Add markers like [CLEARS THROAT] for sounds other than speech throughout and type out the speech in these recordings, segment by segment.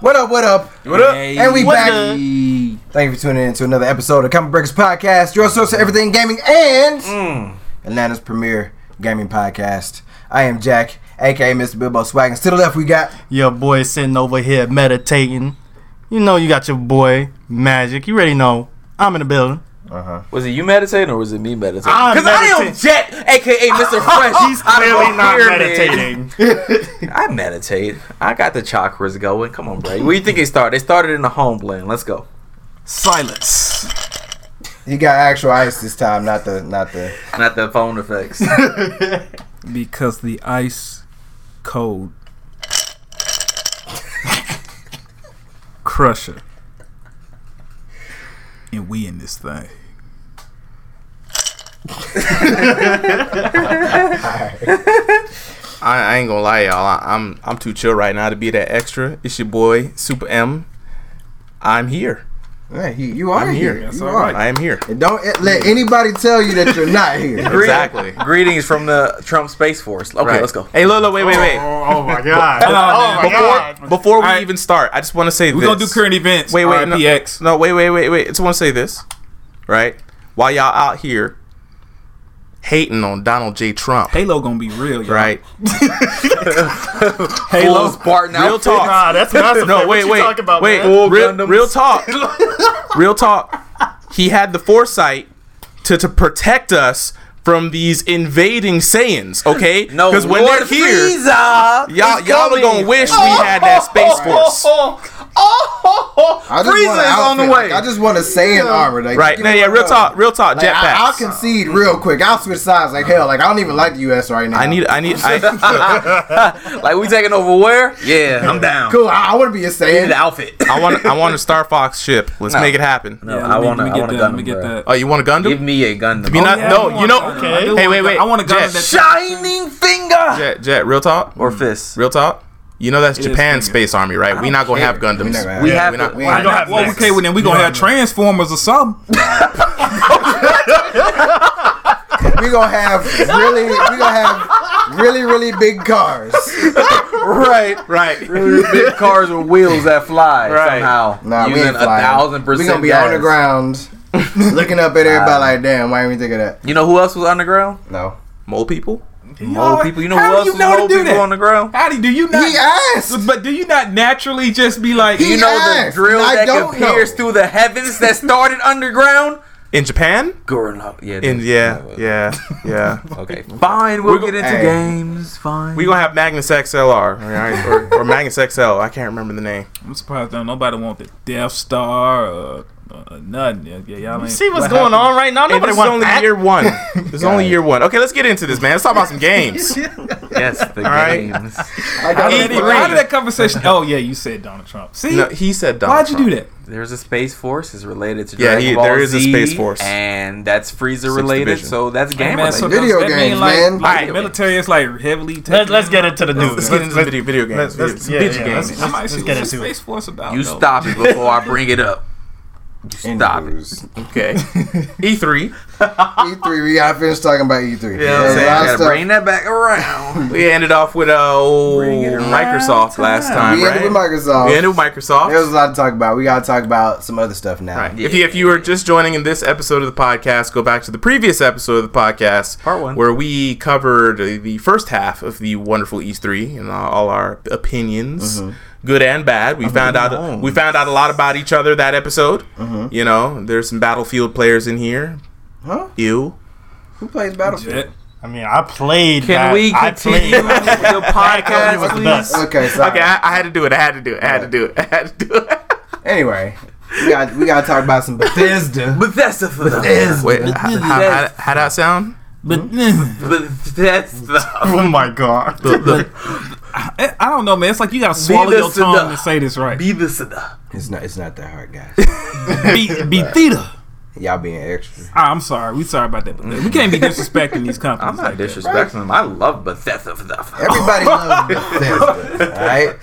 What up? What up? What up? Hey. And we What back. up? Thank you for tuning in to another episode of Comic Breakers Podcast, your source for everything gaming and Atlanta's premier gaming podcast. I am Jack, aka Mr. Bilbo Swaggins. To the left, we got Your boy sitting over here meditating. You know you got your boy Magic. You already know. I'm in the building. Was it you meditating or was it me meditating? I'm Because I am meditating. Jet, aka Mr. Fresh. He's out of clearly not pyramid. meditating. I meditate. I got the chakras going. Come on, Bray. Where you think they started? They started in the home blend. Let's go. Silence. you got actual ice this time, not the not the. Not the phone effects. because the ice cold crusher and we in this thing [LAUGHS] I, I ain't gonna lie, y'all. I, I'm I'm too chill right now to be that extra. It's your boy Super M. I'm here. Yeah, you, you are I'm here. here. You That's are. all right. I am here. And don't let anybody tell you that you're not here. Exactly. Greetings from the Trump Space Force. Okay, Right. let's go. Hey, look, look, wait, wait, wait. Oh, my god. Oh, oh my god. Before, before we Alright. even start, I just want to say we're this. gonna do current events Wait, wait, no, RPX. no, wait, wait, wait, wait. I just want to say this, right? While y'all out here hating on Donald J. Trump, Halo gonna be real [LAUGHS] y'all. right? Full Spartan Real outfit. talk. Nah, that's not no, wait, what wait, You talking about, wait. man? Real, real talk. [LAUGHS] real talk. He had the foresight to to protect us from these invading Saiyans. Okay, No, because when Lord they're here, Frieza y'all is y'all are coming. [LAUGHS] gonna wish we had that space force. Oh, oh, oh, oh. I just want Frieza an is on the outfit. way. Like, I just want to say an armor. Like, Right? give No, me yeah. one Real of talk. those. Real talk. Like, I, I'll Jetpacks. concede real quick. I'll switch sides like hell. Like I don't even like the U.S. right now. I need. I need. I, Like we taking over where? Yeah, I'm down. Cool. I, I want to be a Get Saiyan. the outfit. I want. I want a Star Fox ship. Let's make it happen. [LAUGHS] No, Yeah, I let me- want to. let I want me get to that let me get that Oh, you want a Give Gundam? me a Gundam. Oh, Be not. yeah, I no. want You a know. Gundam. I do Hey, want wait, a wait. Gundam. I want a Gundam Jet, that- Shining finger Jet, Jet. Real talk. or fist. Real talk. You know that's It is Japan's finger. space army, right? We're not gonna have care. We Gundams. never have We Yeah, have we're to. not- we why ain't not? have well, okay well then we gonna have transformers or something we gonna have really, we gonna have really, really big cars. right. [LAUGHS] Right. big cars with wheels that fly Right. somehow. Nah, we using ain't a flying. thousand percent. We gonna be on the gas. ground, looking up at everybody like, damn, why didn't we think of that? You know who else was underground? No, Mole people. Old people. You know How who do else you was know to old do people that? on the ground? how do you do you he not asked. but do you not naturally just be like He You know asked, the drill and I that don't can pierce know. through the heavens that started underground? In Japan? Gurren Yeah. In that's- yeah, yeah, yeah. Okay. Fine. We'll get into Hey. games. Fine. We gonna have Magnus XLR, alright, or, or Magnus XL. I can't remember the name. I'm surprised that nobody want the Death Star or, or nothing. Yeah, yeah, y'all ain't, See what's what going happened? on right now? And Nobody this is wants only that. year one. [LAUGHS] This is only year one. Okay, let's get into this, man. Let's talk about some games. yes. The right. games. I got E- How did, it. E how did that conversation? [LAUGHS] Oh yeah, you said Donald Trump. See, No, he said Donald why'd you do Trump. that? There's a space force. It's related to Yeah, Dragon he- Ball there is a Z, Space Force. and that's Freezer related. Division. So that's game Man, related. so Video that mean, games, like, man. like, Video the military is like heavily. Let's, taken let's get out. into the news. Let's get into the video, video let's- games. let's- yeah, video yeah, [LAUGHS] games. let's- I might see get what into it. Space Force about. you though. stop it before I bring it up. You stop it. E Okay. E3. E3. E We got finished talking about E3. Yeah, I'm There's a lot of saying, Gotta stuff. bring that back [LAUGHS] around. [LAUGHS] We ended off with uh, old Bring it around Microsoft last time, We right? ended with Microsoft. We ended with Microsoft. There's a lot to talk about. We gotta talk about some other stuff now. Right. If, you, if you were just joining in this episode of the podcast, go back to the previous episode of the podcast, Part one. where we covered the first half of the wonderful E3 and all our opinions, Mm-hmm. good and bad. We found out we found out a lot about each other that episode. Mm-hmm. You know, there's some Battlefield players in here. Huh? Ew. Who plays Battlefield? Jet. I mean, I played. Can that. we I continue [LAUGHS] played. the That was podcast, the please? best. Okay, sorry. Okay, I, I had to do it. I had to do it. I had to do it. [LAUGHS] I had to do it. Anyway, we got we gotta talk about some Bethesda. Bethesda. Wait, h- h- how, how, how that sound? But mm, [LAUGHS] Bethesda. oh my god. Look, look, [LAUGHS] I I don't know, man. It's like you gotta swallow the your tongue Siddha. to say this right. Be, Bethesda. It's not it's not that hard, guys. be theta. Y'all being extra. Ah, I'm sorry. We sorry about that. But we can't be disrespecting these companies. I'm not like that. disrespecting them. I love Bethesda. Everybody [LAUGHS] loves Bethesda, all right?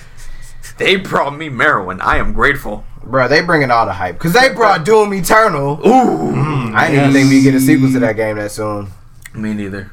They brought me Merwin. I am grateful. Bro, they bringing all the hype because they brought Doom Eternal. Ooh. I didn't even think we get a sequel to that game that soon. Me neither.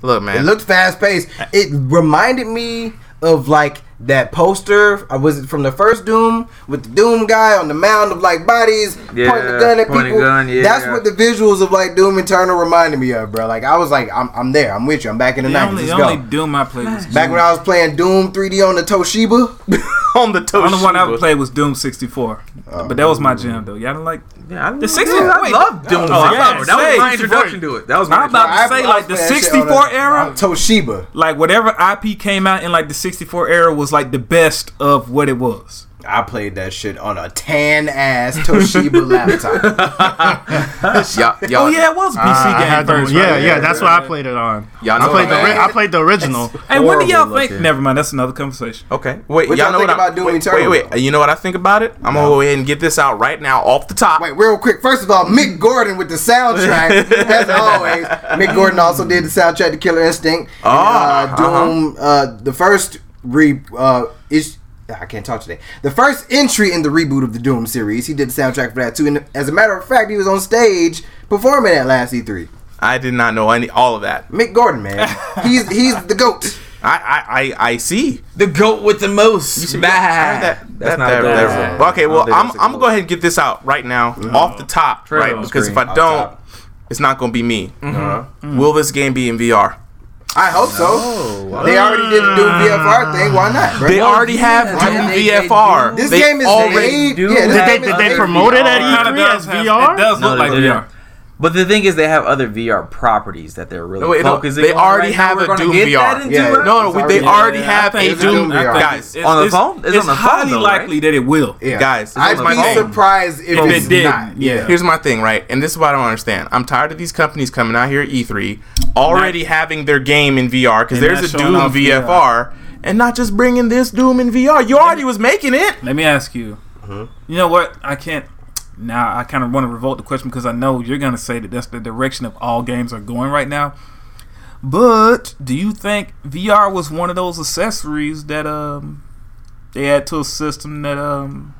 look, It man. looked fast paced. It reminded me of like that poster uh, was it from the first Doom with the Doom guy on the mound of like bodies Yeah, pointing the gun at pointing people. gun, yeah. That's what the visuals of like Doom Eternal reminded me of, bro. Like I was like, I'm, I'm there, I'm with you, I'm back in the The nineties. only, Let's the only go. Doom I played was Doom. Back when I was playing Doom 3D on the Toshiba, on the the toast. only one I played was Doom 64. Oh, but that was my jam, though. Y'all didn't like. Yeah, I, The 60 yeah, I wait, love Doom. oh, I yeah, love it. that was say, my introduction to it. That was my I'm about introduction. to say, like, the playing shit 64 on the- era? on Toshiba. Like, whatever IP came out in, like, the 64 era was, like, the best of what it was. I played that shit on a tan ass [LAUGHS] Toshiba laptop. [LAUGHS] Y'all, y'all, Oh, yeah, it was a PC I game had the- first. yeah, right? yeah, that's what I played it on. Y'all I know played the what ri- I- I played the original. Hey, Oh. when do y'all Horrible think? looking. Never mind, that's another conversation. Okay. What Wait, y'all y'all know think what I- about Doom wait, Eternal, Wait, though? wait. You know what I think about it? I'm gonna go ahead and get this out right now, off the top. Wait, real quick. First of all, Mick Gordon with the [LAUGHS] soundtrack, as always. Mick Gordon also did the soundtrack to Killer Instinct. And, Ah, uh, uh-huh. Doom, uh, the first re uh, is. I can't talk today. The first entry in the reboot of the Doom series, he did the soundtrack for that too. And as a matter of fact, he was on stage performing at last E3. I did not know any all of that. Mick Gordon, [LAUGHS] man, he's he's the goat. I I I, I see. the goat with the most. Bah. I heard that- That's that- not that- a goat. that- That's a- well, Okay, I don't well, think I'm that's a I'm goat. going to hit this out right now, Mm-hmm. off the top, Trailer right? on Because if screen, I don't, it's not going to be me. Mm-hmm. Will this game be in VR? I hope so. They already did the Doom VFR thing. Why not? Bro? They already have yeah, Doom they- they VFR. do. This They game is already. made- yeah, this have game is Did they other promote it at It E3 E kind of does as have. VR? It does No, look they like didn't. VR. But the thing is, they have other VR properties that they're really No, wait, no, focusing they on. already right now. have We're a gonna Doom get VR. that into Yeah. it? No, no, It's they already- already Yeah, have I a think it's Doom I think VR. Guys, it's- On the it's- phone? It's It's, on the phone, highly though, right? likely that it will. Yeah. guys, I'd here's my be thing. surprised if, If it's it didn't, not. yeah. Here's my thing, right? And this is what I don't understand. I'm tired of these companies coming out here at E3 already having their game in VR because And not there's a showing Doom off, yeah. VFR and not just bringing this Doom in VR. You already was making it. Let me ask you. Mm-hmm. You know what? I can't. Now I kind of want to revolt the question because I know you're gonna say that that's the direction of all games are going right now. But do you think VR was one of those accessories that um they add to a system that um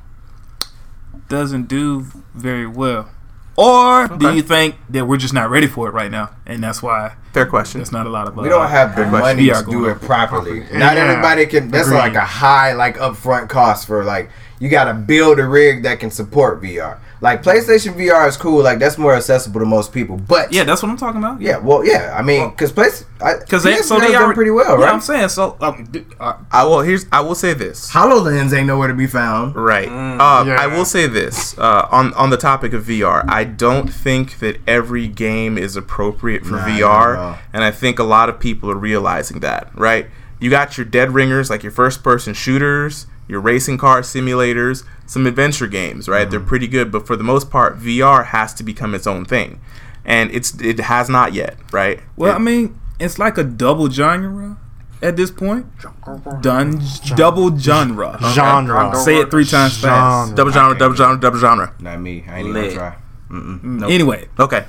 doesn't do very well, or do Okay. you think that we're just not ready for it right now, and that's why Fair question. there's not a lot of uh, We don't have the money VR to do going it properly. Not Yeah. everybody can. That's Agreed. like a high, like upfront cost for like you got to build a rig that can support VR. Like PlayStation VR is cool. Like that's more accessible to most people. But Yeah, that's what I'm talking about. yeah, well, yeah. I mean, because place, because they so they done are pretty well, Yeah, right? I'm saying so. Um, d- uh, I will. Here's. I will say this. Hololens ain't nowhere to be found. Right. uh, Yeah. I will say this uh, on on the topic of VR. I don't think that every game is appropriate for Nah, VR, not at all. and I think a lot of people are realizing that. Right. You got your dead ringers, like your first person shooters, your racing car simulators, some adventure games. Right. They're pretty good, but for the most part, VR has to become its own thing, and it's it has not yet. Right. Well, It- I mean, it's like a double genre at this point. Dun- double genre. Genre. Say it three times fast. Genre. double genre, double genre, double genre. Not me. I ain't Lit. even gonna try. Anyway, Okay.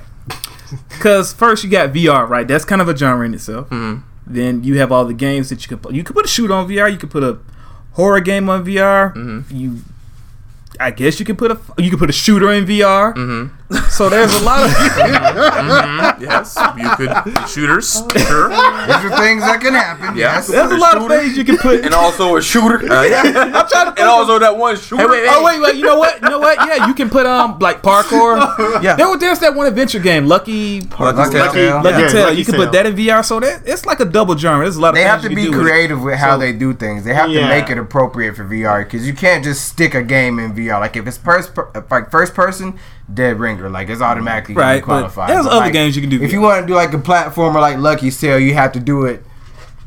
because first you got VR, right? That's kind of a genre in itself. Then you have all the games that you could put. You could put a shoot on VR. You could put a horror game on VR. You, I guess you could put a you could put a shooter in VR. So there's a lot of [LAUGHS] Yes, you [LAUGHS] could shooters. Sure. These are things that can happen. Yeah. Yes. there's a lot of things you can put. And also a shooter. [LAUGHS] Uh, [LAUGHS] yeah. I'm trying to think and of- also that one shooter. Hey, wait, Oh wait, wait. You know what? You know what? Yeah, you can put um like [LAUGHS] parkour. Yeah. There was there's that one adventure game, Lucky Lucky Lucky Tale. Tale. Lucky Yeah, Tale. Lucky you can Tale. put that in VR. So that it's like a double genre. There's a lot of They things have to you be can do with it. creative with how they do things. They have to Yeah. make it appropriate for VR because you can't just stick a game in VR. Like if it's first, per, like first person, dead ringer. Like it's automatically gonna be Right, but qualified. there's But, other like, games you can do If VR. you want to do like a platformer like Lucky's Tale, you have to do it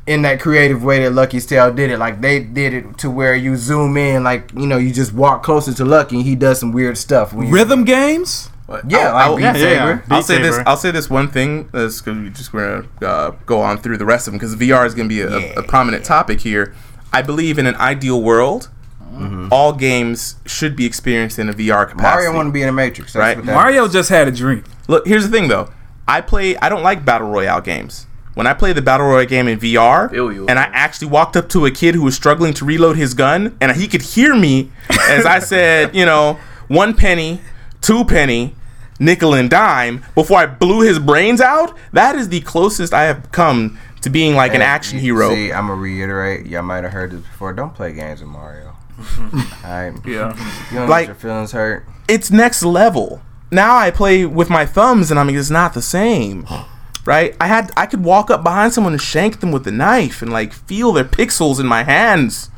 in that creative way that Lucky's Tale did it. Like they did it to where you zoom in, like you know, you just walk closer to Lucky and he does some weird stuff. When you- Rhythm games. Oh, yeah, like Beat Oh, yeah, yeah, yeah. Saber. I'll Beat say this. Saber. I'll say this one thing. uh, This because we just gonna uh, go on through the rest of them because VR is gonna be a, a prominent topic here. I believe in an ideal world, all games should be experienced in a VR capacity. Mario want to be in a Matrix. That's Right. what that Mario just had a dream. Look, here's the thing though. I play. I don't like battle royale games. When I play the battle royale game in VR, Ew, you. and I actually walked up to a kid who was struggling to reload his gun, and he could hear me as I said, you know, one penny, two penny, nickel and dime before I blew his brains out. That is the closest I have come to being like an action hero. See, I'm gonna reiterate. Y'all might have heard this before. Don't play games with Mario. I, you Yeah. don't Like- get your feelings hurt. it's next level. Now I play with my thumbs and I'm it's not the same. Right? I had I could walk up behind someone and shank them with a knife and like feel their pixels in my hands.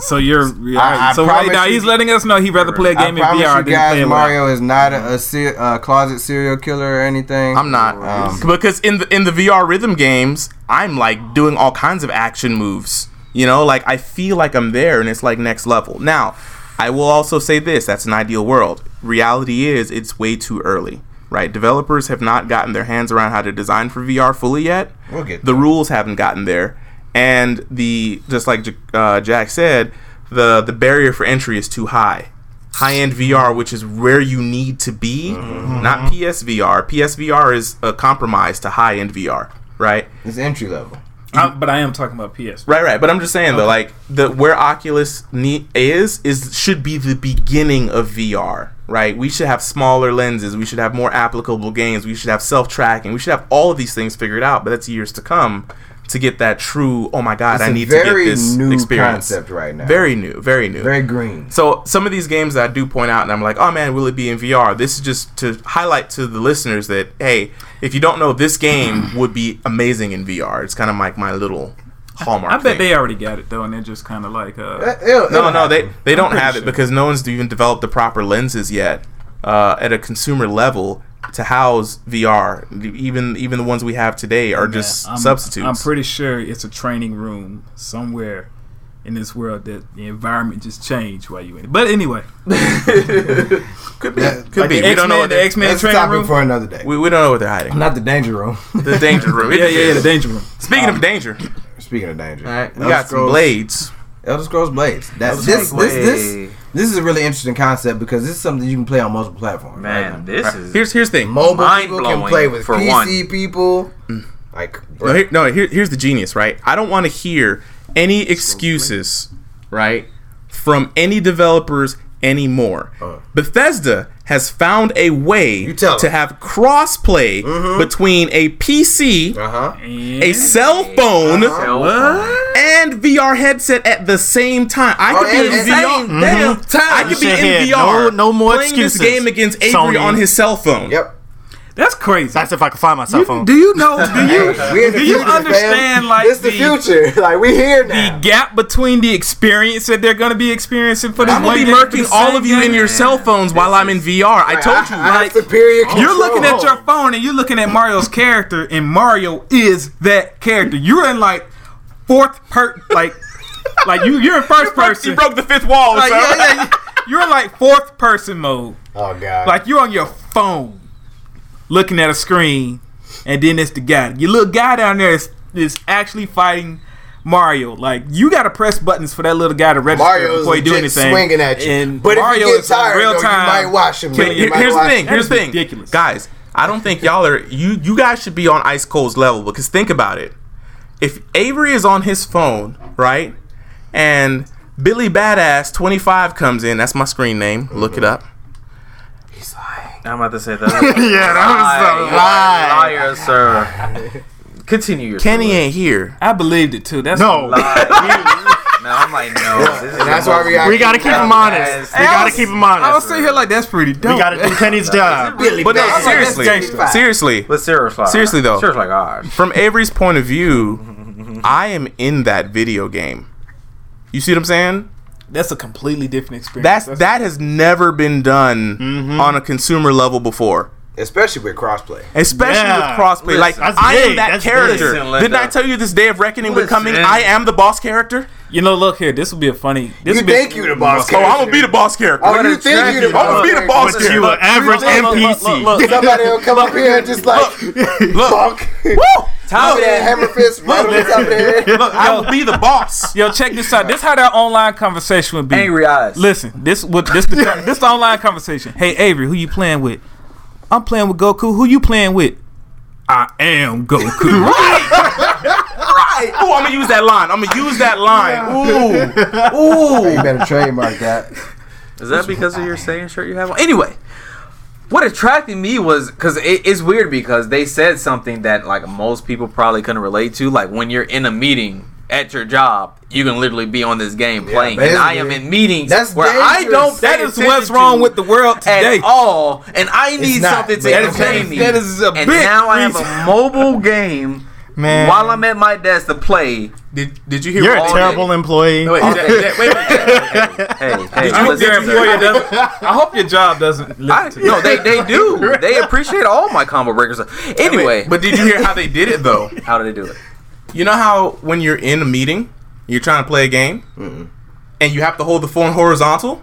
So you're yeah, I- all right. I so right promise now you- he's letting us know he'd rather play a I game in promise VR you than play guys, it without. Mario is not a, a se- a closet serial killer or anything. I'm not Um, because in the in the VR rhythm games, I'm like doing all kinds of action moves. You know, like I feel like I'm there and it's like next level. Now, I will also say this, that's an ideal world. Reality is it's way too early. Right? Developers have not gotten their hands around how to design for VR fully yet. We'll get the rules haven't gotten there. And the just like J- uh, Jack said, the the barrier for entry is too high high end VR, which is where you need to be, not PSVR. PSVR is a compromise to high end VR, right? it's entry level. I, but I am talking about PS. Right, right. But I'm just saying though, like the where Oculus ne- is is should be the beginning of VR. Right, we should have smaller lenses. We should have more applicable games. We should have self tracking. We should have all of these things figured out. But that's years to come to get that true. Oh my God, It's I a need to very get this new experience. concept right now. Very new, very new. Very green. So some of these games that I do point out, and I'm like, oh man, will it be in VR? This is just to highlight to the listeners that hey, if you don't know, this game [CLEARS THROAT] would be amazing in VR. It's kind of like my little hallmark. I bet thing. they already got it though, and they're just kind of like uh, It'll- No, it'll no, they they don't pretty have it sure. because no one's even developed the proper lenses yet uh, at a consumer level to house VR. Even even the ones we have today are just Yeah, I'm- substitutes. I'm pretty sure it's a training room somewhere in this world that the environment just changed while you in it. But anyway, could be, That- could like be. the We don't know. X-Men, What the they're, X Men That's a training topic room. for another day. we, we don't know what they're hiding. Not the danger room. [LAUGHS] The danger room. [LAUGHS] yeah, yeah, yeah, the Um, danger room. Speaking of danger, Speaking of danger, All right, we got some blades. Elder Scrolls Blades. That's Elder this, Scrolls this this Blade. this is a really interesting concept because this is something you can play on multiple platforms. right? Man, this is Here's here's the thing. mobile people can mind-blowing play with for PC one. people. Mm. Like No, here, no here, here's the genius, right? I don't want to hear any excuses, right, from any developers anymore. Uh. Bethesda has found a way You tell Mm-hmm. 'em. to have crossplay between a PC, uh huh. a And cell phone, Uh-huh. Cell phone. and VR headset at the same time. I could Oh, be and- in and- VR. same damn time. I You could be should in hear no- VR. no more playing excuses, this game against Avery Sony. on his cell phone. Yep. that's crazy. That's if I could find my cell phone. do you know? Do you [LAUGHS] We're in the do you future, fam. understand like this the, future? [LAUGHS] Like we here now. the gap between the experience that they're going to be experiencing for this I'm gonna one be game for murking the all same of you in game. your cell phones while I'm in VR. I told you. I, I have superior control. You're looking Oh. at your phone and you're looking at Mario's character, and Mario is that character. You're in like fourth per like like you you're in first person. You broke the fifth wall. like, sir. [LAUGHS] yeah, yeah, you- you're in like fourth person mode. Oh god. Like you're on your phone looking at a screen, and then it's the guy. Your little guy down there is, is actually fighting Mario. Like you gotta press buttons for that little guy to register Mario's before you do legit anything. swinging at you. And but Mario if you get is in tired, real though, time you might watch him. killing though. You Here- might here's the watch thing. him. Here's the That is thing, ridiculous. guys. I don't think y'all are you. You guys should be on Ice Cold's level because think about it. If Avery is on his phone, right, and Billy Badass twenty five comes in, that's my screen name. Look it up. Mm-hmm. I'm about to say [LAUGHS] that. [LAUGHS] yeah, that was a lie. Liar, sir. Continue your Kenny story. ain't here. I believed it too. That's No, [LAUGHS] No, I'm like, no. This is And that's why we we gotta keep him honest. We gotta keep him I was honest. sitting here like that's pretty dope. We gotta do Kenny's job. But no, Badass. seriously, That's gangsta. seriously. But seriously, Seriously, though. seriously, like, gosh, From Avery's point of view, I am in that video game. You see what I'm saying? That's a completely different experience. That's that has never been done Mm-hmm. on a consumer level before. Especially with crossplay. especially Yeah. with crossplay. like That's I am big. that That's character. big. Listen, Linda. Didn't I tell you this day of reckoning would coming? Listen. I am the boss character. you know. Look here, this will be a funny. This You will be think you the boss? Oh, I'm gonna be the boss character. Oh, you think you the I'm gonna boss? be the boss But you an character. Look, average look, NPC. Somebody will come up here and just like Look, fuck. [LAUGHS] Woo! Top of that hammer fist right on the top of the head. look, I will be the boss. [LAUGHS] Yo, check this out. This how that online conversation would be. angry eyes. Listen, this what this the this the online conversation. Hey Avery, who you playing with? I'm playing with Goku. Who you playing with? I am Goku. Right. Ooh, I'm gonna use that line. I'm gonna use that line. Ooh. You better trademark that. Is that because of your saying shirt you have on? Anyway, what attracted me was because it, it's weird because they said something that like most people probably couldn't relate to. Like when you're in a meeting at your job, you can literally be on this game playing. And I am basically. in meetings That's where I dangerous. don't. That pay is what's attention wrong to with the world today. at all, and I need not, something but to that is- entertain me. that is a and big now I have reason. a mobile game Man. while I'm at my desk to play. Did, did you hear? You're a all all terrible day. employee. Wait, all that- day. that- wait, wait, wait. Hey, hey, I hope, listen, your sir. employer doesn't, I hope your job doesn't listen I, to no, [LAUGHS] they they do. They appreciate all my combo breakers. Anyway, But did you hear how they did it though? [LAUGHS] how do they do it? You know how when you're in a meeting, you're trying to play a game, and you have to hold the phone horizontal.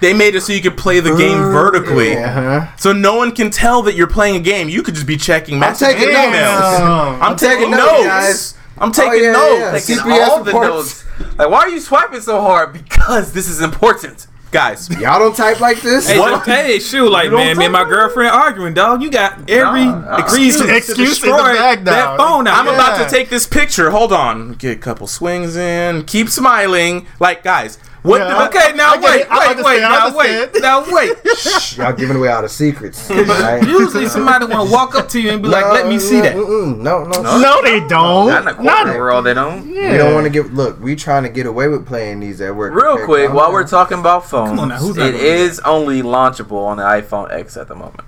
They made it so you could play the game vertically, Uh-huh. so no one can tell that you're playing a game. You could just be checking messages, taking and notes. emails. Damn. I'm taking taking notes, notes. guys. Oh, I'm taking yeah, yeah, notes, yeah. Taking CPS all the reports. notes. Like, why are you swiping so hard? Because this is important. guys. Y'all don't type like this. Hey, What? so- hey, shoot, like, man, me and my girlfriend arguing, dog. You got every Nah, nah. reason to Excuse in the destroy bag, that dog. phone out. I'm there. about Yeah. to take this picture. Hold on. Get a couple swings in. Keep smiling. Like, guys, what Yeah, the, I- Okay, now I get wait, it. I wait, understand, wait, I now wait, understand. now [LAUGHS] wait. Y'all giving away all the secrets. But Usually, somebody want to walk up to you and be like, "Let me see that." No, no, no. No, they don't. Not in a Not- corporate world, they don't. We don't want to give. Look, we trying to get away with playing these at work. Real Okay, quick, calm while down. we're talking about phones, on now, who's not it gonna do is only launchable on the iPhone X at the moment.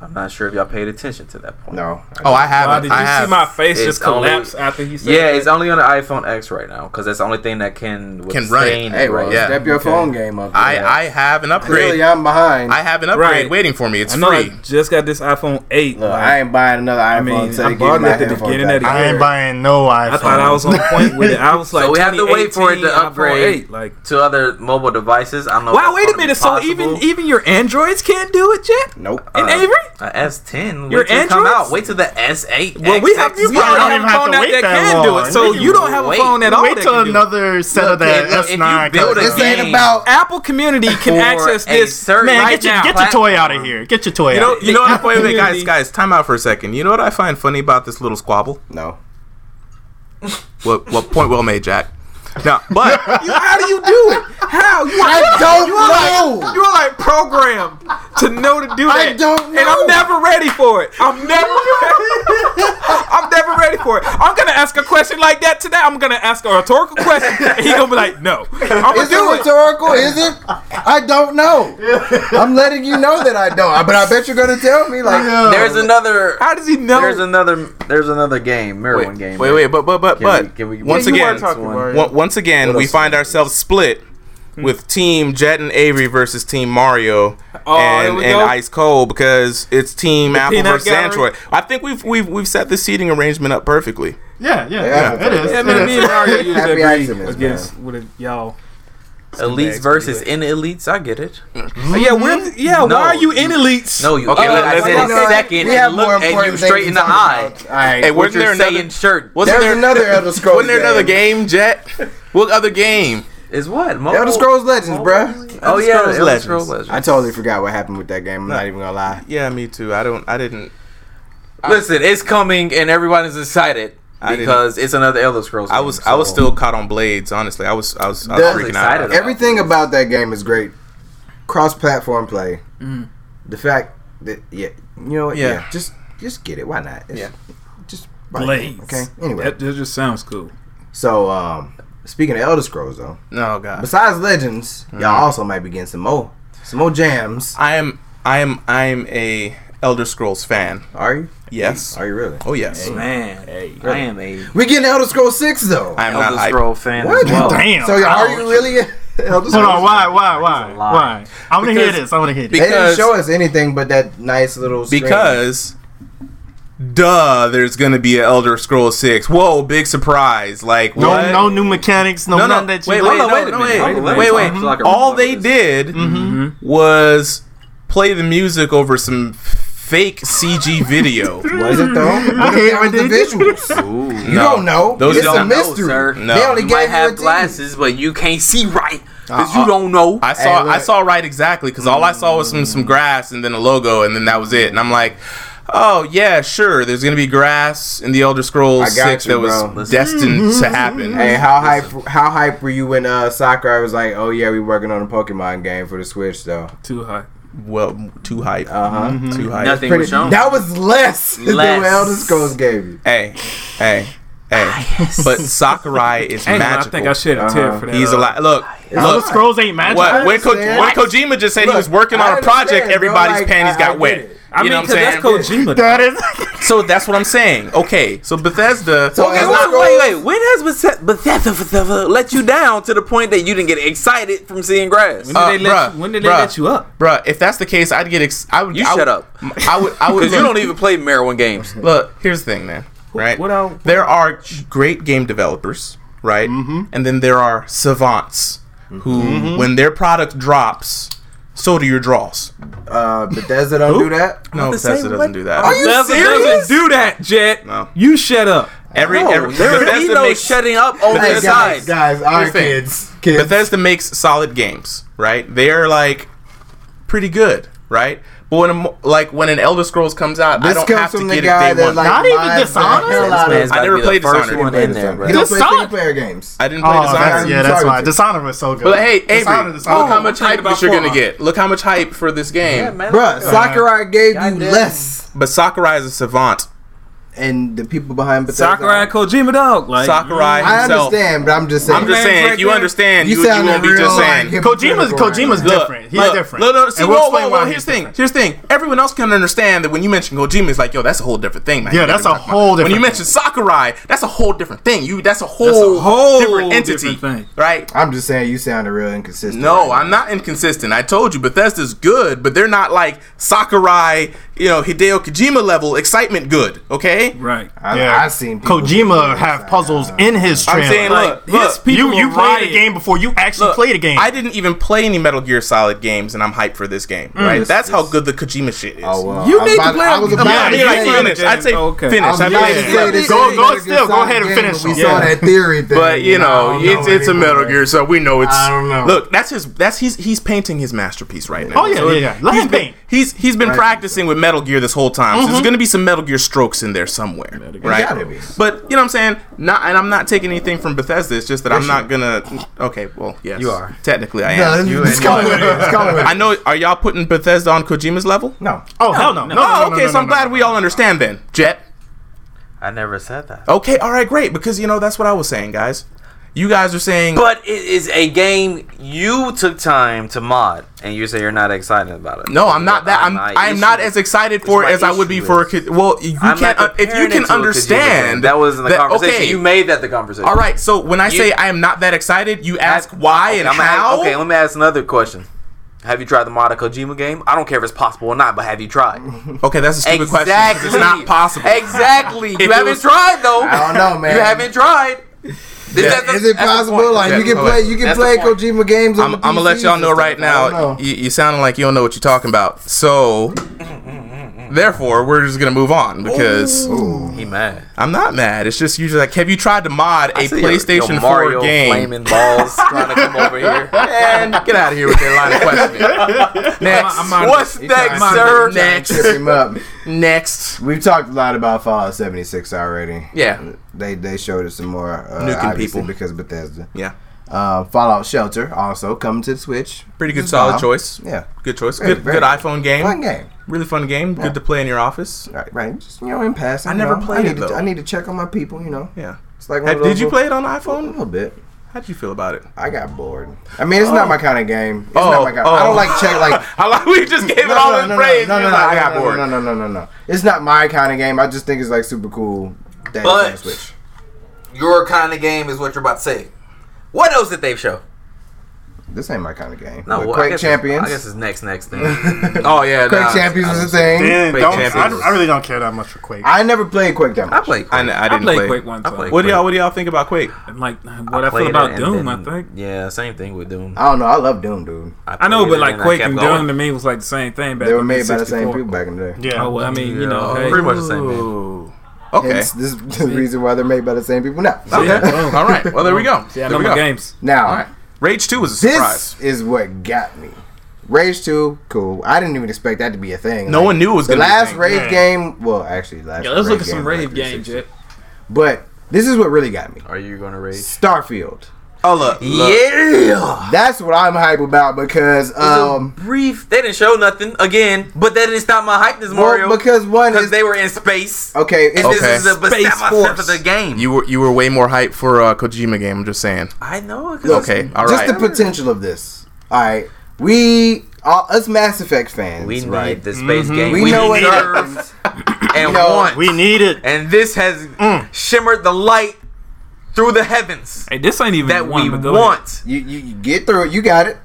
I'm not sure if y'all paid attention to that point. No. Oh, I Wow, haven't. did I you see have. my face It's just collapse only- after he said? Yeah, that? it's only on the iPhone X right now because that's the only thing that can Can run it. withstand Hey, Ross, yeah. step your phone game up. I, man. I have an upgrade. Really, I'm behind. I have an upgrade Right. waiting for me. It's I know. free. I just got this iPhone eight. Look, like, I ain't buying another iPhone. I mean, mean, I I bought it my at the handphone beginning back. of the I ain't Yeah. buying no iPhone. I thought I was on point with it. [LAUGHS] I was like, we have to wait for it to 2018 iPhone upgrade. 8, Like, to other mobile devices. I don't know. if wow, that's wait a gonna be minute. So even Oh, possible. even your androids can't do it yet. Nope. And Uh, Avery, a S10, Your wait till it come Androids? out. Wait till the S8. well, we have you X6. probably don't don't have a have phone to out wait that that can do long. it. So Nigga, you don't have a wait. phone at all. Wait that till can do it. another set of Look, that if- if you S9 build comes a This out. game- ain't about. Apple community can For access a this. certain Man, Man, right get, your, now, get your toy out of platform. here. Get your toy You out know, of here. you know what? Wait, wait, guys, Community. guys, time out for a second. You know what I find funny about this little squabble? No. What, what point well made, Jack? Now, but [LAUGHS] How do you do it? How you I are, don't you know. are like programmed to know to do that. I don't and know. I'm never ready for it. I'm [LAUGHS] never. [LAUGHS] I'm never ready for it. I'm gonna ask a question like that today. I'm gonna ask a rhetorical question, and he gonna be like, "No, I'm gonna Is it do [LAUGHS] it." rhetorical? Is it? I don't [LAUGHS] know. I'm letting you know that I don't. But I bet you're gonna tell me. Like, There's another. How does he know? There's another. There's another game. Mirror one game. wait, wait, but but but Can but we- can we- once Yeah, you again, are talking, Mario. on- once again, What we else? find ourselves split with Team Jet and Avery versus Team Mario Oh, there and, we and go. Ice Cold because it's Team Apple peanut versus gallery? Android. I think we've we've we've set the seating arrangement up perfectly. Yeah, yeah, Yeah. yeah, it is. Yeah, It [LAUGHS] man, is. me and Mario [LAUGHS] used Happy that breed accidents, against with y'all. Elites versus in elites. I get it. Yeah, we're, Mm-hmm. yeah. No. why are you in elites? No, you. Okay, Okay, let- I let's- said you know, second. we have and look more at you important straight things in to the talk eye. about. All right. Hey, What wasn't you're there another? saying shirt Wasn't There's there [LAUGHS] another Elder Scrolls. Wasn't there another game. game, Jet? What other game? is what? Mobile? Elder Scrolls Legends, bruh. Oh yeah, Scrolls Elder Legends. Scrolls Legends. I totally forgot what happened with that game. I'm not even gonna lie. Yeah, me too. I don't. I didn't. Listen, it's coming, and everybody's excited I didn't- because it's another Elder Scrolls. I game, was. I was so- still caught on blades. Honestly, I was. I was. I The- was freaking out. excited. Everything about that game is great. Cross-platform play. The fact that yeah, you know what? Yeah. Yeah. just just get it. Why not? It's- Yeah. Just buy it. Blades. Okay. Anyway, that, that just sounds cool. so um, speaking of Elder Scrolls though, Oh god. besides Legends, y'all also might be getting some more some more jams. I am. I am. I am a Elder Scrolls fan. Are you? Yes. Are you really? Oh yes. Man, I am a We getting Elder Scrolls Six though. I am Elder not. Scroll fan What? as well. Damn. so y'all, are ouch. you really [LAUGHS] Elder Scrolls? Hold on, why, why, why, He's a liar. why? I want to hear Because- this. I want to hear be- this. They Because- didn't show us anything but that nice little screen. because duh there's gonna be an elder scroll 6 whoa big surprise like No, what? no new mechanics. No, No, no, none that you. wait, like. wait, no, no, wait, wait, wait. all they did Mm-hmm. was play the music over some fake cg [LAUGHS] video was it though? I hate was when the they visuals. Ooh. You don't know. Those it's don't a know, mystery. sir. No. They only You gave might you a Uh-uh. have team. glasses, but you can't see right because Uh, you don't know. I Hey, saw look. I saw right exactly because all I saw was some, some grass and then a logo and then that was it and I'm like, oh yeah sure there's gonna be grass in the Elder Scrolls I got six you, that was bro. Listen. destined to happen. [LAUGHS] Hey, how hype? How hype were you when uh, Sakurai was like, "Oh yeah, we working on a Pokemon game for the Switch, though." Too hot. well too hype, Uh-huh. Mm-hmm. too hype. Nothing Pretty- was shown. that was less, [LAUGHS] than Less. what Elder Scrolls gave you. Hey, hey, Ah, hey! But Sakurai is Ain't gonna- I magical. Uh-huh. think I shed a tear for that. He's a uh, lot. Look, Ah, Elder look. Scrolls ain't magic. What, when, Ko- understand. when Kojima just said Look, he was working I on a project, understand, bro. everybody's Like, panties I- I got get wet. it. I you mean, know what I'm 'cause saying? that's Kojima. That is. So that's what I'm saying. Okay, so Bethesda. So Hey, Elder wait, Scrolls- wait, wait. When has Bethe- Bethesda, Bethesda let you down to the point that you didn't get excited from seeing grass? When Uh, did they let bruh, you- when did they bruh. let you up? Bruh, if that's the case, I'd get. Ex- I would. You I would- shut up. I would. I [LAUGHS] would. Because you look, don't even play Maryland games. Look, here's the thing, man. Right. what else- there are great game developers, right? Mm-hmm. And then there are savants who, when their product drops, so do your draws. Uh, Bethesda don't do that. No, to say, Bethesda what- doesn't do that. Are you Bethesda serious? doesn't do that, Jet. No. You shut up. every, No, every there is Bethesda no makes shutting up on Hey their guys, side. guys, all Here's right, the thing. kids, kids. Bethesda makes solid games, right? They are like pretty good, right? But when a, mo- like when an Elder Scrolls comes out, I this don't comes have to from the get guy it day that one. like Not even buys the Dishonored? hell out of- man's I never played Dishonored. one in there, He bro. don't play Dishonored. single player games. I didn't play Oh, Dishonored. that's, yeah, that's why Dishonored. Dishonored was so good. But hey, Avery, Dishonored look is awesome. how much Oh, hype about you're gonna Fallout. get. Look how much hype for this game. Bruh, Sakurai gave you Goddamn. less, But Sakurai is a savant. and the people behind Bethesda. Sakurai and Kojima, dog. Like, Sakurai I himself. understand, but I'm just saying. I'm just Man's saying, right if you there. understand, you, You you, sound won't be real just like saying. him. Kojima's Kojima's Look, different. He's look, different. Look, look, see, And whoa, explain whoa, why whoa, he's here's the thing. different. Here's the thing. Everyone else can understand that when you mention Kojima, it's like, yo, that's a whole different thing, man. Yeah, You that's gotta a talk whole about- When you different mention Sakurai, that's a whole different thing. You, that's a whole, whole different entity, different thing. right? I'm just saying you sounded real inconsistent. No, I'm not inconsistent. I told you Bethesda's good, but they're not like Sakurai, you know, Hideo Kojima level excitement good. Okay, Right. I, Yeah. I've seen people Kojima have puzzles in his I'm trailer. saying Like, look, look, his people you you were played rioting. the game before you actually Look, played a game. I didn't even play any Metal Gear Solid games, and I'm hyped for this game. Mm. Right? this- That's how this- good the Kojima shit is. Oh, well, You I'm need about- to play I was a- about Yeah, Yeah, to you say need I'd say to that. finish. play I'd say the game. Okay. finish. I was I'd about say to Yeah. say this Go- is go Metal Gear still, go Solid ahead and game, finish but it. We saw Yeah. that theory thing. But you know, it's it's a Metal Gear, so we know it's. I don't know. Look, that's his. That's he's he's painting his masterpiece right now. Oh, yeah, So yeah, yeah. Let he's him been- paint. He's he's been practicing with Metal Gear this whole time. So there's Mm-hmm. gonna be some Metal Gear strokes in there somewhere, right? Gotta be. But you know what I'm saying? Not, and I'm not taking anything from Bethesda. It's just that I'm not gonna. Okay, well, yes, you are. Technically, I No, am. let's- let's go with it. Let's go with it. I know. Are y'all putting Bethesda on Kojima's level? No. oh hell no! no, no, Oh, no, no, okay. no, so I'm no, glad no. we all understand then, Jet. I never said that. Okay, all right, great. Because you know that's what I was saying, guys. You guys are saying, But it is a game you took time to mod, and you say you're not excited about it. no, I'm not that. I'm My I'm not issue- as excited for it my as I would be issue for a is- kid. Well, you I'm can't uh, not if you comparing can it to a Kojima game. understand That wasn't the that- conversation. okay, You made that the conversation. all right. So when I say I am not that excited, you ask why and I'm how. okay, let me ask another question. Have you tried the Mata Kojima game? I don't care if it's possible or not, but have you tried? okay, that's a stupid exactly. question. 'cause It's not possible. Exactly. it you haven't was- tried though. I don't know, man. You haven't tried. Is, that the- Is it that's the possible? point. Like Okay, you can okay. play, you can That's play the point. Kojima games. I'm, I'm gonna let y'all know right now. You, you sounding like you don't know what you're talking about. So, therefore, we're just gonna move on because He mad. I'm not mad. It's just usually like, have you tried to mod a I see your- your PlayStation 4 Mario game? [LAUGHS] Flaming balls trying to come over here. And get out of here with that line of questioning. Next. [LAUGHS] I'm out of- What's He next, tried- sir? he tried to trip him up. Next. We've talked a lot about Fallout 76 already. Yeah. They they showed us some more uh, Nuking obviously people. because Bethesda. Yeah. Uh, Fallout Shelter also coming to the Switch. Pretty good, Just solid wild. choice. Yeah, Good choice. Very, Good, very good good. iPhone game. fun game. Really fun game. Good to play in your office. Right, right. Just you know, in passing. I you never know, played I need it, To, though. I need to check on my people. You know, Yeah. it's like one Have- of did those you little- play it on a iPhone? little bit? How did you feel about it? I got bored. I mean, it's not my kind of game. It's Oh, not my kind. I oh. don't like check like. How long we just gave [LAUGHS] it all in praise? No, no, He was no, like, no, I got no, bored. No, no, no, no, no. It's not my kind of game. I just think it's like super cool that it's on But- the Switch. Your kind of game is what you're about to say. What else did they show? This ain't my kind of game. but No, well, I Quake guess- Champions. I guess it's next next thing. Oh yeah, Quake nah. Champions is a thing. Man, Quake don't- Champions. I, I really don't care that much for Quake. I never played Quake that I much. played. I, kn- I I didn't played play. Quake one I time. played What do y'all What do y'all think about Quake? And like what I, played feel about it and Doom, I then- think. Yeah, same thing with Doom. I don't know. I love Doom, dude. I know, played but it like I Quake kept and going. Doom to me was like the same thing. Back They were on made by the same 64. people back in the day. yeah. Oh well, I mean, you know, Yeah, hey, pretty much the same. thing. Okay. Hence, this is the reason why they're made by the same people now. Okay. Yeah. [LAUGHS] All right. Well, there we go. yeah, I there know we my go. games. Now, All right. Rage Two was a this surprise. is what got me. Rage 2, cool. I didn't even expect that to be a thing. No one knew it was The gonna be a last thing. Rage Yeah. game, well, actually, last Yeah, let's look at some was rave like games, 360. Jet. But this is what really got me. Are you gonna rage? Starfield. Oh look, look. Yeah. That's what I'm hype about because um, brief. They didn't show nothing again, but that didn't stop my hype this Mario well, because one because is they were in space. okay. It's, And Okay. This is the Space Space Force. of the game. you were you were way more hyped for a Kojima game. I'm just saying. I know. 'cause Look, Okay, all just right. the potential of this. All right, we all, us Mass Effect fans, We need right? the space Mm-hmm. game. We know what deserve [LAUGHS] and know- want. We need it. and this has Mm. shimmered the light through the heavens Hey, this ain't even that the one, we but go want. ahead. You, you you get through it. You got it.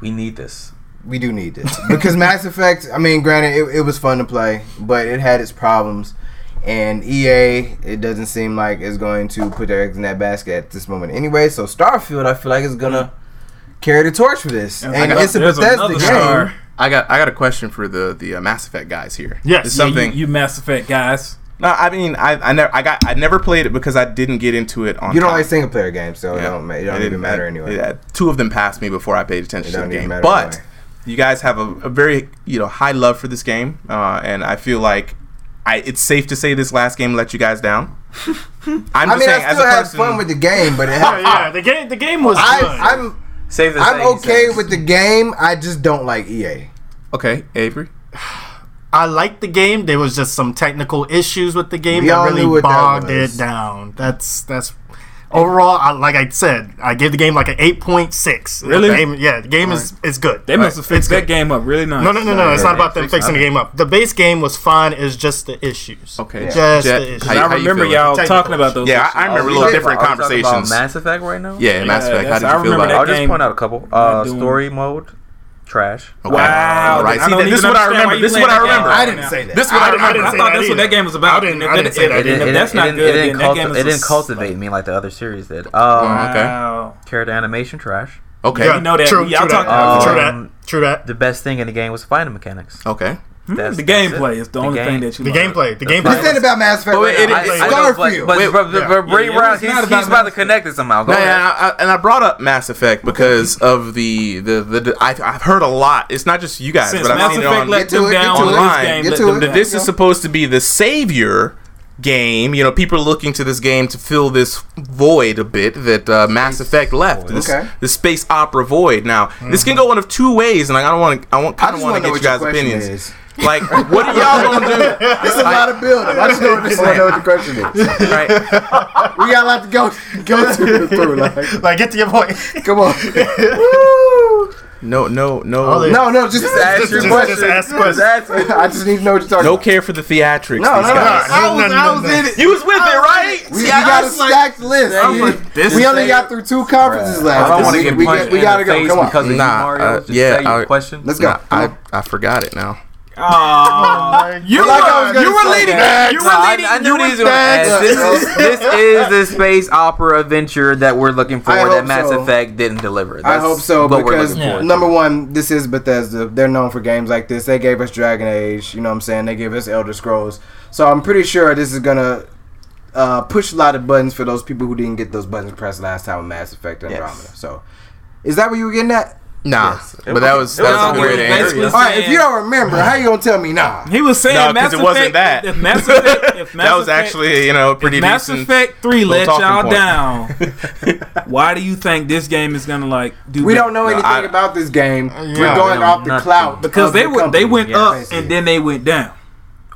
We need this. We do need this because Mass Effect. I mean, granted, it, it was fun to play, but it had its problems. And EA, it doesn't seem like is going to put their eggs in that basket at this moment anyway. So Starfield, I feel like is gonna carry the torch for this, Yeah, and I got- it's a there's Bethesda another game. star. I got I got a question for the the uh, Mass Effect guys here. Yes. It's Yeah, something. You, you Mass Effect guys. no, I mean I I never I got I never played it because I didn't get into it on. You don't time. like single player games, so it Yeah. don't, ma- it don't It even didn't- matter it- anyway. yeah, two of them passed me before I paid attention It to the don't even game. matter But anyway. you guys have a, a very you know high love for this game, uh, and I feel like I it's safe to say this last game let you guys [LAUGHS] down. I'm just I mean, saying, I as a still had person, fun with the game, but it Oh, had, [LAUGHS] yeah, the game. The game was good. I, I'm Save this. I'm okay with the game. I just don't like E EA. okay, Avery. I liked the game. There was just some technical issues with the game We all that knew really what that bogged was. it down. That's that's overall. I, like I said, I gave the game like an eight point six. Really? The game, yeah, the game is is good. They must have It's fixed that good. game up really nice. No, no, no, no. It's not about them Fix it. fixing the game up. The base game was fine. It's just the issues. Okay, Just Jet, the issues. how you- I how you remember feeling? y'all Technical talking about those. Yeah, I, I issues. remember Oh, little we- different are we conversations. Mass Effect right now. yeah, Mass Yeah, Effect. How that's- did I you feel remember about that it? I'll just game- point out a couple. Uh, doing- story mode, trash. Okay. Wow, All right. I See, don't this is even what I understand why remember. you This is playing what I that game remember. right I didn't now. say that. This is I- what I I, remember. didn't say thought that that's what either. that game was about. I didn't- and if I didn't that- say that and if either. that's not didn't- good, It didn't, then that cult- game is it didn't just- cultivate me like the other series did. Um, okay. Wow. Character animation trash. Okay. Yeah, You know that. True, Y'all true, that. talking about- true Um, that. True that. The best thing in the game was fighting mechanics. Okay. That's- the that's gameplay it. is the, only game- thing that you The learned. gameplay. The This ain't gameplay. about Mass Effect. Oh, right it- now. it- It's I, I know, but, Starfield. but, Wait, but, yeah. but Ray Yeah, Brown, it's he's, not about he's about to nothing. connect it somehow. Go No, ahead. yeah, I, I- and I brought up Mass Effect because of the the the. the I've, I've heard a lot. It's not just you guys, Since but I've Mass seen Effect it on. let Get to them it, get down to on it. this game, Get let to them it. down. this is supposed to be the savior game. You know, people are looking to this game to fill this void a bit that uh, Mass Effect left. This, Okay. Mm-hmm. this space opera void. Now, this can go one of two ways, and I don't want to. I want I kind of just want want to to know get what you your guys' question opinions. is. Like, what are y'all [LAUGHS] gonna do? It's a lot of building. I [LAUGHS] just want to know what the question is. [LAUGHS] Right. We got a lot to go go through. through, like, [LAUGHS] Like, get to your point. [LAUGHS] come on. No, no, Oh, no. [LAUGHS] they- No, no, just, ask just- your just question. ask the question. ask it. I just need to know what you're talking No about. care for the theatrics. No, these no, no. guys. I was, No, no, I no, was no. in it. You was with it, right? We, we got a stacked list. I was like, this we is only it. got through two conferences last. I don't This want to is- get we punched got- We in gotta the go. face Come because on. of you, Nah, Mario. uh, Just yeah, say your I- question. Let's go. Nah, I, I forgot it now. Aw. you Like I was were gonna you were say leading. that. You No, were I, leading. I knew you were these were ass. This is, this is the space opera adventure that we're looking for I hope that Mass so. Effect didn't deliver. I That's hope so what we're because looking for. number one, this is Bethesda. They're known for games like this. They gave us Dragon Age. You know what I'm saying? They gave us Elder Scrolls. So I'm pretty sure this is gonna uh, push a lot of buttons for those people who didn't get those buttons pressed last time with Mass Effect and Yes. Andromeda. So is that what you were getting at? Nah, but that was It was that was a somewhere great in answer. basically- All right, if you don't remember, how you gonna tell me nah? He was saying No, Mass because it wasn't Effect- that. If Mass Effect, if Mass that was Effect- actually you know a pretty if Mass decent. Effect Three let talking y'all point. down. [LAUGHS] Why do you think this game is gonna like do? We better? don't know anything I- about this game. Yeah, We're going we know off the nothing. clout because of they the were company. they went yeah, up basically. and then they went down.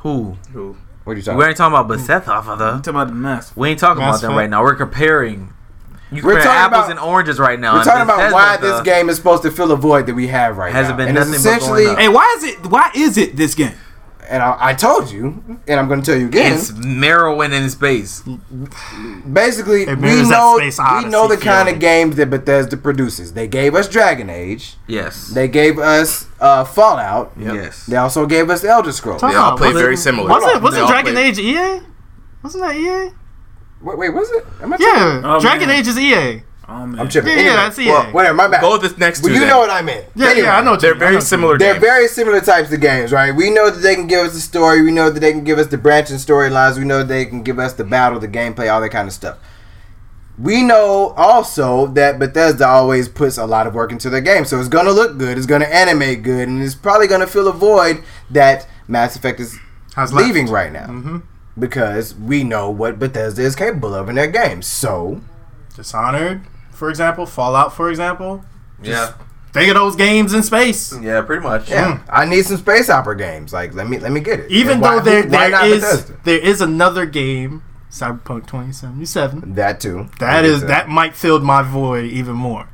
Who? What are you We talking? ain't talking about Bethesda, brother. I'm talking about the Mass. Effect. We ain't talking Mass about them Effect. right now. We're comparing. You We're compare talking apples about- and oranges right now. We're and talking about Bethesda, why this the- game is supposed to fill a void that we have right Hasn't now. been and it's nothing but going essentially, up. Hey, why is it? Why is it this game? and I, I told you, and I'm going to tell you again. It's Merowin in space. basically, It we mirrors that know Space we know the Odyssey kind feeling. of games that Bethesda produces. They gave us Dragon Age. Yes. They gave us uh, Fallout. Yes. They also gave us Elder Scrolls. They all play very similar. Wasn't They all wasn't Dragon play- Age EA? Wasn't that EA? Wait, wait, was it? Am I tripping? Yeah, Oh, Dragon man. Age is EA. Yeah, Oh man, I'm tripping. yeah, Anyway, that's EA. well, Whatever, my bad. Go with this next Well, two. you then. know what I meant. yeah, Anyway. yeah, I know. what you They're mean, I know very what you similar. They're games. very similar types of games, right? We know that they can give us the story. We know that they can give us the branching storylines. We know they can give us the battle, the gameplay, all that kind of stuff. We know also that Bethesda always puts a lot of work into their game, so it's gonna look good, it's gonna animate good, and it's probably gonna fill a void that Mass Effect is Has left. Mm-hmm. leaving right now because we know what Bethesda is capable of in their games. So Dishonored, for example, Fallout, for example. yeah, Think of those games in space. yeah, pretty much. Yeah, I need some space opera games. Like, let me let me get it. Mm. Even And why- though there who- why there not is Bethesda? there is another game, Cyberpunk 2077. that too. That is Bethesda. that might fill my void even more.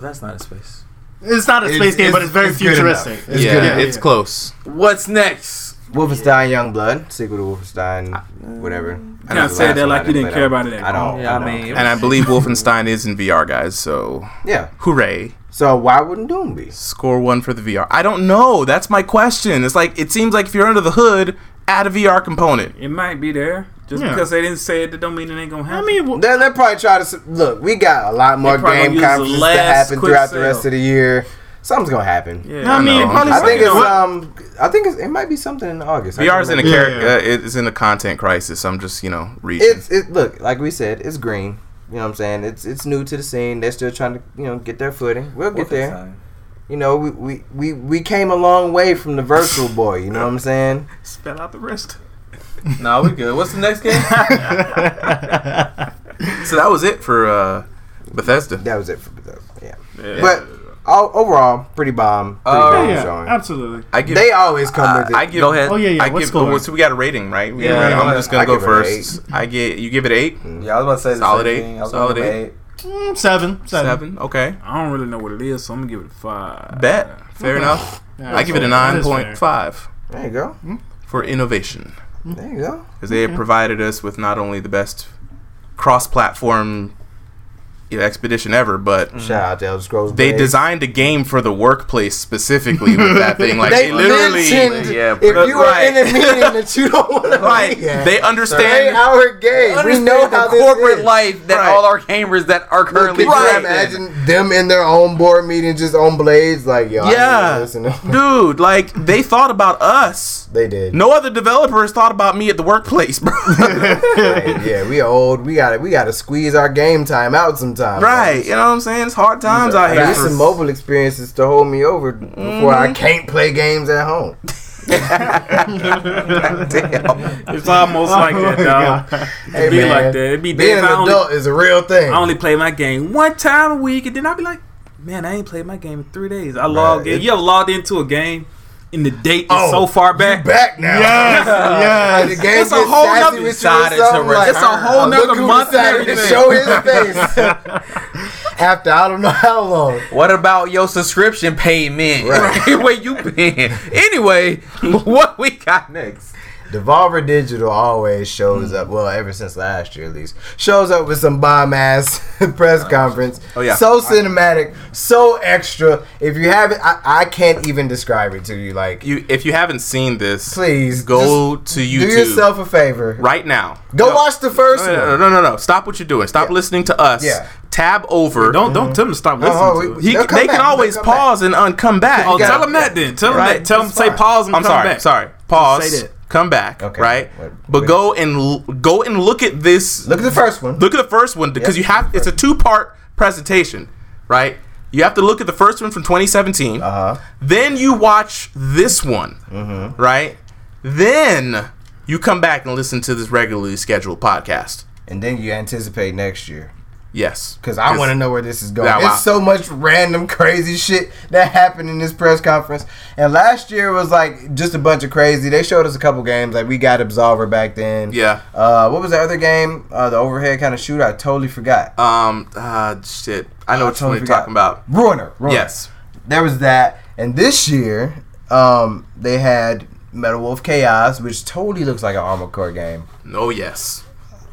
That's not a space. It's not a It's- space game, but it's very it's good enough. futuristic. It's yeah, good enough. it's close. What's next? Wolfenstein Youngblood, sequel to Wolfenstein, whatever. I gotta say that like you didn't care about it at I all. don't. Yeah, I I mean, mean, it And I believe Wolfenstein is in VR, guys. So yeah. hooray! So why wouldn't Doom be? Score one for the VR. I don't know. That's my question. It's like it seems like if you're under the hood, add a VR component. It might be there. Just Yeah. because they didn't say it, that don't mean it ain't gonna happen. I mean, w- They they probably try to s- look. We got a lot more probably game use the conferences last that happen quick throughout sale. the rest of the year. Something's gonna happen. yeah, I mean, know. it probably I think it's what- um. I think it's, it might be something in August. I VR can't is in a remember. char- Yeah. uh, it's in a content crisis. I'm just you know reaching. It's it. Look, like we said, it's green. You know what I'm saying? It's it's new to the scene. They're still trying to you know get their footing. We'll get there. You know, we, we, we, we came a long way from the Virtual Boy. You know what I'm saying? spell out the rest. No, we good. What's the next game? [LAUGHS] so that was it for uh, Bethesda. That was it for Bethesda. Yeah. Yeah. But all, overall, pretty bomb. Pretty Uh, bomb [LAUGHS] yeah, showing. absolutely. I Oh, give. They always come with it. I give. Go ahead. Oh yeah, yeah. I what's give. going oh, so we got a rating, right? We got a Yeah, rating. yeah. I'm just gonna I go give it an first. I get. You give it eight, Yeah, I was about to say the Solid same eight. thing. I was Solid gonna go eight. Mm, seven, seven. seven. Okay. I don't really know what it is, so I'm gonna give it a five. Bet. Fair [LAUGHS] enough. Yeah, I give it a that nine is point fair. five there you go. for innovation There you go. because they have provided us with not only the best cross-platform you know, expedition ever, but Shout out to Elder Scrolls. they Blade. designed a game for the workplace specifically with [LAUGHS] that thing. Like They they literally. mentioned yeah, if but- you were in a right. meeting that you don't want to [LAUGHS] Right. be at. They Eight understand. hour game. We Understand know how the this corporate is. life that Right. all our gamers that are Could currently you right. imagine them in their own board meeting, just on blades? Like, yo, Yeah. I didn't even listen to Dude, like they thought about us. They did. No other developer has thought about me at the workplace, [LAUGHS] bro. Like, yeah, we old. We got to We got to squeeze our game time out sometimes. right. You know what I'm saying? It's hard times out I here. need some [LAUGHS] mobile experiences to hold me over before I can't play games at home. It's almost like [LAUGHS] that, dog. Hey, be man, like that. It'd be Oh Being days an I only, adult is a real thing. I only play my game one time a week, and then I'd be like, man, I ain't played my game in three days. I logged in. it- You ever logged into a game and the date is Oh, so far back? back now. Yes, yes. [LAUGHS] Like, the game It's a gets whole sassy nother- with you or decided to something, like, return. It's a whole I'll nother look who month and decided to everything. show his [LAUGHS] face after I don't know how long. What about your subscription payment? Where you been? Anyway, what we got next? Devolver Digital always Hmm. shows up. Well, ever since last year, at least shows up with some bomb ass [LAUGHS] press conference. Oh, yeah. so cinematic, so extra. If you haven't, I, I can't even describe it to you. Like, You, if you haven't seen this, please go to do YouTube yourself a favor. right Oh, now. Go watch the first No, one. no, no, no, no. Stop what you're doing. Stop listening to us. Yeah. Tab over. Don't don't tell them to stop listening Uh-huh, to we- it. He, They'll come they back. can always They'll come pause and un- come back. Oh, got tell it. them that then. Tell them Right. that. Tell them That's say fine. pause and I'm come sorry. back. Sorry. Pause. Say that. Come back. Okay. Right. Wait, but wait. go and l- go and look at this. Look at the first one. Look at the first one because Yep. you have. It's a two part presentation. Right. You have to look at the first one from 2017. Uh-huh. Then you watch this one. Mm-hmm. Right. Then you come back and listen to this regularly scheduled podcast. And then you anticipate next year. Yes. Because I want to know where this is going. Yeah, It's wow. so much random [LAUGHS] crazy shit that happened in this press conference. And last year was like just a bunch of crazy. They showed us a couple games. Like we got Absolver back then. Yeah. Uh, what was the other game? Uh, the overhead kind of shoot. I totally forgot. Uh, Um. Ah. shit. I know I what totally you're forgot. talking about. Ruiner. Ruiner. Yes. There was that. And this year, um, they had Metal Wolf Chaos, which totally looks like an Armored Core game. Oh yes.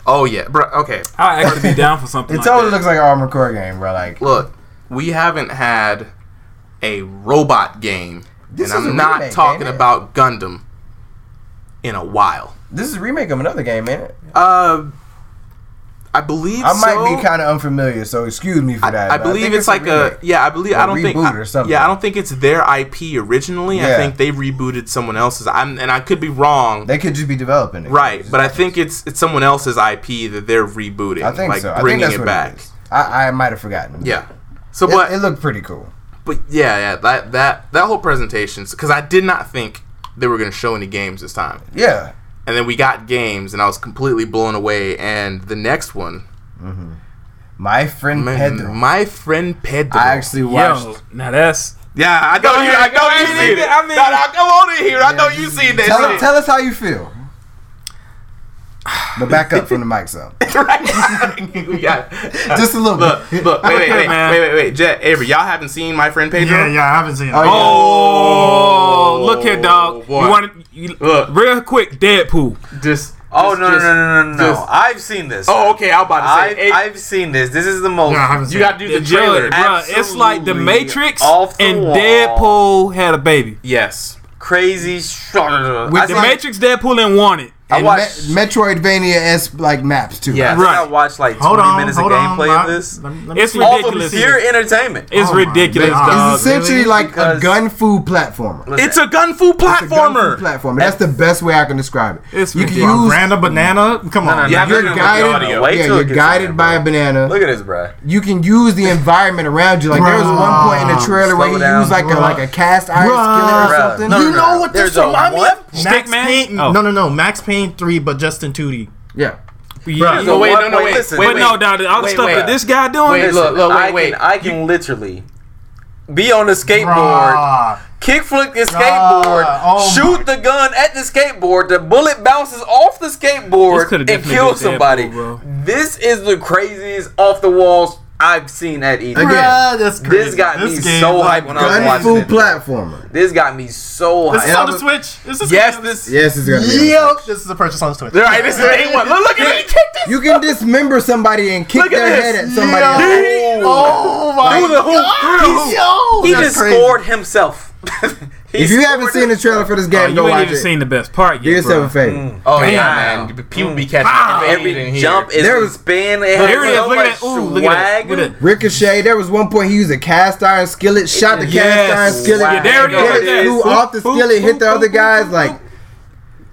Oh yeah, bro. Okay, I actually be down for [LAUGHS] something. It like totally that. looks like an Armored Core game, bro. Like look, we haven't had a robot game, This and is a I'm not remake, talking ain't it? about Gundam in a while. this is a remake of another game, ain't it? Uh, I believe I might so. be kind of unfamiliar, so excuse me for that. I but believe think it's, like a, remake. yeah. I believe I don't think reboot I- or something. yeah. I don't think it's their IP originally. I Yeah. think they rebooted someone else's. I'm and I could be wrong. They could just be developing it, right, Just- but I think it's it's someone else's IP that they're rebooting. I think like so. bringing I think that's it what back. It is. I, I might have forgotten. Yeah. So it, but it looked pretty cool. But yeah, yeah, that that that whole presentation, because I did not think they were going to show any games this time, Yeah, and then we got games, and I was completely blown away. And the next one, My friend Pedro. My friend Pedro. I actually watched. Yo, now that's yeah, I know you. I know you ahead. seen it. I mean- No, no, come on in here. I know you seen that Tell, shit. tell us how you feel. But back up from the mic, [LAUGHS] so yeah. just a little Look, bit. look, wait, wait, wait, man. wait, wait, wait, Jet, Avery, y'all haven't seen my friend Pedro? Yeah, yeah, I haven't seen it. Oh, yeah. Oh, look here, dog. boy. You want you, Look. real quick, Deadpool. Just. Oh just- no, just- no no no no no! just- I've seen this. Oh, okay. I'm about to say. I've, hey, I've seen this. This is the most. Yeah, I haven't seen you it. got to do the The trailer. trailer, bro. It's like the Absolutely Matrix off the and wall. Deadpool had a baby. Yes. crazy. Sh- With I The It's like- Matrix, Deadpool, and Wanted. I Oh And watched. Me- Metroidvania esque like maps too. yeah, I, think Right. I watched like 20 Hold on, minutes of hold on. gameplay Let- of this. let me- let me It's see. All from ridiculous. pure entertainment. It's Oh my ridiculous, God. dog. it's essentially really? like a Because- gun food platformer. It's It's a uh, gun fu a gun food platformer. platformer. That's the best way I can describe it. It's you can ridiculous. use. Grand a banana? Come on. no, no. Yeah, You're I'm gonna look at the guided, audio. Wait yeah, till it you're gets guided on, by a banana. Look at this, bruh. you can use the environment around you. Like there was one point in the trailer where Slow he down, used like a bruh. like a cast iron Bruh. skillet or Bruh. something. No, You no, no, know- no. There's a one- Max Stickman? Payne? Oh. No, no, no. Max Payne 3, but just in 2D. Yeah. There's No, a wait, no, one no, point- wait, listen, wait, but wait. no, now all the Wait, stuff wait. that this guy doing. Wait, Listen, look, look, I wait, can, wait. I can literally be on the skateboard, Bruh. kick flip the skateboard, oh shoot the gun at the skateboard, the bullet bounces off the This skateboard could've and definitely kill been Deadpool, somebody. bro. this is the craziest off the walls I've seen at E E3. Again, Bruh, that's crazy. This got me game, so like, hyped when I was Gun watching food it. platformer. This got me so This is hyped. on the Switch. Is this Yes, this. Yes, it's gonna be. Yep. This is a purchase on the Switch. All right, this is A1. Look, look at it. You can dismember somebody and kick Look at their this. head at somebody. Yeah. else. Oh my Who the who? God. Yo. He That's just crazy. scored himself. [LAUGHS] He If you scored haven't seen the trailer for this Oh, game, you go ain't watch even it. seen the best part Do yet. yourself Bro. a Mm. favor. Oh, Damn. yeah, man. Mm. Ah, People be catching everything in Every here. jump is There a was- spin. It Here it has is. so Look much at that. Ooh, look at that. Look at swag. that. Ricochet. There was one point he used a cast iron skillet, shot the Yes. cast iron skillet, Wow. Yeah, there it is. bullet Look at that. flew Boop, off the boop, skillet, hit boop, the other boop, guys. boop, Like,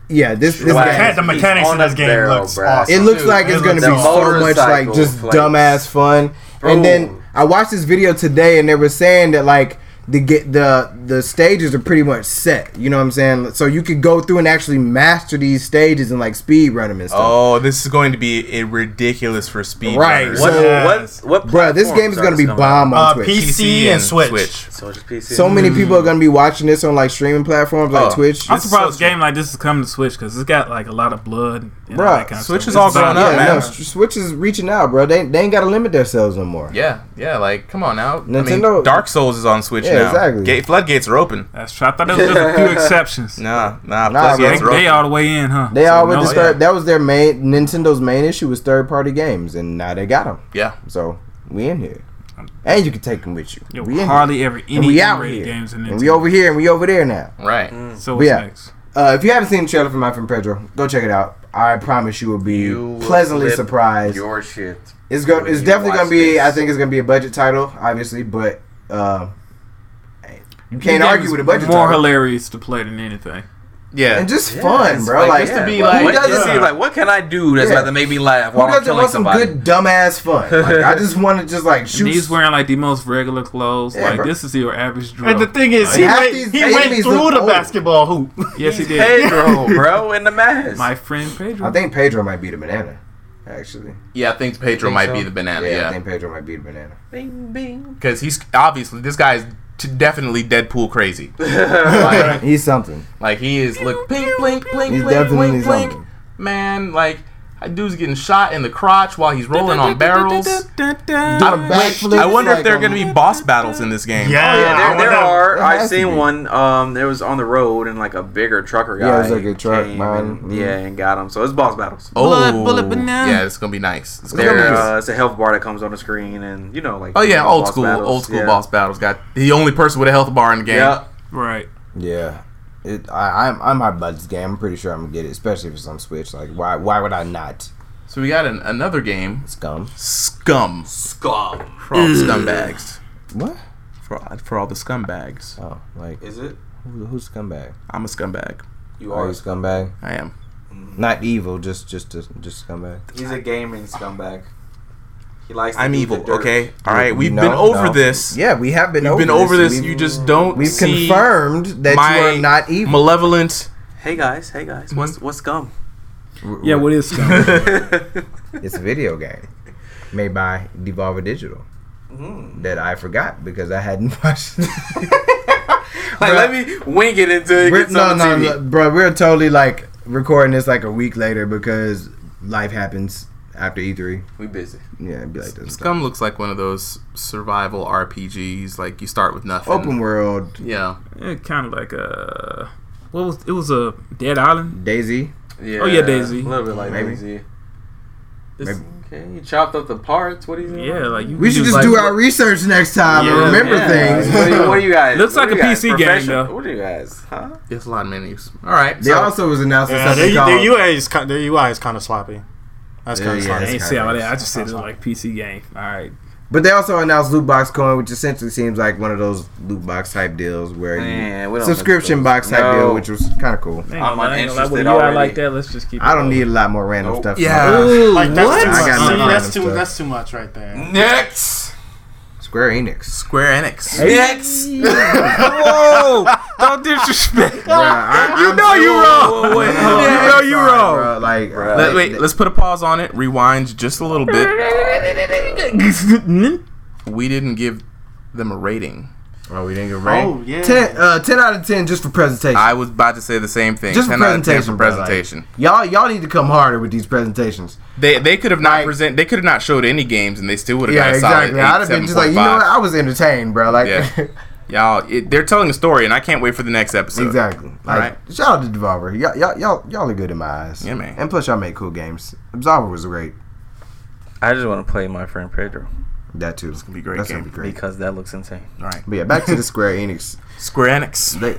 yeah, this this game. Swag. the mechanics He's in this on game a barrel, looks bruh. awesome. It looks Dude, like it's it gonna be looks so awesome. much like Motorcycle just flights. dumbass fun. Bro. And then I watched this video today, and they were saying that like the get the the stages are pretty much set. You know what I'm saying? So you could go through and actually master these stages and like speed run them and stuff. Oh, this is going to be a ridiculous for speed. Right, runners. so- What, Yes. what, what Bruh, this game Oh, platforms is are gonna be this coming bomb Uh, on Twitch. PC and Switch. out? So just PC. So many people are gonna be watching this on like streaming platforms like Oh. Twitch. I'm It's surprised so a game like this is coming to Switch because it's got like a lot of blood. And all Bruh, that kind of Switch stuff. is all It's about- grown up, yeah, man. no, S- Switch is reaching out, bro. They, they ain't gotta limit themselves no more. Yeah, yeah, like come on now. I Nintendo- mean, Dark Souls is on Switch Yeah, now. exactly. Gate, floodgates are open. That's true. I thought there was just [LAUGHS] a few exceptions. Nah, nah, Nah, floodgates They, are open. they all the way in, huh? They So always no- just started- that was their main Nintendo's main issue was third party games, and now they got them. yeah, So we in here, and you can take them with you. Yo, we in hardly ever here. and any we out rated here, games in and we over here, and we over there now. right. So But what's yeah, next? uh, if you haven't seen the trailer for My Friend Pedro, go check it out. I promise you will be You pleasantly flip surprised. Your shit. It's go- when It's you definitely watch gonna be. this. I think it's gonna be a budget title, obviously, but uh, you can't That argue was with a budget More title. hilarious to play than anything. Yeah, And just fun, bro. Like, just to be who like- who doesn't doesn't- see like, what can I do that's Yeah. about to make me laugh Who while I'm doesn't killing want some somebody? good dumbass fun? Like, I just want to just like shoot. And he's wearing like the most regular clothes. Yeah, like bro. this is your average drill. And the thing is, Like, he half went, these he went babies through look the old. basketball hoop. yes, he did. [LAUGHS] Pedro, bro, in the mask. My friend Pedro. I think Pedro might be the banana. Actually, yeah. I think Pedro might so? be the banana. yeah, I Yeah, think Pedro might be the banana. bing, bing. because he's obviously this guy's t- definitely [LAUGHS] Deadpool crazy. [LAUGHS] like, He's something. like, he is look blink, blink, blink, He's blink, definitely blink, blink. something. Man, like that dude's getting shot in the crotch while he's rolling on barrels. Doing I- backflips, I wonder if like, there are um, going to be boss battles in this game. Yeah. Oh, yeah, I there, there wonder- are. There I've has to seen be. one. Um, there was on the road and like a bigger trucker guy. Yeah, it was like a truck, came mine. and- Mhm. Yeah, and got him. So it's boss battles. Oh, Bullet, bullet, banana. Yeah, it's gonna be nice. It's gonna be There, nice. uh, it's a health bar that comes on the screen, and you know, like Oh yeah, old boss school, battles, old school yeah. boss battles. Got the only person with a health bar in the game. Yeah, Right. Yeah. It, I, I'm I'm high budget this game. I'm pretty sure I'm gonna get it, especially if it's on Switch. Like, why why would I not? So we got an, another game, Scum. Scum, scum. for all the scumbags, What? for for all the scumbags. Oh, like Is it? who, who's scumbag? I'm a scumbag. You Are you are. a scumbag? I am. Not evil, just just just, just scumbag. He's a gaming scumbag. He likes. To I'm do the evil. dirt. Okay. All right. We've No, been over no. this. Yeah, we have been We've over been over this. We've, You just don't. we've see confirmed that you my are not evil. Malevolent. Hey guys, hey guys, what's what's scum? [LAUGHS] Yeah. What is? It's a video game. made by Devolver Digital Hmm. that I forgot because I hadn't [LAUGHS] watched. Like, let me wing it until it We're- gets on the TV. bro, we're totally like recording this like a week later because life happens after E3. We busy. Yeah, it'd be like this. Scum looks like one of those survival RPGs. Like you start with nothing. Open world, Yeah. It kind of Eh, like uh, what was it was a Dead Island. Daisy. Yeah. Oh, yeah, Daisy. A little bit like Maybe. Daisy. This- Maybe. Okay, you chopped up the parts. What do you doing? Yeah, like you. We can should do, just like, do our research next time and Yeah, remember Yeah, things. What do you, what do you guys? [LAUGHS] Looks what like do a you guys- PC game, professional- though. What do you guys? Huh? It's a lot of menus. All right. They so- also was announcing Yeah, something their, called. their UI is kind, their UI is kind of sloppy. That's kind Yeah, of yeah. I sloppy. ain't see all that. I just said it was like PC game. All right. But they also announced loot box coin, which essentially seems like one of those loot box type deals where Man, we you don't subscription miss box type those. deal, No. which was kind of cool. Man, I'm I ain't gonna lie, with uninterested a UI already. like that, let's just keep. I it don't going. need a lot more random Nope. stuff. Yeah. Like, that's What? I Too got much. See, nothing that's random too. stuff. That's too much right there. Next. Square [LAUGHS] Enix. Square Enix. Next. [LAUGHS] Whoa! Don't disrespect. you know you wrong. [LAUGHS] You know you wrong. Like, uh, Let, wait, let's put a pause on it. Rewind just a [LAUGHS] little bit. We didn't give them a rating. Oh, we didn't get ranked. Oh, yeah. Ten, uh, 10 out of ten just for presentation. I was about to say the same thing. just for 10 out of 10 presentation. for bro, like, presentation. y'all, y'all need to come harder with these presentations. They they could have not present. They could have not showed any games, and they still would have Yeah, got a exactly. solid I'd eight, have been seven just like, you know what? I was entertained, bro. Like, [LAUGHS] Yeah. Y'all, it, they're telling a story, and I can't wait for the next episode. Exactly. Like, right. Shout out to Devolver. Y'all, y'all, y'all, y'all are good in my eyes. Yeah, man. And plus, y'all make cool games. Absolver was great. I just want to play my friend Pedro That too. It's gonna be a great That's game. gonna be great. because that looks insane. All right, But yeah, back [LAUGHS] to the Square Enix. Square Enix. They,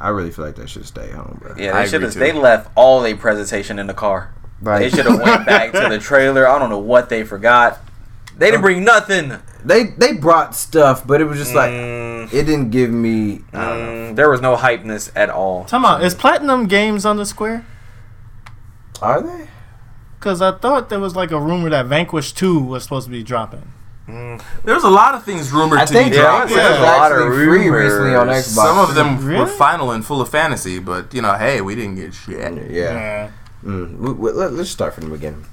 I really feel like they should stay home, bro. Yeah, I they agree should have. too. They left all their presentation in the car. Like, They [LAUGHS] should have went back to [LAUGHS] the trailer. I don't know what they forgot. They didn't bring nothing. They they brought stuff, but it was just like Mm, it didn't give me. I don't know. Um, There was no hypeness at all. Time out. Is Platinum Games on the Square? Mm. Are they? Because I thought there was like a rumor that Vanquish 2 was supposed to be dropping. There's a lot of things rumored I to think be Dragon dropped. Quest yeah. was A lot of actually free rumors. recently on Xbox. Some of them were Really? final and full of fantasy, but you know, hey, we didn't get shit. Yeah. Mm. We, we, let, us start from the beginning.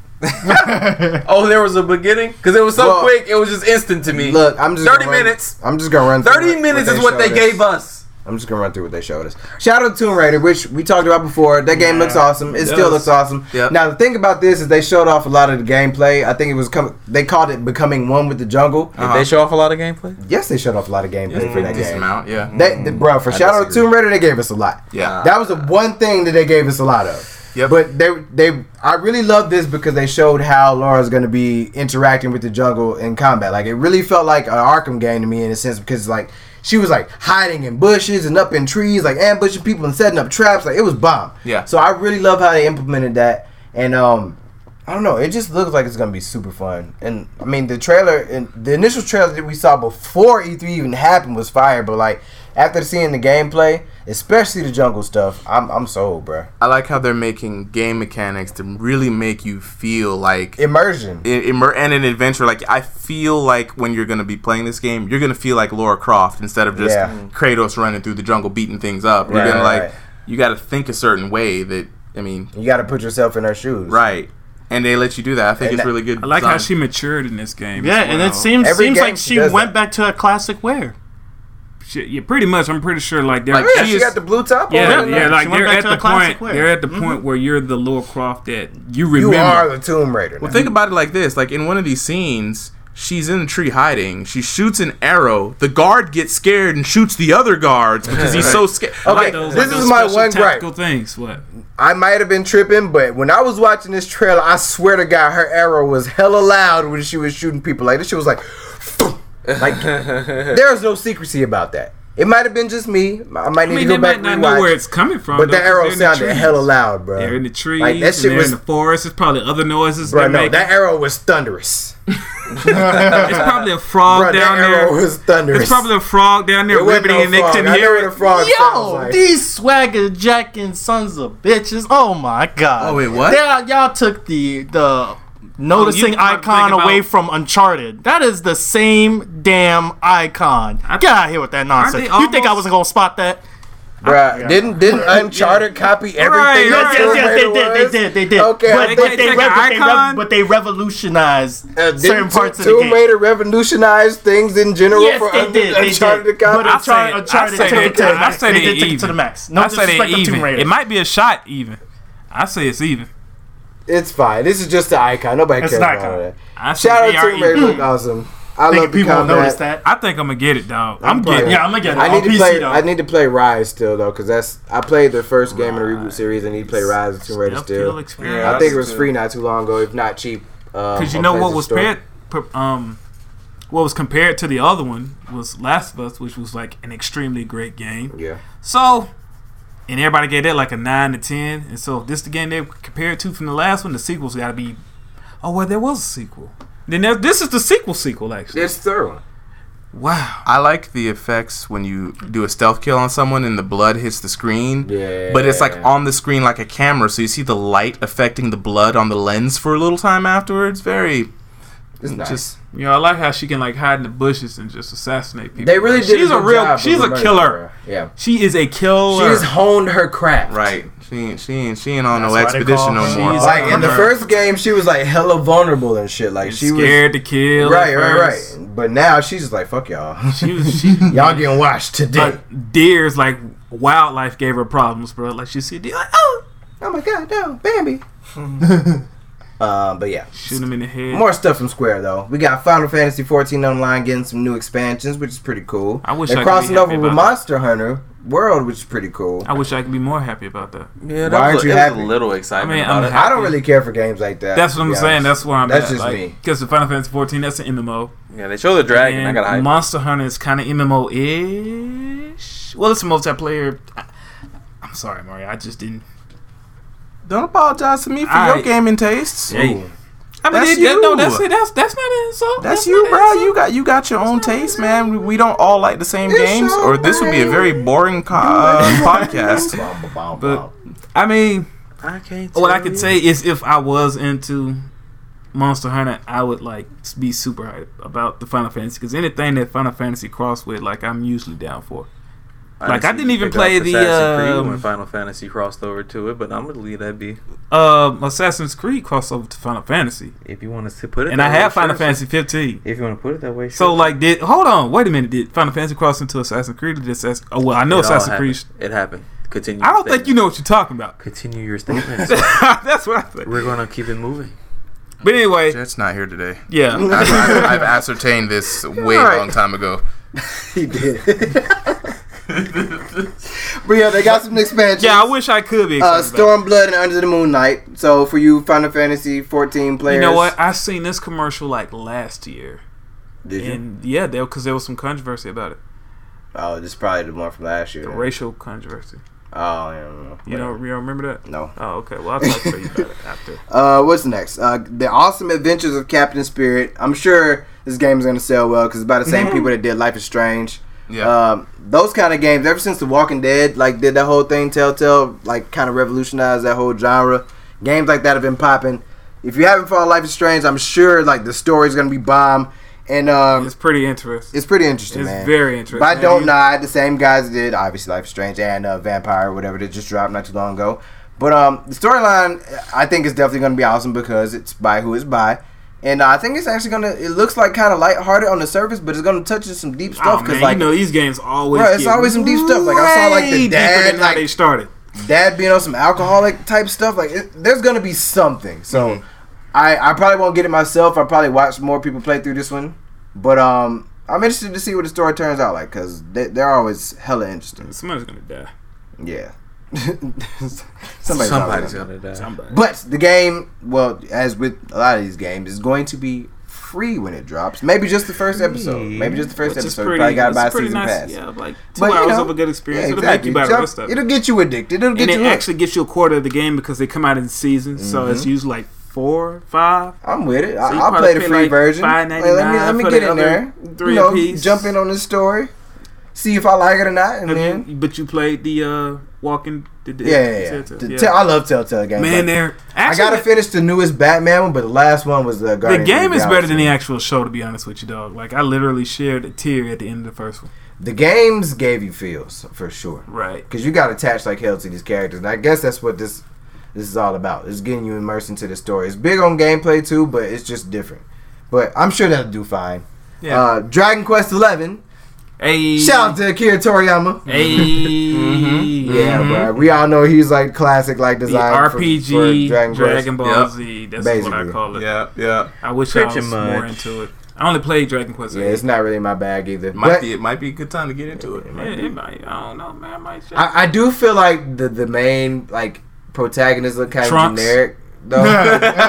Oh, there was a beginning because it was so Well, quick. It was just instant to me. Look, I'm just 30 gonna run- minutes. I'm just gonna run. through Thirty minutes is what they showed us. gave us. I'm just gonna run through what they showed us. Shadow of Tomb Raider, which we talked about before, that game looks awesome. It still does. looks awesome. Yep. Now the thing about this is they showed off a lot of the gameplay. I think it was com- they called it becoming one with the jungle. Uh-huh. show off a lot of gameplay? Yes, they showed off a lot of gameplay for that Decent game. amount, yeah. They, they, bro, for Shadow of disagree. Tomb Raider, they gave us a lot. Yeah. That was the one thing that they gave us a lot of. Yep. But they they I really love this because they showed how Laura's gonna be interacting with the jungle in combat. Like it really felt like an Arkham game to me in a sense because like she was like hiding in bushes and up in trees, like ambushing people and setting up traps. Like it was bomb. Yeah. So I really love how they implemented that. And um I don't know, it just looks like it's gonna be super fun. And I mean the trailer and the initial trailer that we saw before E3 even happened was fire, but like after seeing the gameplay, especially the jungle stuff, I'm I'm sold, bruh. I like how they're making game mechanics to really make you feel like Immersion. i- immer- and an adventure. Like I feel like when you're gonna be playing this game, you're gonna feel like Laura Croft instead of just Yeah. Kratos running through the jungle beating things up. Right, you're gonna right, like right. you got to think a certain way that I mean, You got to put yourself in her shoes. right? And they let you do that. I think And it's that- really good. I like how she design. matured in this game. Yeah, as and well. it seems Every seems game like she she does that. went back to her classic wear. She- yeah, pretty much. I'm pretty sure like they're Like, Yeah, She she is- got the blue top yeah, on. yeah, she like went they're back at to the a classic point. wear. They're at the point where you're the Laura Croft that you You remember. are the Tomb Raider. Well, now. think about it like this: like in one of these scenes, she's in the tree hiding. She shoots an arrow. The guard gets scared and shoots the other guards because he's so scared. Okay. Like, This is my special one gripe. tactical things. What? I might have been tripping, but when I was watching this trailer, I swear to God, her arrow was hella loud when she was shooting people. Like this, she was like, [LAUGHS] like there's no secrecy about that. It might have been just me. I might I need mean, to go they back might and not know rewatch. where it's coming from. but though, the 'cause arrow they're in the sounded trees. hella loud, bro. They're in the trees. Like that shit and they're was, in the forest. There's probably other noises. bro. they're No, making. that arrow was thunderous, it's [LAUGHS] probably a frog bro. That down arrow there. was thunderous. It's probably a frog down there There wasn't ribbiting, no and they frog. couldn't I know hear what a it. frog sounds Yo, like. these swagger jacking sons of bitches. Oh my god. Oh, wait, what? They, are- y'all took the the noticing you might icon think away about- from Uncharted. That is the same damn icon. Get out of here with that nonsense. they You think I almost- wasn't gonna spot that? Bruh, didn't didn't Uncharted copy everything? Right, that right, Yes, yes, Tomb Raider yes, they did. They was? did. They did. Okay, But, I but think- they, Take re- an but, they icon? rev- but they revolutionized Uh, didn't certain Tomb- parts of the Tomb game. Raider revolutionized things in general Yes, for they Un- did. They Uncharted did. to copy. But I say- Uncharted, Uncharted I say took they- it to the I max. say They they did take it to the even. max. No I say they disrespect to Tomb even. Raider. It might be a shot even. I say it's even. It's fine. This is just an icon. Nobody It's cares an about icon. that. I say Shout out they to are Tomb Raider. even. Look awesome. I I love E. Mm. think the people will combat. notice that. I think I'm gonna get it, dog. I'm, I'm getting. probably- Yeah, I'm gonna get it. I on need to PC play. though. I need to play Rise still though, because that's I played the first game in the reboot series. I need to play Rise of Tomb Raider Feel still. experience. I think it was free not too long ago, if not cheap. uh, Because Because you know what was paired, per- um, what was compared to the other one was Last of Us, which was like an extremely great game. Yeah. So, and everybody gave that like a nine to ten. And so, if this the game they compared to from the last one, the sequel's got to be. Oh well, there was a sequel. Then there, this is the sequel sequel actually. It's third one. wow. I like the effects when you do a stealth kill on someone and the blood hits the screen. Yeah. But it's like on the screen like a camera, so you see the light affecting the blood on the lens for a little time afterwards. Very It's nice. just You know, I like how she can like hide in the bushes and just assassinate people. they really did. She's a good real. job She's of a the killer. murder, bruh. Yeah. She is a killer. She's honed her craft. right. She ain't she ain't she ain't on no That's why they expedition call no her- more. She's- Like in the first game, she was like hella vulnerable and shit. Like she was. scared to kill. at Right, right, first. right. But now she's just like, fuck y'all. [LAUGHS] She was. She, y'all getting watched today. But deers, like wildlife, gave her problems, bro. Like she see a deer, like oh, Oh my god, no, Bambi. [LAUGHS] uh, but yeah. shoot him in the head. More stuff from Square though. We got Final Fantasy 14 online getting some new expansions, which is pretty cool. I wish They're I could be crossing happy over with about that. Monster Hunter World, which is pretty cool. I wish I could be more happy about that. Yeah, Why that was, aren't you it was happy? a little excitement I mean, about I'm it. I don't happy. really care for games like that. That's to what I'm be saying. honest. That's where I'm That's at. just like, me. Because the Final Fantasy 14, that's an MMO. Yeah, they show the dragon. I and got hype. Monster Hunter is kind of MMO ish. Well, it's a multiplayer. I, I'm sorry, Mario. I just didn't. Don't apologize to me for I- your gaming tastes. Ooh. I mean, That's it- that- no, you. that's it. That's that's not an insult. That's not you, an bro. insult. You got you got your own taste, man. We, we don't all like the same It's games, or this would be a very boring co- uh, [LAUGHS] podcast. Bum, bum, bum, But- bum. I mean, I can't. what I could say is if I was into Monster Hunter, I would like be super hyped about the Final Fantasy because anything that Final Fantasy cross with, like I'm usually down for. like, I didn't even play the, um, when Final Fantasy crossed over to it, but I'm gonna leave that be. Um, Assassin's Creed crossover to Final Fantasy, If you want us to put it, and I that way, have Final sure. Fantasy 15. If you want to put it that way, So sure. like, did hold on, wait a minute, did Final Fantasy cross into Assassin's Creed? Or did Assassin, oh well, I know It all Assassin's happened. Creed. It happened. Continue. I your don't think you statement. know what you're talking about. [LAUGHS] Continue your statements. That's what I think. We're gonna keep it moving. But anyway, Jet's not here today. [LAUGHS] yeah, I've, I've, I've ascertained this way Alright. long time ago. He did. [LAUGHS] but yeah, they got some expansions. yeah. I wish I could be. Uh, excited about it. Stormblood and Under the Moon Knight. So for you Final Fantasy 14 players, You know what? I seen this commercial like last year, Did you? and yeah, there because there was some controversy about it, Oh, this is probably the one from last year. the then. racial controversy. Oh, I don't know. You know, you don't remember that? No. Oh, okay. Well, I'll talk to you [LAUGHS] about it after. Uh, what's next? Uh, the Awesome Adventures of Captain Spirit. I'm sure this game is gonna sell well because it's by the same people that did Life is Strange. Yeah. Um, those kind of games. Ever since The Walking Dead, like did that whole thing, Telltale, like kind of revolutionized that whole genre. Games like that have been popping. If you haven't followed Life is Strange, I'm sure like the story's gonna be bomb. And um, It's it's, pretty interesting. pretty interesting, It's man. very interesting. But I don't You- know. The same guys that did obviously Life is Strange and uh, Vampire, or whatever that just dropped not too long ago. But um, the storyline I think is definitely going to be awesome because it's by who it's by, and uh, I think it's actually gonna. It looks like kind of lighthearted on the surface, but it's going to touch on some deep Oh, stuff man, because like you know these games always. Bruh, it's get always some deep stuff. Like, I saw, like, the way deeper dad, than how like- they started. dad being on some alcoholic type stuff. Like it, there's going to be something. So I I probably won't get it myself. I probably watch more people play through this one, but um. I'm interested to see what the story turns out like, cause they, they're always hella interesting. Somebody's gonna die. [LAUGHS] Yeah. Somebody's, Somebody's, always gonna. gonna die. Somebody. But the game, well, as with a lot of these games, is going to be free when it drops. Maybe just the first episode. Maybe just the first Which is episode. You probably got to it's buy a pretty season nice- pass. Yeah, like two But, you hours know, of a good Yeah, experience. It'll exactly. make you buy the Jump- rest of it. It'll get you addicted. It'll get and it you. actually gets you a quarter of the game because they come out in seasons, so Mm-hmm. it's usually like four, five. I'm with it. I, you I'll probably play the pay free like version. Like, let $5.99 me let me for get the in there. other You three know, apiece. jump in on this story, see if I like it or not, and Have you- then but you played the uh, Walking. The, the, yeah, yeah, yeah. Telltale, The Tell- I love Telltale games. Man, Like, they're I actually gotta finish the newest Batman one, but the last one was the the Guardians of game is better Galaxy. than the actual show, to be honest with you, dog. Like I literally shared a tear at the end of the first one. the games gave you feels for sure Right. because you got attached like hell to these characters, and I guess that's what this this is all about. It's getting you immersed into the story. It's big on gameplay too, but it's just different. But I'm sure that'll do fine. Yeah. Uh, Dragon Quest Eleven. Hey. Uh, Shout out to Akira Toriyama. [LAUGHS] Hey. Yeah, bro. We all know he's like classic, like The design for- RPG for Dragon, Dragon Quest. Ball Yep. Z. That's what I Basically. call it. Yeah, yeah. I wish I Pretty was more much. into it. I only played Dragon Quest. Yeah, it's not really my bag either. Might But be it might be a good time to get into it. Yeah, it might- I don't know, man. I might check. I, I do feel like the the main like protagonist look kind of Trunks? generic [LAUGHS] though.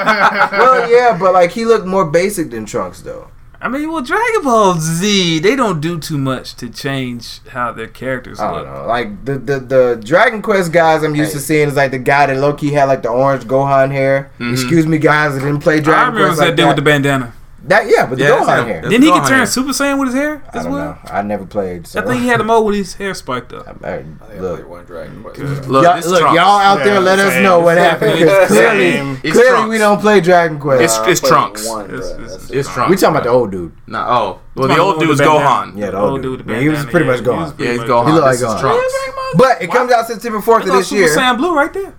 well, yeah, but like he looked more basic than Trunks though. I mean, well, Dragon Ball Z, they don't do too much to change how their characters I look. don't know. Like the the, the Dragon Quest guys I'm used to seeing is like the guy that low key had like the orange Gohan hair. Excuse me, guys, I didn't play I Dragon remember Quest. that Like dude that. with the bandana. That- yeah, but the Yeah, that's Gohan him. hair. That's Didn't he get Gohan. turned Super Saiyan with his hair I as don't well? know. I never played. So. I think he had him over with his hair spiked up. I- look, one Dragon Quest. Look, y'all, this look, Trunks. y'all out there, Yeah, let us same. know what happened. 'cause clearly, Same. It's clearly Trunks. we don't play Dragon Quest. It's- I it's played Trunks. One, bro. It's- That's it's- it. It's Trump. we talking about the old dude. Nah, oh, well, Talking the about old the dude's bandana. Gohan. Yeah, the Oh, old dude, dude. the Yeah, he was bandana, pretty yeah, much he was Gohan. Yeah, pretty he's much- Gohan. He look this like is Gohan. Trunks. But it comes out September 4th I of thought this Super year. Saiyan Blue right there.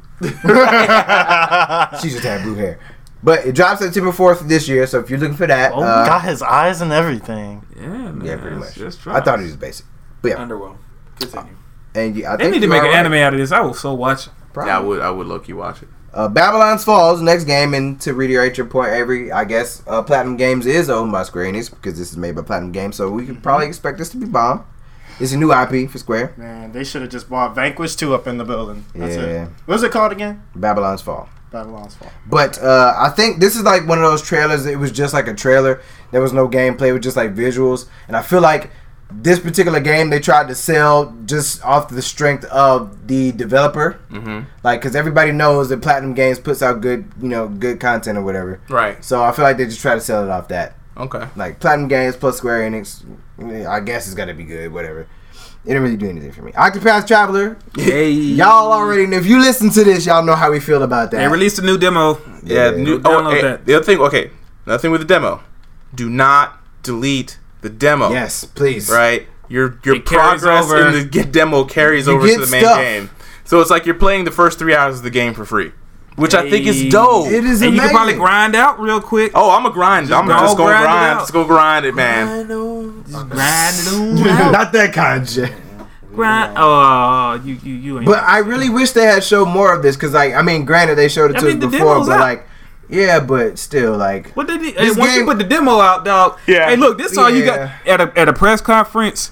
[LAUGHS] She [LAUGHS] just had blue hair. But it drops September 4th of this year, so if you're looking for that, Oh, uh, got his eyes and everything. Yeah, man. yeah, pretty much. That's I thought he was basic. But yeah, Underworld. Continue. and you, I They think need to you make are an right. anime out of this. I will so [LAUGHS] watch. it. Probably. Yeah, I would I would low key watch it. Uh, Babylon's Falls, next game, and to reiterate your point, every I guess uh, Platinum Games is owned by Square Enix because this is made by Platinum Games, so we could probably expect this to be bomb. It's a new IP for Square. Man, they should have just bought Vanquish 2 up in the building. That's Yeah. it. What was it called again? Babylon's Fall. Babylon's Fall. Oh, But uh, I think this is like one of those trailers. It was just like a trailer. There was no gameplay. It was just like visuals. And I feel like this particular game they tried to sell just off the strength of the developer. Mm-hmm. Like, because everybody knows that Platinum Games puts out good, you know, good content or whatever. Right. So I feel like they just try to sell it off that. Okay. Like Platinum Games plus Square Enix. I guess it's got to be good. Whatever. It didn't really do anything for me. Octopath Traveler. Hey, Y'all already. If you listen to this, y'all know how we feel about that. They released a new demo. Yeah. Yeah. New, oh, Download eh, that. The other thing. Okay. Another thing with the demo. Do not delete the demo. Yes, please. Right. Your your It carries progress over. in the g- demo carries You over get to the main stuff. game. So it's like you're playing the first three hours of the game for free, which I think is Hey. dope. It is And amazing. you can probably grind out real quick. Oh, I'm a grind. I'm go just gonna grind grind. it out. Just go grind it, man. Grind it [LAUGHS] on out. Not that kind of shit. Grind. Oh, you, you, you ain't. But I really wish they had showed more of this because, like, I mean, granted they showed it I to mean, the us before, demo's but out. like, yeah, but still, like, What did he, hey, This once you game- put the demo out, dog? Yeah. Hey, look, this all you got Yeah. at a at a press conference.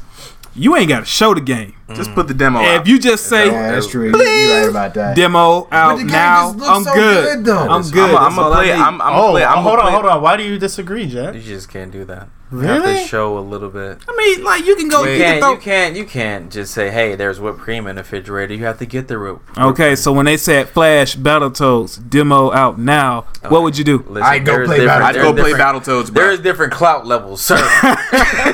You ain't got to show the game. Oh, Just put the demo. And Out. if you just say yeah, that's true. You're right about that. demo out the game now, just looks I'm so good. good, though. I'm good. I'm That's gonna all I play. need. I'm I'm Oh, play. I'm hold on, gonna play- hold on. Why do you disagree, you [LAUGHS] Jack? just can't do that. You have Really? to show a little bit. I mean, like you [LAUGHS] can go. You you can can't, you throw- can't, you can't just say, "Hey, there's whipped cream in the refrigerator." You have to get the whipped. Okay, so when they said Flash Battletoads demo out now, what would you do? Listen, I'd go there's play different- Battle- I'd there's go play different- Battletoads, bro. There's different clout levels, sir. [LAUGHS]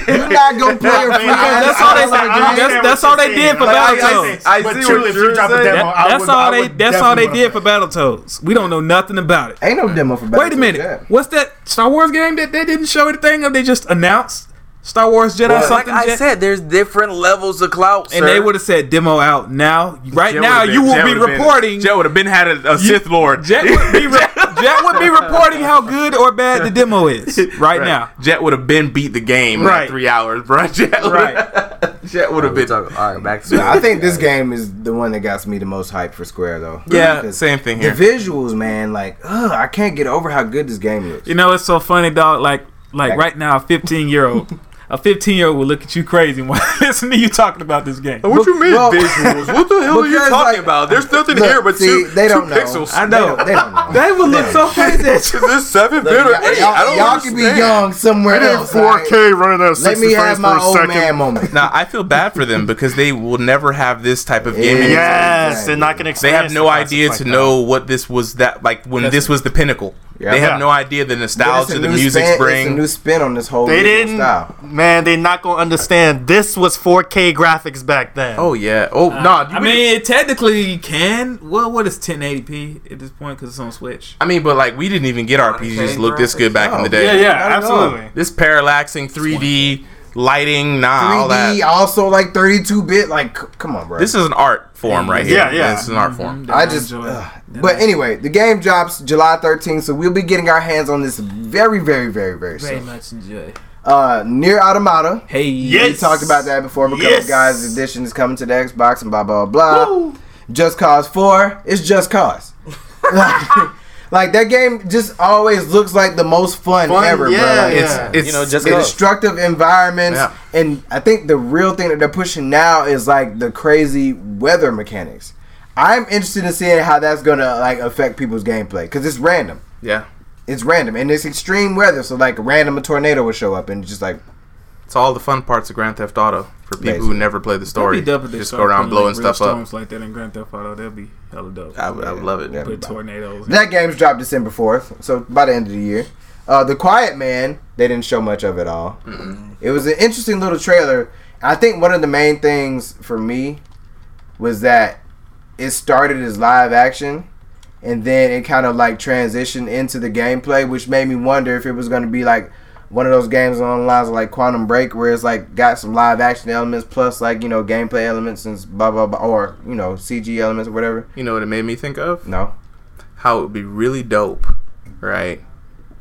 You're not gonna play [LAUGHS] a free. that's all they- that's- that's all they did for Battletoads. I But see truly, what if you're you drop a saying. demo, That- I that's would- all I they. would That's all they definitely did for Battletoads. We don't know nothing about it. [LAUGHS] Ain't no demo for. Wait a Battletoads, minute. yeah. What's that Star Wars game that they didn't show anything of? They just announced Star Wars Jedi But like something. I Jedi? said, there's different levels of clout, and sir. they would have said demo out now. Right Jet now, would've you been- will Jet be would've been- reporting. Jet would have been had a, a Sith Lord. Jet would be [LAUGHS] re- Jet would be reporting how good or bad the demo is [LAUGHS] right, now. Jet would have been beat the game right. Right. in three hours, bro. Jet Right. would have We're been. talking- all right, [LAUGHS] back to Nah, I think this game is the one that got me the most hype for Square though. Yeah, Because same thing The here. visuals, man, like, ugh, I can't get over how good this game looks. You know, it's so funny, dog. Like, like right now, a 15 year old, a 15 year old will look at you crazy [LAUGHS] when listen to you talking about this game. What you mean Well- [LAUGHS] visuals? What the hell are you Because, talking like- about? There's nothing Look, here but see, two, they don't two know. pixels. I know. They don't know. They will look so crazy at you. Is this seven bit Y'all, or eight? I don't y'all could be understand. young somewhere else. like, running at Let me have my old man moment. Now I feel bad for them because they will never have this type of gaming. Yes, they're not gonna. They have experience no the idea classics to like know what this was that like when That's this it. was the pinnacle. Yeah. They have Yeah. no idea the But it's a nostalgia the new music spin- It's a new brings. spin on this whole They visual didn't, style. man. They're not gonna understand. This was 4K graphics back then. Oh yeah. Oh no. Uh, I mean, technically, you can. Well, what is 1080p at this point? Because it's on Switch. I mean, but like we didn't even get RPGs 4K look this good back in the graphics? day. yeah, yeah, Not at all. absolutely. This parallaxing 3D lighting, nah, all 3D, that. also like 32 bit. Like, c- come on, bro. This is an art form right here. Yeah, yeah. This is an art Mm-hmm. form. I just, ugh. but anyway, the game drops July 13th, so we'll be getting our hands on this very, very, very, very very soon. much enjoy. Uh, Near Automata. Hey, Yes. We talked about that before because Yes. Guys Edition is coming to the Xbox and blah blah blah. Just Cause 4, it's Just Cause. like, like, that game just always looks like the most fun, Fun, ever, yeah, bro. Like, yeah. It's It's You know, just the go. destructive environments Yeah. and i think the real thing that they're pushing now is like the crazy weather mechanics i'm interested in seeing how that's gonna like affect people's gameplay because it's random yeah. it's random and it's extreme weather so like random a tornado will show up and it's just like It's all the fun parts of Grand Theft Auto for people who Basically. never play the That'd story. be dope if they Just started go around putting, like, blowing real stuff up. storms like that in Grand Theft Auto. That'd be hella dope. I would, I would love it. Yeah. Put tornadoes. and- that game's dropped december 4th so by the end of the year uh, the quiet man they didn't show much of at all it was an interesting little trailer i think one of the main things for me was that it started as live action and then it kind of like transitioned into the gameplay, which made me wonder if it was going to be like one of those games along the lines of like Quantum Break, where it's like got some live action elements plus like you know gameplay elements and blah blah blah, or you know CG elements or whatever. You know what it made me think of? No, How it would be really dope, right?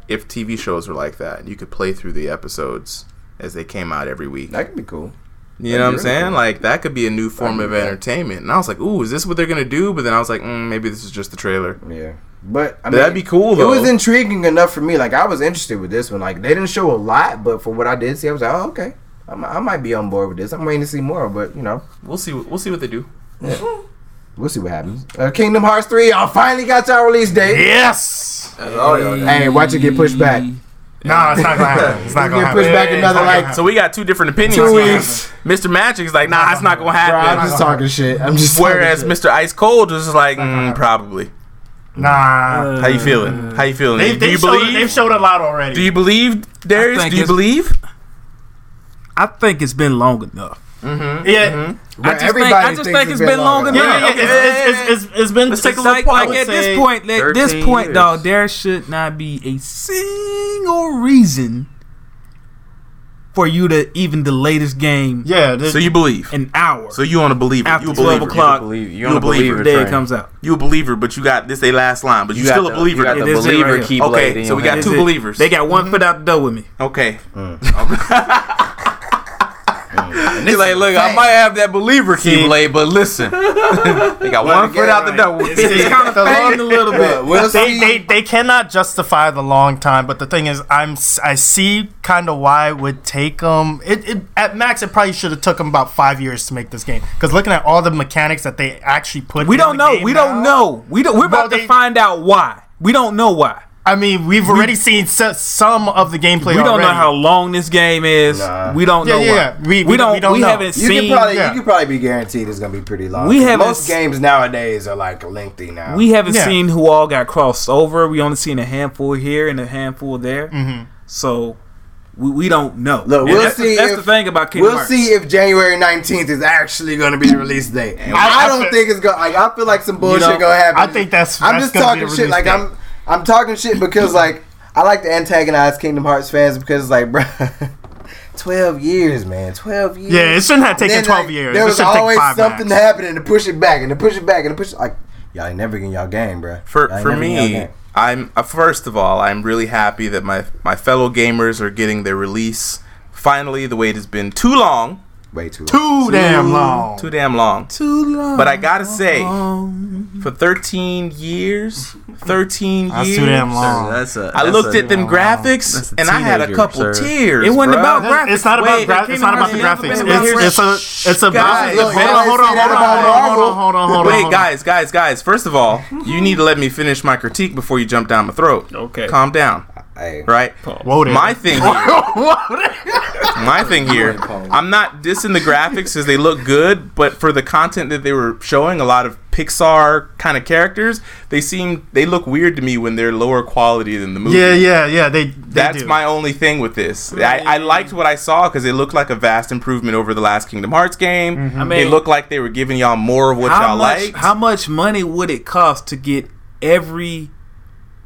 If TV shows were like that, you could play through the episodes as they came out every week. that could be cool. You know what I'm That'd be really saying? cool. Like that could be a new form of entertainment. And I was like, "Ooh, is this what they're gonna do?" But then I was like, mm, "Maybe this is just the trailer." Yeah, but I But that'd be cool, though. It was intriguing enough for me. Like I was interested with this one. Like they didn't show a lot, but for what I did see, I was like, oh okay, I mi- I might be on board with this. I'm waiting to see more, but you know. We'll see. We'll see what they do. We'll see what happens. Uh, Kingdom Hearts 3, y'all finally got y'all release date. Yes. Hey, watch it get pushed back. No, it's not gonna happen. It's not It's gonna getting happen. pushed back another like So we got two different opinions. two here. weeks. Mr. Magic's like, "Nah, it's not gonna Bro, I'm happen." just talking shit. I'm just talking Whereas shit. Mr. Ice Cold was just like, mm, "Probably." Nah. How you feeling? How you feeling? They, do they you showed, believe? They've showed a lot already. do you believe, Darius? think Do you it's- believe? I think it's been long enough. yeah. Bro, I just think, everybody I just thinks think it's been long enough. Yeah, yeah, yeah. Okay. It's, it's, it's, it's been. Let's take a it's look Like, I like would at say this point, at this 13 point, years. dog, there should not be a single reason for you to even delay this game Yeah. this- So you believe? an hour So you want to believe? After You a 12 believer? o'clock, believe- you You on a a believer? believer. day it Right. comes out. You a believer? But you got this. They last line. But you, got still a the- believer. You got It the is right believer here. key Okay, blade in so we right got Is two it- believers. They got one foot out the door [LAUGHS] with me. Okay. He's like, look, I might have that believer key blade, but listen, they got one foot out the door. It's kind of fading a little But bit. we'll see. they, they they cannot justify the long time, but the thing is, I'm s- I see kind of why it would take them. It, it at max, it probably should have took them about five years to make this game. Because looking at all the mechanics that they actually put, We in don't the know. game We now, don't know. We don't. We're Well, about they- to find out why. We don't know why. I mean, we've already seen se- some of the gameplay. We don't already. know how long this game is. Nah. We don't Yeah, know yeah, yeah. why. We- we don't- don't. we don't know. haven't you seen. can probably yeah. you can probably be guaranteed it's gonna be pretty long. We 'Cause haven't most s- games nowadays are like lengthy now. we haven't Yeah. seen who all got crossed over. We only seen a handful here and a handful there. Mm-hmm. So we, we don't know. Look, And we'll that's, the- see that's if- the thing about Kingdom we'll Hearts. see if January 19th is actually gonna be the release date. I, [LAUGHS] I- don't I- think it's gonna. Like, I feel like some bullshit know, gonna happen. I think that's- I'm that's just gonna be talking the shit. release Like date. I'm I'm talking shit because like I like to antagonize Kingdom Hearts fans because it's like, bro, [LAUGHS] twelve years, man, twelve years. Yeah, it shouldn't have And taken then, twelve like, years. There It was should take always five something max. happening to push it back and to push it back and to push it. Like y'all ain't never getting y'all game, bro. [LAUGHS] For Y'all ain't for never getting y'all me, game. I'm uh, first of all, I'm really happy that my my fellow gamers are getting their release finally. The wait has been too long, way too. long. Too damn long. too damn long. Too long. But I gotta say, for 13 years, 13 years, That's too damn long. That's a, I that's looked a- um, at them graphics That's a and I had a teenager, couple sir. tears. It wasn't bruh. about graphics. That's- It's not Wait, about gra- it's Kingdom not about Hearts the never been graphics. about It's, it's a it's a Guys, hold on, they always hold on, say that hold about on, hold Marvel. on, hold on, hold on. Wait, hold on. guys, guys, guys. First of all, you need to let me finish my critique before you jump down my throat. Okay. Calm down, Hey, right? Whoa there. [LAUGHS] My thing here, my thing here, I'm not dissing the graphics because they look good, but for the content that they were showing, a lot of Pixar kind of characters, they seem they look weird to me when they're lower quality than the movie. Yeah, yeah, yeah. They, they That's do. my only thing with this. I, I liked what I saw because it looked like a vast improvement over the last Kingdom Hearts game. Mm-hmm. I mean- it looked like they were giving y'all more of what how y'all much, liked. How much money would it cost to get every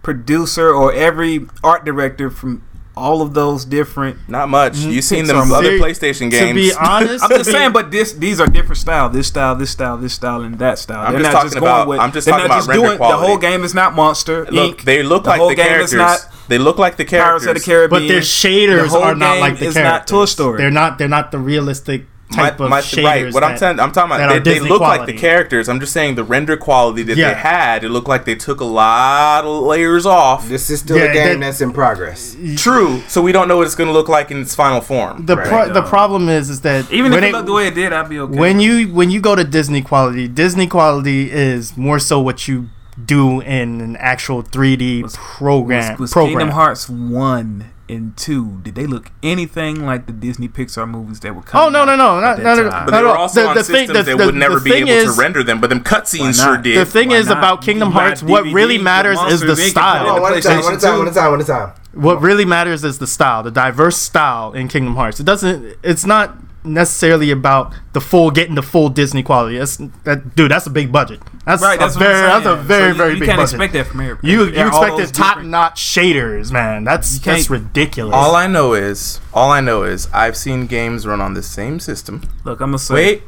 producer or every art director from all of those different. Not much. Mm, You've seen them Pixar other See, PlayStation games. [LAUGHS] To be honest, I'm just to be- saying, but this these are different style. This style, this style, this style, and that style. I'm They're just not talking going about- with- I'm just they're talking not about render doing- The whole quality. game is not Monster look, Inc. they look the like whole the game characters. Is not they look like the Pirates characters. of the Caribbean. but their The shaders whole are not game like the is characters. not Toy Story. They're not. They're not the realistic My- type my- of shaders. right, what I'm that- saying, I'm talking that about, are they, they Disney look like quality. the characters. I'm just saying the render quality that Yeah. they had. It looked like they took a lot of layers off. This is still Yeah, a game that- that's in progress. True. So we don't know what it's going to look like in its final form. The pro- Right. the problem is is that Even when if it it- looked the way it did, I'd be okay. when you when you go to Disney quality, Disney quality is more so what you do in an actual 3D program. was, was program. Kingdom Hearts one and two? Did they look anything like the Disney Pixar movies that were coming? Oh no no no not, that not, at- time. not but they at were all. also on systems that would never be thing able is- to render them. But them cutscenes Why sure not? did. The thing Why is not? about Kingdom You buy Hearts. What DVD, really you matters monster, is the you ain't gonna style. put it one at a time, one at a time, one at a time, one at a time. what really matters is the style, the diverse style in Kingdom Hearts. It doesn't. It's not necessarily about the full getting the full Disney quality. That's that dude. That's a big budget. That's Right, that's a what very I'm saying. that's a very So you, very you big can't budget. expect that from here. you Yeah, you all expected those top different- notch shaders, man. That's that's can't- ridiculous. all I know is, all I know is, I've seen games run on the same system. Look, I'm gonna say. Wait.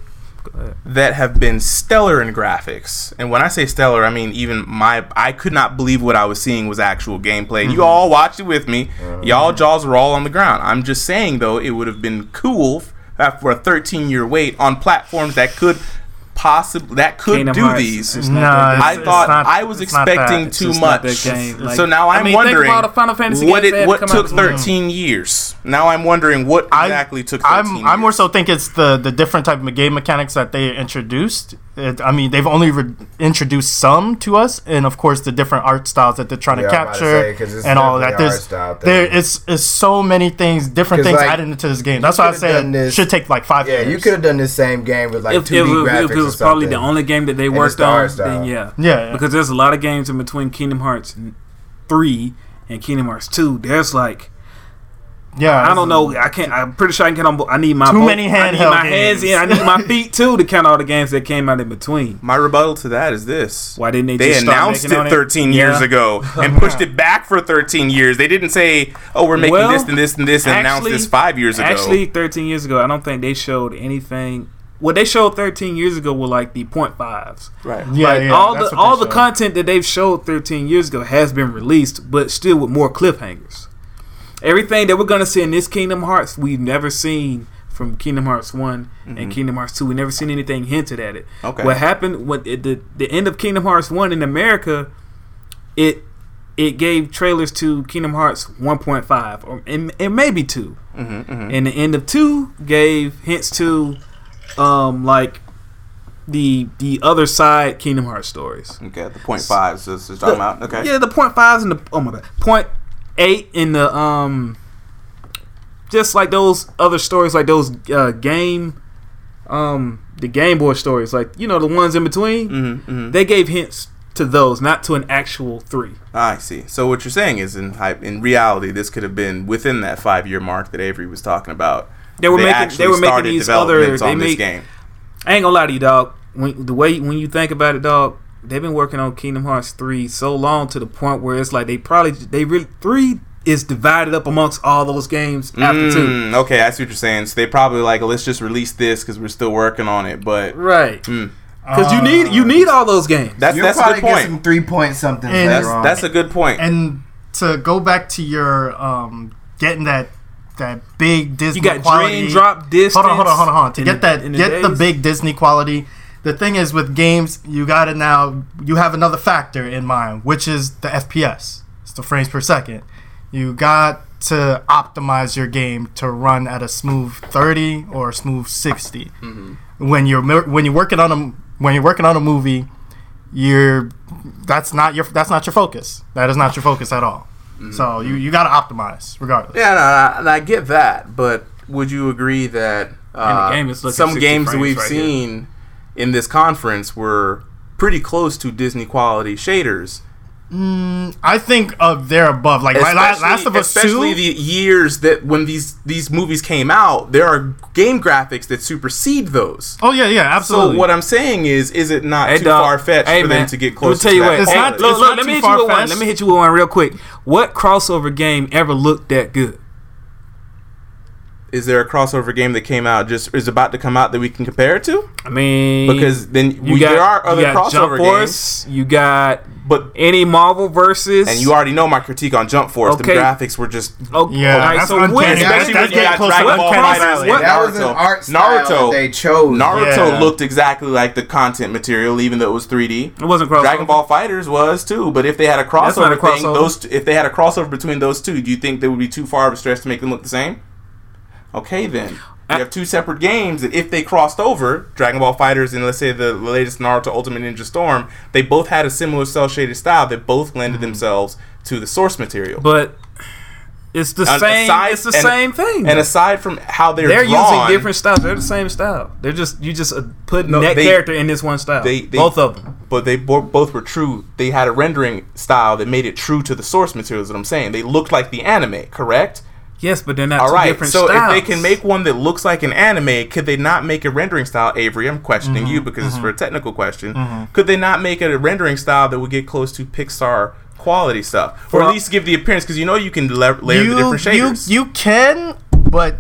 That have been stellar in graphics, and when I say stellar, I mean even my I could not believe what I was seeing was actual gameplay. You all watched it with me. Y'all jaws were all on the ground. I'm just saying though, it would have been cool f- after a 13 year wait on platforms that could possibly that could Kingdom do Hearts these. is Nah, not that I good. It's thought not- I was it's not expecting that. It's too just not much. that game. Like, so now I I'm mean, think of wondering all the Final Fantasy what games that it have what come out took since then. 13 years. Now I'm wondering what I- exactly took 13 I'm years. I'm more so think it's the the different type of game mechanics that they introduced. It, I mean, they've only re- introduced some to us, and of course the different art styles that they're trying Yeah, to I'm about to say, capture 'cause it's and definitely all that. an art There's style thing. there it's it's so many things, different 'Cause, things like, added into this game. That's why I could've done said it this- should take like five Yeah, years. you could have done this same game with like if, 2D it was- graphics. if it or was probably the something. only game that they And it's worked the on, art style. then yeah, Yeah. because there's a lot of games in between Kingdom Hearts three and Kingdom Hearts two. There's like Yeah, I don't know. I can't. I'm pretty sure I can. get on bo- I need my Too bo- many I need handheld my games. hands in. I [LAUGHS] need my feet too to count all the games that came out in between. My rebuttal to that is this. Why didn't they? They just start announced it making on 13 years Yeah. [LAUGHS] ago and pushed it back for 13 years. They didn't say, "Oh, we're making Well, this and this and this," and announced this five years ago. Actually, 13 years ago, I don't think they showed anything. What they showed 13 years ago were like the point fives. right? Yeah, like yeah, all that's the what they all the showed. content that they've showed 13 years ago has been released, but still with more cliffhangers. Everything that we're gonna see in this Kingdom Hearts, we've never seen from Kingdom Hearts one and Kingdom Hearts two. We never seen anything hinted at it. Okay. What happened when at the the end of Kingdom Hearts one in America, it it gave trailers to Kingdom Hearts 1.5 or and, and maybe 2 and the end of two gave hints to um like the the other side Kingdom Hearts stories. Okay, the point five. So this is talking about. Okay, Yeah, the point fives and the oh my bad point eight in the um just like those other stories like those uh, game um the Game Boy stories like you know the ones in between Mm-hmm. they gave hints to those not to an actual three. I see. So what you're saying is, in hy- in reality, this could have been within that five year mark that Avery was talking about. They were making actually they were making started these other developments they on this make game. I ain't gonna lie to you, dog. When the way when you think about it, dog, they've been working on Kingdom Hearts three so long to the point where it's like they probably they really three is divided up amongst all those games after two. Mm, okay, I see what you're saying. So they probably like, let's just release this because we're still working on it. But Right. Mm. Cause you need you need all those games. that's You'll that's a probably good get point. some three point something And- later That's on. that's a good point. and to go back to your um getting that that big Disney You got quality, dream drop distance. Hold on, hold on, hold on, hold on. To in get the- that, in get the days. big Disney quality. The thing is, with games, you gotta now you have another factor in mind, which is the FPS. It's the frames per second. You got to optimize your game to run at a smooth 30 or a smooth 60. When you're mer- when you're working on a when you're working on a movie, you're that's not your that's not your focus. That is not your focus at all. So you you gotta optimize regardless. Mm-hmm. Yeah, no, no, and I get that, but would you agree that uh, game is looking some 60 games that frames we've right here. seen in this conference were pretty close to Disney quality shaders, I think of there above, like La- La- Last of Us especially Two. the years that when these these movies came out, there are game graphics that supersede those. oh yeah, yeah, So absolutely. what I'm saying is, is it not Hey, too dog. far fetched Hey, for man. them to get Let me close? tell to you that what. It's quality? Hey, not- look, look, not let too me hit you with one. far-fetched. Let me hit you with one real quick. What crossover game ever looked that good? is there a crossover game that came out just is about to come out that we can compare it to? I mean, Because then we, there are other you got crossover Jump games, Force, You got but any Marvel versus, and you already know my critique on Jump Force. Okay. The graphics were just Okay, yeah, all right, that's so uncanny. what- That's- especially that's when you getting got close to Dragon Ball uncanny Fighters valley. and That was an Naruto. art style that Naruto. they Oh, chose. Naruto Yeah. looked exactly like the content material, even though it was 3D. It wasn't crossover. Dragon Ball Fighters was too, but if they had a That's not crossover, a thing, crossover. those if they had a crossover between those two, do you think they would be too far of a stretch to make them look the same? Okay, then Uh, you have two separate games that if they crossed over, Dragon Ball Fighters and let's say the latest Naruto Ultimate Ninja Storm, they both had a similar cell shaded style that both Mm. lended themselves to the source material. but it's the And same. aside- it's the and- same thing. and aside from how they're, they're drawn, using different styles. They're the same style. They're just you just uh, putting No, that they- character in this one style. they, they Both of them. but they bo- both were true. They had a rendering style that made it true to the source materials. That I'm saying they looked like the anime, correct? Yes, but they're not All two right. different So styles. if they can make one that looks like an anime, could they not make a rendering style, Avery? I'm questioning Mm-hmm, you because it's for a technical question. Could they not make it a rendering style that would get close to Pixar quality stuff, or Well- at least give the appearance? Because you know you can la- layer the you, different shaders. you you can, but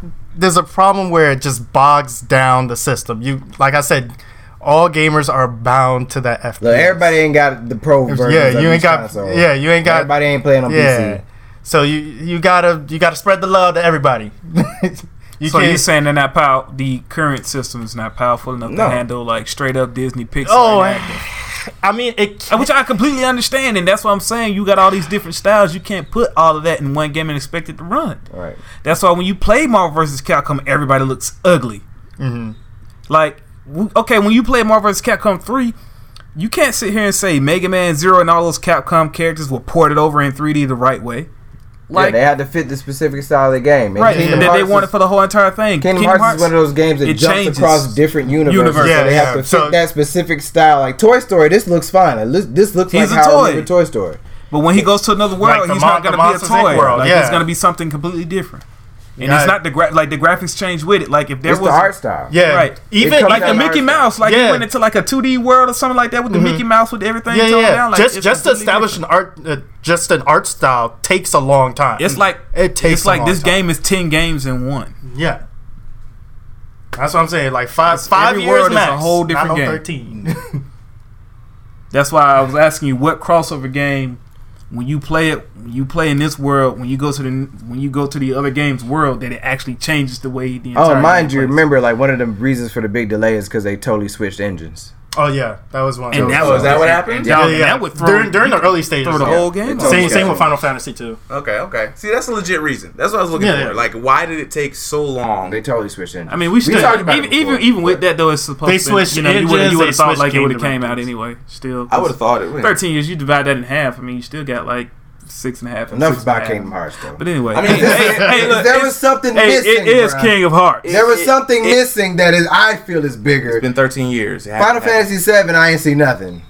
[SIGHS] there's a problem where it just bogs down the system. You like I said, all gamers are bound to that FPS. Look, everybody ain't got the pro version. yeah, you ain't got. Yeah, you ain't got. Everybody ain't playing on yeah. PC. So you you gotta you gotta spread the love to everybody. [LAUGHS] you so can't. you're saying they're not pow- the current system is not powerful enough No. to handle like straight up Disney Pixar. oh, [SIGHS] and Apple. I mean it. Can, And which I completely understand, and that's why I'm saying you got all these different styles. You can't put all of that in one game and expect it to run. Right. That's why when you play Marvel vs. Capcom, everybody looks ugly. Mm-hmm. Like, w- okay, when you play Marvel vs. Capcom 3, you can't sit here and say Mega Man Zero and all those Capcom characters were ported over in 3D the right Like, way. yeah, Like, they had to fit the specific style of the game. And right, Kingdom that they Hearts wanted is- for the whole entire thing. Kingdom, Hearts, is one of those games that it jumps changes. across different universes. Universe. so they Yeah, have to yeah. fit So- that specific style. Like Toy Story, this looks fine. Like, this, this looks He's like a how toy. it looked in Toy Story. But when he goes to another world, Like the he's mon- not the going to be a Monsters, Inc. toy. world, like, yeah. It's going to be something completely different. And Yeah, it's I- not the gra- like the graphics change with it. Like if there It's the was art style. yeah. right. It Even comes like like Yeah, down- the Mickey Mario Mouse, like Yeah. Mm-hmm. he went into like a 2D world or something like that with the Mickey Mouse with everything yeah, toned yeah. down. Like, just it's just to completely establish an art, uh, just an art style takes a long time. different. It's like it takes. It's a like long this time. game is ten games in one. Yeah. That's what I'm saying. Like five, five every years world is a max. whole not different no game. Thirteen. [LAUGHS] That's why I was asking you what crossover game when you play it, when you play in this world, when you go to the when you go to the other game's world, that it actually changes the way the entire. Oh, mind game you, plays. remember like one of the reasons for the big delay is because they totally switched engines. oh yeah, that was one. and that So was is that what happened. yeah, Yeah, yeah. that would throw during during the early stages. throw the yeah. whole game. It's off. Same same Okay. with Final Fantasy too. Okay, okay. See, that's a legit reason. That's what I was looking Yeah. for. Like, why did it take so long? They totally switched engines. I mean, we still talked about even it before, even, even with but- that though, it's supposed They to switched you know you would engines, you would have they thought switched like it game would have came out directors. anyway. Still, I would have thought it. would. 13 years, you divide that in half. I mean, you still got like six and a half. and enough six about and a half. Kingdom Hearts though. But anyway, I mean, [LAUGHS] hey, hey, look, there it's- was something hey, missing. it is bruh. King of Hearts. There was something it- missing that is I feel is bigger. It's been 13 years. It Final hasn't happened. Fantasy VII, I ain't see nothing.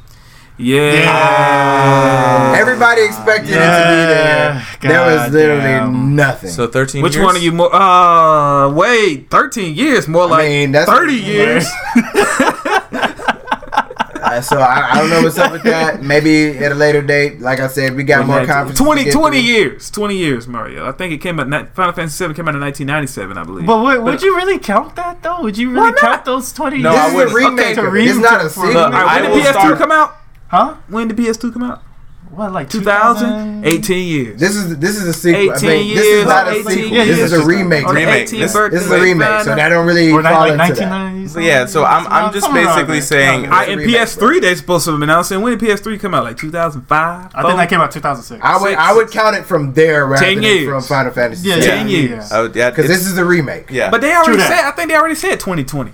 yeah. Uh, Everybody expected Yeah, it to be there. there was God literally damn. nothing. So 13 Which years? one of you more? Uh, wait, thirteen years, more like mean, that's- thirty years. Uh, so I, I don't know what's up with [LAUGHS] that. Maybe at a later date, like I said, we got [LAUGHS] more conferences. to 20, get 20 through. years, twenty years, Mario. I think it came out. ni- Final Fantasy Seven came out in nineteen ninety seven, I believe. But would, would you really count that though? Would you really not? count those twenty? No, This I is wouldn't- a remake. okay, of to it. It's re- not to- a for- sequel. All right, I when will did PS2 start- come out? Huh? When did PS2 come out? What like 2000? 2000? 18 years. This is this is a sequel. I 18 mean, this is years, not a 18 sequel. years. This is a It's just a- remake. on On the Remake. 18th This- birthday, This is a remake, so that don't really Or fall ni- like into that. 1990s? So, yeah, so I'm, I'm just Somewhere around basically there. saying. I, and remake, bro. PS3 they supposed to have announced. And when did PS3 come out? Like 2005. I think that came out 2006. I would I would count it from there rather 10 than years. from Final Fantasy. yeah, VII. yeah, 10 yeah, years. yeah. Oh, I would- yeah, Because it's- this is a remake. Yeah. But they already True that. said. I think they already said 2020.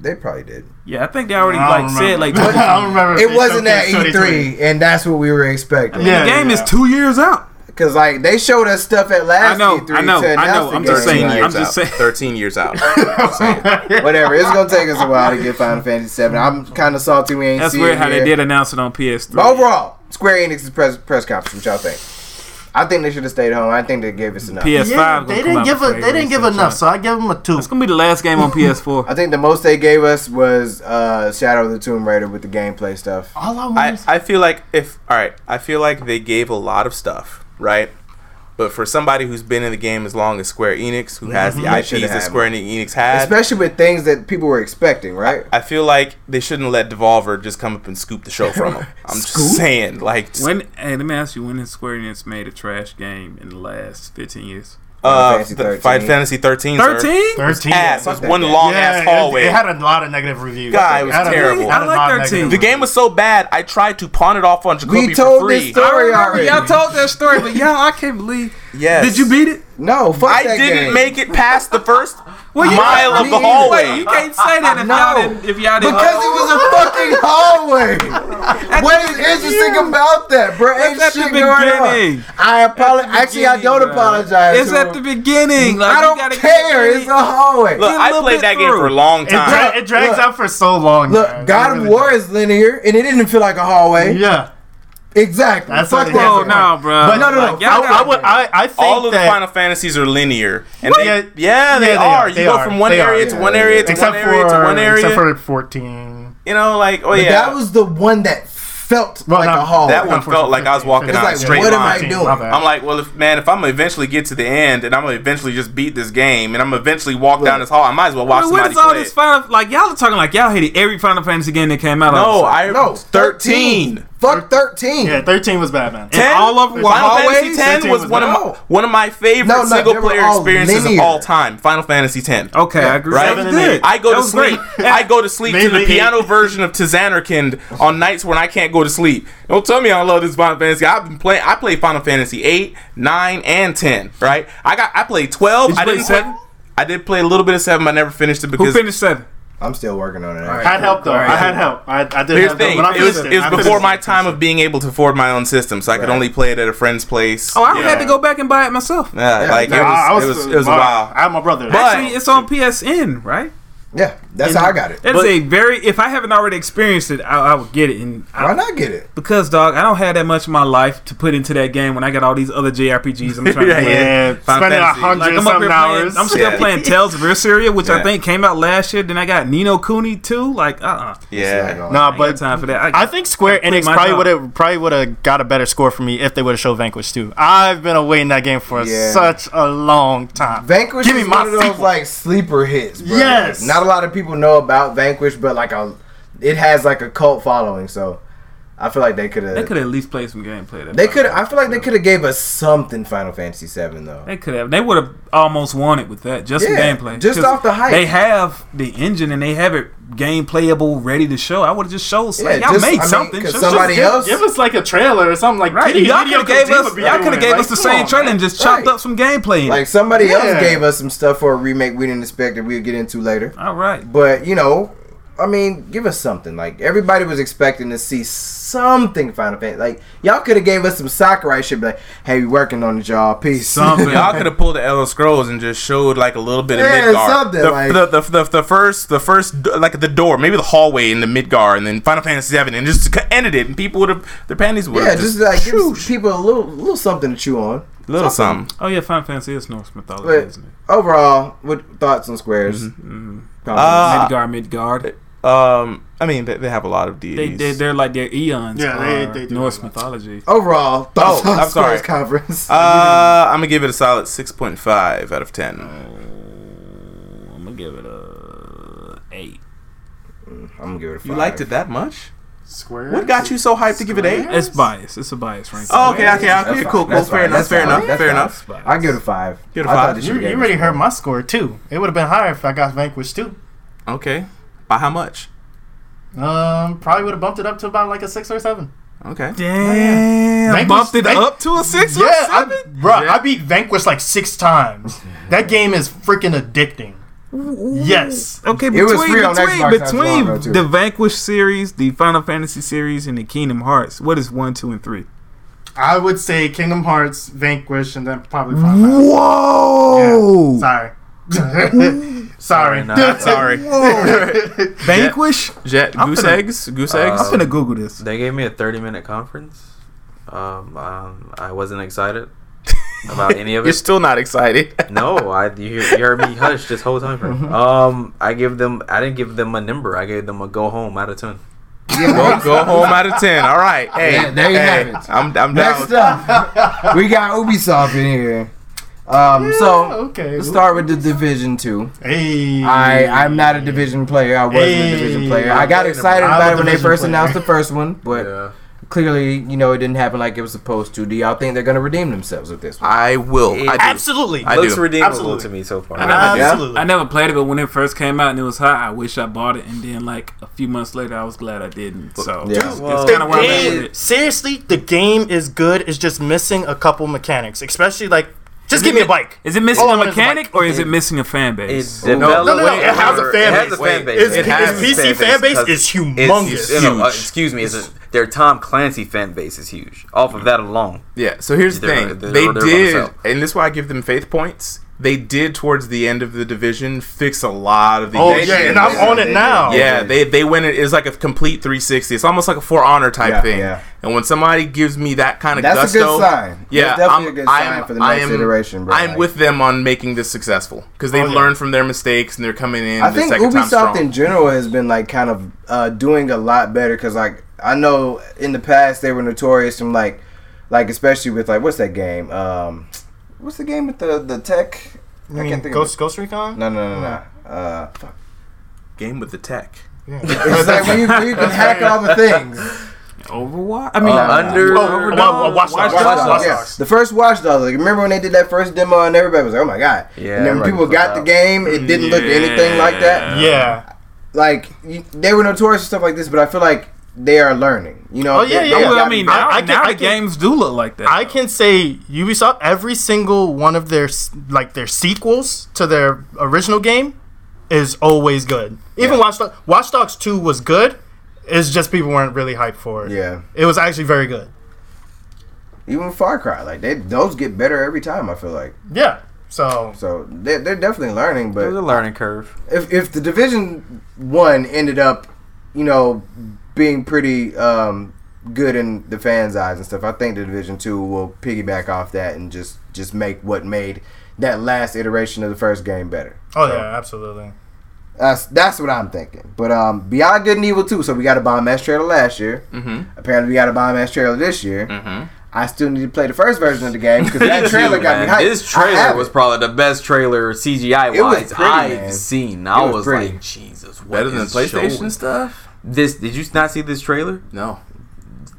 They probably did. Yeah, I think they [LAUGHS] already I like don't said like. remember. [LAUGHS] I don't remember. if It they wasn't E showcased at 2020. E3, and that's what we were expecting. Yeah. the game is two years out. Cause like they showed us stuff at last. E I know, E3 I know, to I know. announce I'm the just game, saying, like, years I'm just out. saying. 13 [LAUGHS] years out. [LAUGHS] Whatever. It's gonna take us a while to get Final Fantasy Seven. I'm kind of salty we ain't. That's see weird it how yet. they did announce it on PS3. But overall, Square Enix's press press conference. What y'all think? I think they should have stayed home. I think they gave us enough. PS5 Yeah, gonna they come didn't out give before a, they didn't give release it, enough, so so I gave them a two. It's gonna be the last game on PS4. I think the most they gave us was uh, Shadow of the Tomb Raider with the gameplay stuff. All I want I, is I feel like if all right, I feel like they gave a lot of stuff, right? But for somebody who's been in the game as long as Square Enix, who has the They should've IPs that had Square Enix had, Especially with things that people were expecting, right? I feel like they shouldn't let Devolver just come up and scoop the show from them. I'm just saying, like, just, When hey, let me ask you, when has Square Enix made a trash game in the last 15 years? uh, Fantasy the 13. Final Fantasy 13. 's are 13? 13. Ass. Fuck It's that one game. long Yeah, ass it- hallway. It, had a lot of negative reviews. God, it was Had a- terrible. had a I like lot of 13. negative the game was so bad. I tried to pawn it off on Jacoby we told for this free. story already. Y'all told that story, but y'all, I can't believe. Yes. Did you beat it? No, fuck I that didn't game. make it past the first you- mile of the Wait, hallway. You can't say that if No. y'all didn't. If y'all didn't because it was a fucking [LAUGHS] hallway. what is interesting about that, bro? Ain't at the shit going on. beginning. I apologize. Actually, I don't beginning, bro. apologize. it's to at him. the beginning. Like, I you don't gotta get care. through It's the- a hallway. Look, Get a I little played bit that game through. for a long It, dra- time. it drags Look. out for so long. Look, guys. God It of really War is linear, and it didn't feel like a hallway. does. Yeah. Exactly. That's Fuck what it is. that. Oh Whoa, no, bro. But no, no, no. like, I, I would. I, I think All of the that, Final Fantasies are linear, and they, Yeah. yeah, they, Yeah, they are. are. You They go are. from one They area are. to Yeah, one yeah, area yeah. to except one area for to one area. except for 14. you know, like oh But yeah, that was the one that felt Well, like no, a hallway. That one felt like I was walking It's out like, a straight what am I line. doing? I'm like, well, if man, if I'm gonna eventually get to the end, and I'm gonna eventually just beat this game, and I'm gonna eventually walk down this hall, I might as well watch Dude, what somebody is all play. this It. final? Like y'all are talking like y'all hated every Final Fantasy game that came out. No, all of a I no, thirteen. Fuck thirteen. yeah, 13 was bad, man. sudden. Ten? all of them were Final hallways. Fantasy X 13 was was one of my no. one of my favorite No, no, they were single player all experiences linear. of all time. Final Fantasy X. Okay, I agree. Right? That was Seven and good. eight. I go That to was [LAUGHS] sleep. great. I go to sleep to Mainly the eight. piano version of Tizanarkand on nights when I can't go to sleep. Don't tell me I love this Final Fantasy. I've been playing. I played Final Fantasy eight, nine, and ten. Right? I got. I played twelve. Did you I play didn't seven? play. I did play a little bit of seven. But I never finished it Who because finished seven? I'm still working on it. I actually. had help though. All right. I had help. I, I did Here's the have thing. help. but I It was, finished it I was finished before it. my time of being able to afford my own system, so I could Right. only play it at a friend's place. Oh, I would Yeah. have to go back and buy it myself. Yeah, like Yeah, it, I- I was, it was. It was a my- while. I had my brother. But- Actually, it's on PSN, right? Yeah, that's how I got it. It's a very. If I haven't already experienced it, I, I would get it. And I, Why not get it? because, dog, I don't have that much of my life to put into that game. When I got all these other JRPGs, I'm [LAUGHS] trying to play. yeah, spending a Fantasy. Like hundred I'm up something here hours. playing, I'm still Yeah. [LAUGHS] playing Tales of Berseria, which I Yeah. think came out last year. Then I got Nino Cooney too. Like, uh, uh Yeah. No. nah, I ain't got but time for that. I think Square I quit Enix my probably job. would have probably would have got a better score for me if they would have showed Vanquish too. I've been awaiting that game for Yeah. such a long time. Vanquish Give me is my one of those sequel. like sleeper hits. Bro. Yes. Like, not a lot of people know about Vanquish, but like a, it has like a cult following. So, I feel like they could They have. could have at least played some gameplay. That They could. I feel like they could have gave us something Final Fantasy Seven though. They could have. They would have almost won it with that. Just some Yeah, gameplay. just 'Cause off the hype. They have the engine and they have it game playable, ready to show. I would have just showed. Like, Yeah, y'all just- I made mean, something. 'cause Show- somebody show- else- Give us like a trailer or something like Right, Hideo- y'all could have Hideo gave Kojima us. be Y'all could doing it. have gave Like, us the come same on, trailer man. and just chopped Right. up some gameplay. In it. Like somebody Yeah. else gave us some stuff for a remake we didn't expect that we'll get into later. all [LAUGHS] right. But you know, I mean, give us something. Like everybody was expecting to see something Final Fantasy. Like y'all could have gave us some Sakurai shit. be Like, hey, we working on it, y'all. Peace. Something. Y'all could have pulled the Elder Scrolls and just showed like a little bit of Yeah, Midgar. something, the, like- the, the, the, the first the first d- like the door, maybe the hallway in the Midgar, and then Final Fantasy VII, and just c- ended it, and people would have their panties would yeah, have just like give us people a little little something to chew on. little something. Oh yeah, Final Fantasy is Norse mythology, But isn't it? overall, what thoughts on squares? Mm-hmm. Probably. Uh, Midgard, Midgard. Um, I mean they, they have a lot of They, deities. they they're like their eons. Yeah, they- are they do Norse have that. mythology. overall, thoughts Oh, on I'm squares sorry. conference. uh, I'm gonna give it a solid six point five out of ten. I'm gonna give it a eight. [LAUGHS] I'm gonna give it a five. You liked it that much? Square. What got you so hyped to give it eight? It's bias. It's a bias ranking. Oh, okay, okay, That's okay, fine. cool, cool, That's fair fine. enough, That's fair fine. enough, That's fair fine. I enough. give it a five. Give it a I thought five. they You, should've gave you it already a hurt four. my score too. It would have been higher if I got Vanquish too. Okay, by how much? Um, probably would have bumped it up to about like a six or a seven. Okay. Damn, Vanquish- bumped it Van- up to a six Yeah, or a I, seven. bro, I beat Vanquish like six times. That game is freaking addicting. Yes. Okay, It between was free on between, Xbox not too long between ago, too. the Vanquish series, the Final Fantasy series, and the Kingdom Hearts, what is one, two, and three? I would say Kingdom Hearts, Vanquish, and then probably Final Whoa! Oh. Fantasy. Sorry. Sorry. [LAUGHS] nah, Sorry. Whoa! Vanquish? Jet, I'm goose finna- eggs? Goose eggs? I'm gonna Google this. They gave me a 30 minute conference. Um, um, I wasn't excited about any of [LAUGHS] You're it. still not excited. no, I you, hear- you heard me hush this whole time. frame. Um, I give them. I didn't give them a number. I gave them a go home out of ten. [LAUGHS] go, go home out of 10. All right. Hey, Yeah, there you hey, have it. I'm, I'm down. Next up, we got Ubisoft in here. Um, so okay. let's start with the Division Two. Hey. I I'm not a Division player. I wasn't a Division Hey. player. I got excited I'm a about it when they Division first player. announced the first one, but clearly, you know, it didn't happen like it was supposed to. Do y'all think they're gonna redeem themselves with this one? I will. I do. Absolutely. I looks do. redeemable Absolutely. to me so far. I never, Absolutely. I never played it, but when it first came out and it was hot, I wish I bought it. And then like a few months later, I was glad I didn't. So Yeah. it's, Well, kind of where I'm It- at with it. seriously, the game is good. It's just missing a couple mechanics, especially like just Is give it me a mi- bike. Is it missing All I a want is a mechanic bike. or is it missing a fan base? It's developed- no, no, no, Wait, it has a fan it has base. a fan base. It's- It has its PC fan base is humongous. It's, it's, no, uh, Huge. excuse me. It's a, their Tom Clancy fan base is huge. Off of that alone, Yeah. So here's the They're- thing. they're- they they're gonna did, sell. and this is why I give them faith points. They did towards the end of the division fix a lot of the. Oh issues. yeah, and I'm on it now. Oh, Yeah, they they went it. It's like a complete 360. It's almost like a For Honor type Yeah, thing. yeah. And when somebody gives me that kind of That's a gusto, good sign. Yeah, That's definitely I'm, a good I'm, sign for the I next am- iteration, bro. I'm Like- with them on making this successful because they've Oh, yeah. learned from their mistakes and they're coming in. I the think second time Ubisoft strong. in general has been like kind of uh, doing a lot better because like I know in the past they were notorious from like like especially with like what's that game um what's the game with the the tech I mean, Ghost Oh. Ghost Recon. of it. no no no no [LAUGHS] uh fuck. game with the tech. it's like when you, when you can hack all the things Overwatch. I mean, Uh, under Oh, well, Watch well, Watch Dogs. Dogs. Watch Dogs, Watch yeah. Dogs. The first Watch Dogs. Like, remember when they did that first demo and everybody was like, "Oh my god!" Yeah, and then when everybody people flipped got the "Oh." out. game, it didn't look anything like that. Yeah. Like you, they were notorious for stuff like this, but I feel like they are learning. You know? Oh, yeah, They- yeah. they well, I got- mean, I- now, I can- now I the can- games do look like that. I can say Ubisoft every single one of their s- like their sequels to their original game is always good. Even Watch Dogs, Watch Dogs Two was good. It's just people weren't really hyped for it. Yeah. it was actually very good. Even Far Cry, like they those get better every time. I feel like Yeah. So oh, so they they're definitely learning. There's a But learning curve. if if the division one ended up, you know, being pretty um, good in the fans' eyes and stuff, I think the division two will piggyback off that and just just make what made that last iteration of the first game better. oh So, yeah, absolutely. That's that's what I'm thinking. But um, Beyond Good and Evil two, so we got a bomb ass trailer last year. Mm-hmm. Apparently, we got a bomb ass trailer this year. Mm-hmm. I still need to play the first version of the game because [LAUGHS] that trailer got me Man, hyped. This I have trailer it. was probably the best trailer CGI It was wise pretty, I've man. seen. I was was, pretty. like, Jesus, what Better than is PlayStation. PlayStation stuff. This did you not see this trailer? No.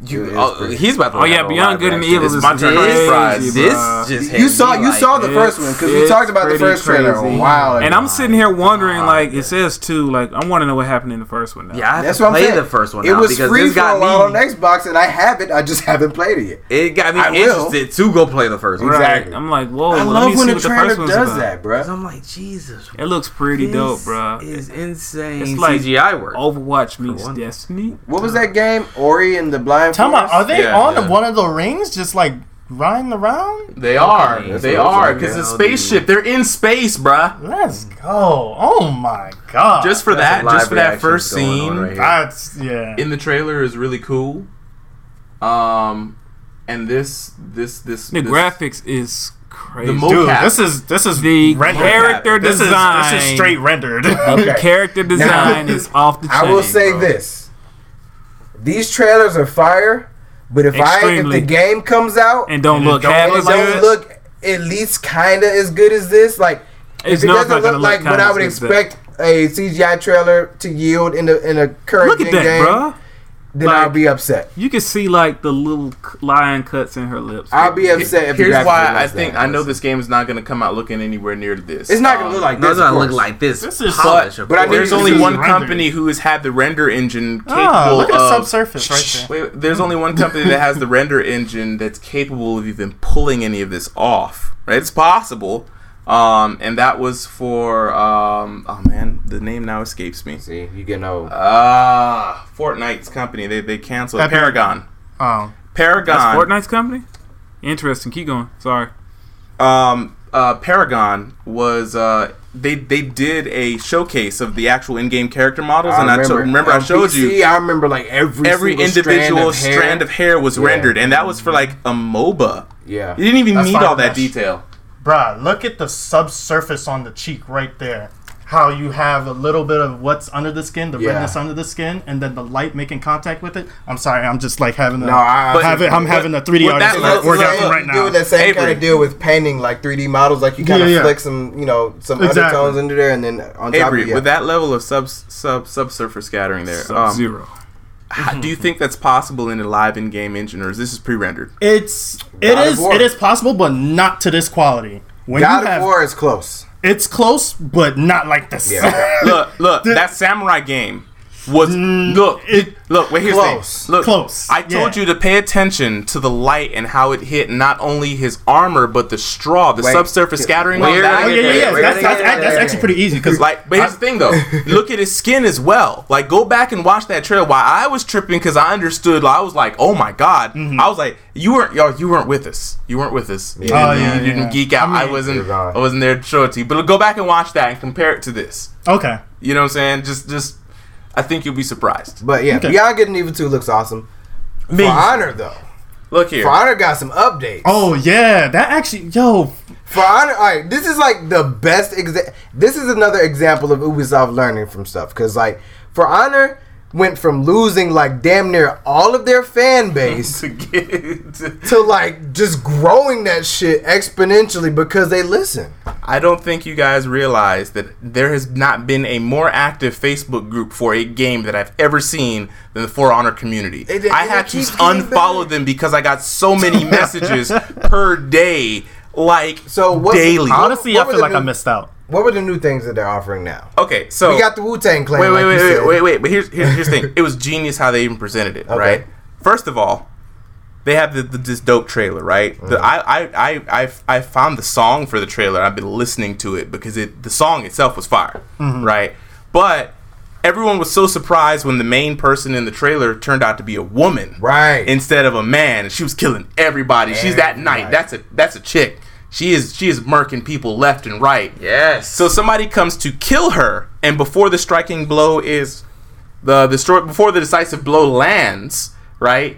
You, It is oh, pretty. he's about to. Oh, yeah, have a Beyond live Good and reaction. Evil This is my turn. crazy, Surprise. bruh. This just You had saw me you like- saw the it's- first one because we it's talked about the pretty first trailer a crazy. while ago. And I'm sitting here wondering, like, it says too, like, I want to know what happened in the first one. Now. Yeah, I have That's to what I'm play saying. the first one. It now was because free this for a got while on me. Xbox, and I have it. I just [LAUGHS] haven't played it yet. It got me I will. interested to go play the first one. Exactly. I'm like, whoa. I well, let love me when see the what trailer the first one's does about. that, Because bro. I'm like, Jesus, It looks pretty this dope, bro. Is insane. It's like CGI work. Overwatch meets one. Destiny. What was that game? Ori and the Blind Tell me, Forest. are they Yeah, on yeah. one of the rings, just like riding around? They are. They so are. it's Because like, it's oh, spaceship. They're in space, bruh. Let's go! Oh my god! Just for That's that, some just for live that reactions first going on scene right here. that's yeah. in the trailer is really cool. Um, and this, this, this, The this- graphics is crazy. the Dude, mocap. this is this is The rendered. character This is this design. is straight rendered. [LAUGHS] The Okay. character design is off the chain. I will say bro. this: these trailers are fire, but if I Extremely. if the game comes out And don't And it look don't half and as it like don't good. this. look at least kinda as good as this. Like if It's it not doesn't gonna look look like what kinda I as would good as that. expect a CGI trailer to yield in the in a current Look at gen that, game, bro. then Like- I'll be upset. You can see like the little c- line cuts in her lips. I'll be upset if the Here's graphics why look like I think that. I know this game is not going to come out looking anywhere near this. It's Oh. not gonna look like It does this. of not look course. like this. This is- polish, of but I need course. There's only This is one rendered. company who has had the render engine capable Ah, look at the of. subsurface right there. Wait, wait, there's only one company that has the render engine that's capable of even pulling any of this off. Right? It's possible. Um, and that was for um, oh man, the name now escapes me. See, you getting old. Ah, Fortnite's company. They they canceled Epic. Paragon. Oh, Paragon. That's Fortnite's company. Interesting. Keep going. Sorry. um, uh, Paragon was uh, they they did a showcase of the actual in-game character models, and I to- remember I on showed PC, you I remember like every every single individual strand of, hair. hair was Yeah. rendered, and that was for like a MOBA. yeah. You didn't even That's need Final all that Fantasy. detail. Bruh, look at the subsurface on the cheek right there. How you have a little bit of what's under the skin, the Yeah. redness under the skin, and then the light making contact with it. I'm sorry, I'm just like having a. No, I- am having, I'm having a 3D with that artist look- work look- out right now. Doing that same kind Avery. of deal with painting like 3D models, like you kind of Yeah, yeah. flick some, you know, some Exactly. undertones under there, and then on top Avery, of it, yeah. with that level of sub sub subsurface scattering there, Sub um, Zero. how- do you think that's possible in a live in-game engine, or is this [LAUGHS] is pre-rendered? It's it God of is War. it is possible, but not to this quality. When God you of have, War is close. it's close, but not like this. Yeah. look, look, that samurai game was look, Mm, it- look. Wait, here's Close. the thing. Look, Close, I told yeah. you to pay attention to the light and how it hit not only his armor but the straw, the Wait. subsurface scattering. Wait, on wait, [LAUGHS] that. Oh yeah, yeah, yeah. Wait, That's, wait, that's, wait, that's wait, actually wait. pretty easy because Like, but here's the thing though. [LAUGHS] Look at his skin as well. Like, go back and watch that trail. Why I was tripping because I understood. Like, I was like, oh my god. Mm-hmm. I was like, you weren't, y'all, you weren't with us. You weren't with us. You, Oh, didn't, yeah, you yeah, didn't yeah. geek out. I I, mean- wasn't. You're right. I wasn't there to show it to you. But go back and watch that and compare it to this. okay, You know what I'm saying? Just, just, I think you'll be surprised. But yeah, Okay. Beyond Good and Evil 2 looks awesome. For Honor, though. Look here. For Honor got some updates. oh yeah, that actually yo For Honor, all right, this is like the best exa- This is another example of Ubisoft learning from stuff. Because, like, For Honor went from losing, like, damn near all of their fan base [LAUGHS] [LAUGHS] to get- to, like, just growing that shit exponentially because they listen. I don't think you guys realize that there has not been a more active Facebook group for a game that I've ever seen than the For Honor community. they- I they had to keep getting unfollow better. them because I got [LAUGHS] so many messages per day, like So what- daily. Hon- honestly, What I were feel the like I new- missed out. What were the new things that they're offering now? okay, so We got the Wu Tang Clan. wait, wait, like you wait, wait, said. wait, wait. But here's here's, here's the [LAUGHS] thing. It was genius how they even presented it, right? First of all, they have the, the, this dope trailer, right? The, Mm-hmm. I, I, I, I, I found the song for the trailer. I've been listening to it because it the song itself was fire, Mm-hmm. right? But everyone was so surprised when the main person in the trailer turned out to be a woman, Right. Instead of a man, and she was killing everybody. She's that knight. Everybody. That's a that's a chick. She is she is murking people left and right. Yes. So somebody comes to kill her, and before the striking blow is the the stro- before the decisive blow lands, right?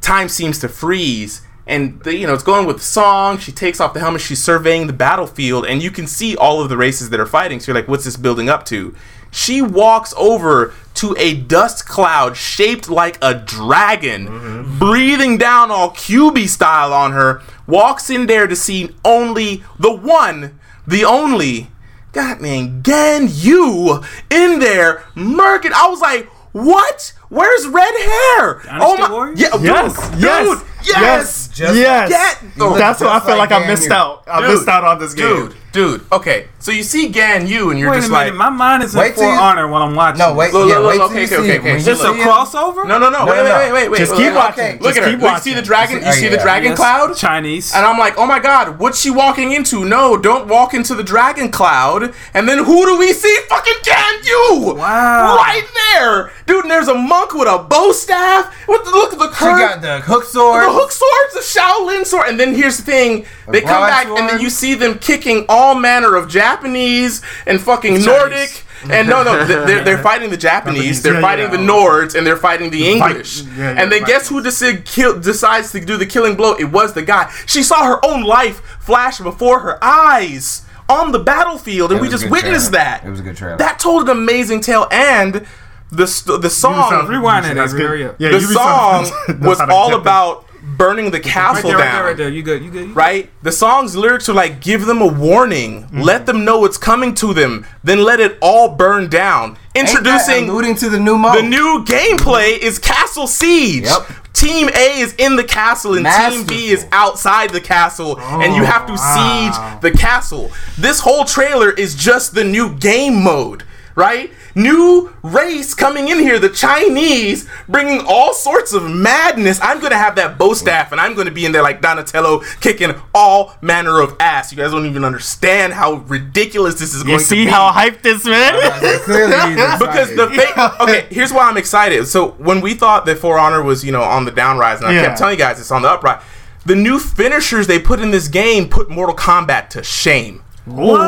Time seems to freeze, and the, you know it's going with the song. She takes off the helmet. She's surveying the battlefield, and you can see all of the races that are fighting. So you're like, what's this building up to? She walks over to a dust cloud shaped like a dragon, breathing down all QB style on her. Walks in there to see only the one, the only God man, Gen you in there, murking. I was like, what? Where's red hair? oh my, Warriors? yeah, Yes, yes, dude, dude, yes, just yes. like that, though. That's what I Just feel like, like I damn missed you. out. I Dude, missed out on this game. dude, dude. Okay, so you see Gan you, and you're Wait a just minute. like, My mind is in Wait till For you- Honor while I'm watching. No, wait. Look, yeah, look, wait look, till you okay, see okay, it. okay. When you Just It's a see it- crossover. no, no, no, no, wait, wait, no. wait, wait, wait. Just Look, keep look, watching. Look Just at her. keep Look, you see the watching. dragon. You Oh, see the yeah. dragon Yes, cloud. Chinese. And I'm like, oh my god, what's she walking into? No, don't walk into the dragon cloud. And then who do we see? Fucking can you? Wow. Right there, dude. And there's a monk with a bow staff. What the look of the She curve? got the hook sword. The hook swords, the Shaolin sword, and then here's the thing: they come broad back, and then sword. you see them kicking all manner of Japanese and fucking Nordic. And no, no, th- they're, they're fighting the Japanese, they're Yeah, fighting yeah. the Nords, and they're fighting the Vi- English. yeah, yeah, and then guess who decide, kill, decides to do the killing blow? It was the guy. She saw her own life flash before her eyes on the battlefield, and we was a just good witnessed trailer. that. It was a good trailer. That told an amazing tale, and the st- the song Oh, Rewind it. Avery, good. Hurry up. Yeah. the Ubisoft song knows- knows was how to [LAUGHS] all get them. about burning the Right castle there, right down. there, Right, right there. You good? You good? You good? The song's lyrics are like, give them a warning, let them know it's coming to them, then let it all burn down. Ain't that Introducing alluding to the new mode. the new gameplay is Castle Siege. Yep. Team A is in the castle and Team B is Masterful. outside the castle, and you have to siege the castle. This whole trailer is just the new game mode. right? New race coming in here, the Chinese bringing all sorts of madness. I'm gonna have that bow staff, and I'm gonna be in there like Donatello, kicking all manner of ass. You guys don't even understand how ridiculous this is going You to see be how hyped this [LAUGHS] man is? Clearly he's excited. because the fa- okay here's why i'm excited so when we thought that for honor was you know on the downrise and i Yeah. kept telling you guys it's on the uprise the new finishers they put in this game put mortal kombat to shame What?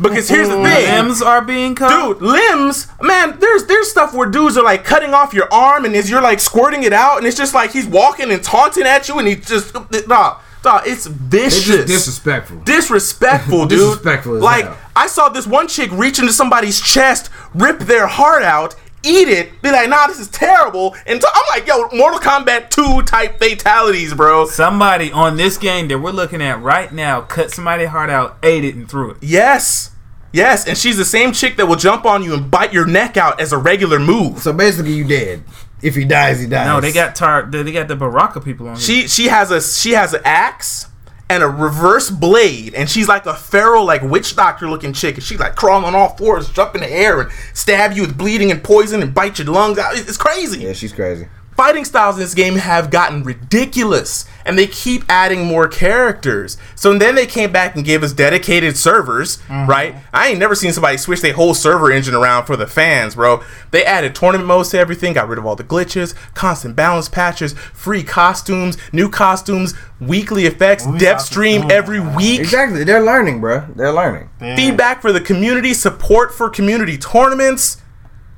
because here's the thing Limbs are being cut. dude limbs man there's there's stuff where dudes are like cutting off your arm and as you're like squirting it out and it's just like he's walking and taunting at you and he just nah, nah, It's it's vicious just disrespectful. disrespectful, dude. Disrespectful as like hell. I saw this one chick reach into somebody's chest, rip their heart out, eat it, be like, "Nah, this is terrible." And i I'm like, "Yo, Mortal Kombat 2 type fatalities, bro." Somebody on this game that we're looking at right now cut somebody's heart out, ate it, and threw it. Yes. Yes, and she's the same chick that will jump on you and bite your neck out as a regular move. So basically, you dead. If he dies, he dies. No, they got tar- they they got the Baraka people on here. She she has a she has an axe and a reverse blade, and she's like a feral, like witch doctor looking chick, and she's like crawling on all fours, jump in the air, and stab you with bleeding and poison, and bite your lungs out. It- It's crazy. Yeah, she's crazy. fighting styles in this game have gotten ridiculous and they keep adding more characters. So then they came back and gave us dedicated servers, right? I ain't never seen somebody switch their whole server engine around for the fans, bro. They added tournament modes to everything, got rid of all the glitches, constant balance patches, free costumes, new costumes, weekly effects, dev stream every week. Exactly. They're learning, bro. They're learning. Feedback for the community, support for community tournaments.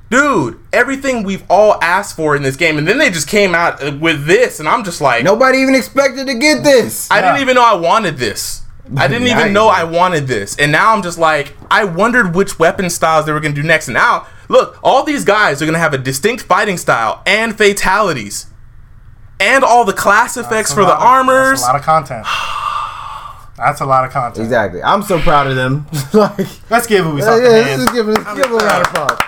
Dude, everything we've all asked for in this game. And then they just came out uh, with this, and I'm just like, Nobody even expected to get this. I didn't even know I wanted this. I didn't Now even you know do. I wanted this. And now I'm just like, I wondered which weapon styles they were going to do next. And now, look, all these guys are going to have a distinct fighting style and fatalities. And all the class effects for the armors. That's a lot of content. That's a lot of content. Exactly. I'm so proud of them. [LAUGHS] like, Let's give yeah, Ubisoft a let's hand. just give, let's give them a round of applause.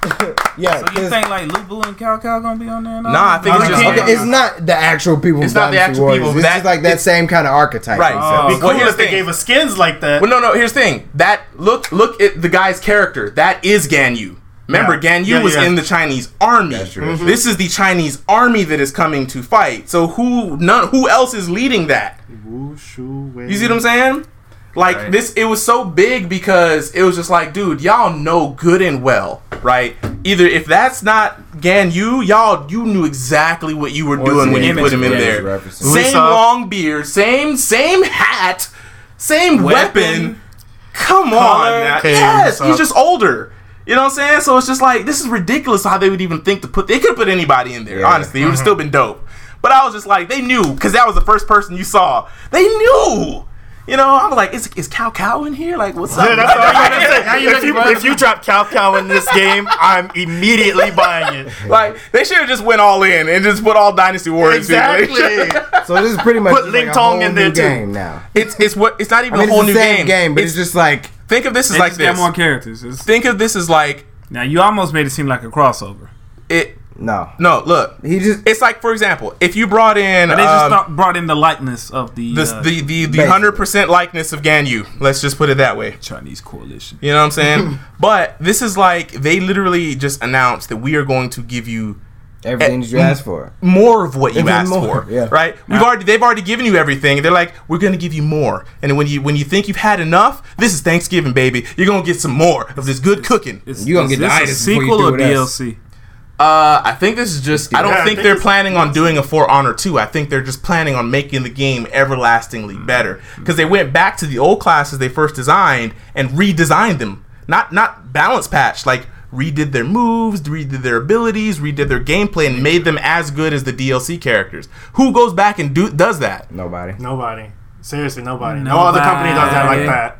[LAUGHS] yeah. so you 'cause- think like Lubu and Cow Cow gonna be on there? and all Nah, I that? think it's No, just. no, no, okay, it's not the actual people. It's from not the Dynasty actual Warriors. people. It's That- just like that it's- same kind of archetype. Right. So- It'd be Well, cool here's if the they thing. gave us skins like that. Well, no, no. Here's the thing. That look, look at the guy's character. That is Ganyu. Remember, Yeah. Ganyu Yeah, was yeah. in the Chinese army. This is the Chinese army that is coming to fight. So who, none, who else is leading that? You see what I'm saying? Like this, it was so big because it was just like, dude, y'all know good and well, right? Either if that's not Ganyu, y'all, you knew exactly what you were doing an when you image put him in that there. is referencing. Same Ubisoft. long beard, same same hat, same Weapon. weapon. Come on, man. Okay, yes, Ubisoft. he's just older. You know what I'm saying? So it's just like this is ridiculous how they would even think to put. They could put anybody in there. Yeah. Honestly, it would have still been dope. But I was just like, they knew because that was the first person you saw. They knew. You know, I was like, is is Cow Cow in here? Like, what's up? Yeah, [LAUGHS] that's what I'm gonna say. [LAUGHS] if, you, if you drop Cow Cow in this game, I'm immediately buying it. like, they should have just went all in and just put all Dynasty Warriors. in. They should've- Exactly. So this is pretty much Put just Ling like a Tong whole in there new too. game now. [LAUGHS] It's it's what it's not even I mean, a whole it's the new same game. game, but it's, It's- just like think of this as They like just got this. more characters. It's- Think of this as like now you almost made it seem like a crossover. it. no. No, look, He just it's like for example, if you brought in They just um, thought, brought in the likeness of the this, uh, the the the Basically. hundred percent likeness of Ganyu. Let's just put it that way. Chinese coalition. You know what [LAUGHS] I'm saying? but this is like they literally just announced that we are going to give you everything that you asked for. more of what you Even asked more, for. yeah. Right? We've already they've already given you everything. They're like, we're gonna give you more. And when you when you think you've had enough, this is Thanksgiving, baby. You're gonna get some more of this good cooking. Is, You gonna is get this the a itis before you sequel do it or else. DLC? Uh, I think this is just. I don't Yeah, I think think they're it's- planning on doing a For Honor 2. I think they're just planning on making the game everlastingly Mm-hmm. better because they went back to the old classes they first designed and redesigned them. Not not balance patch like redid their moves, redid their abilities, redid their gameplay, and made them as good as the DLC characters. Who goes back and do does that? Nobody. Nobody. Seriously, nobody. No other company does that like Nobody. that.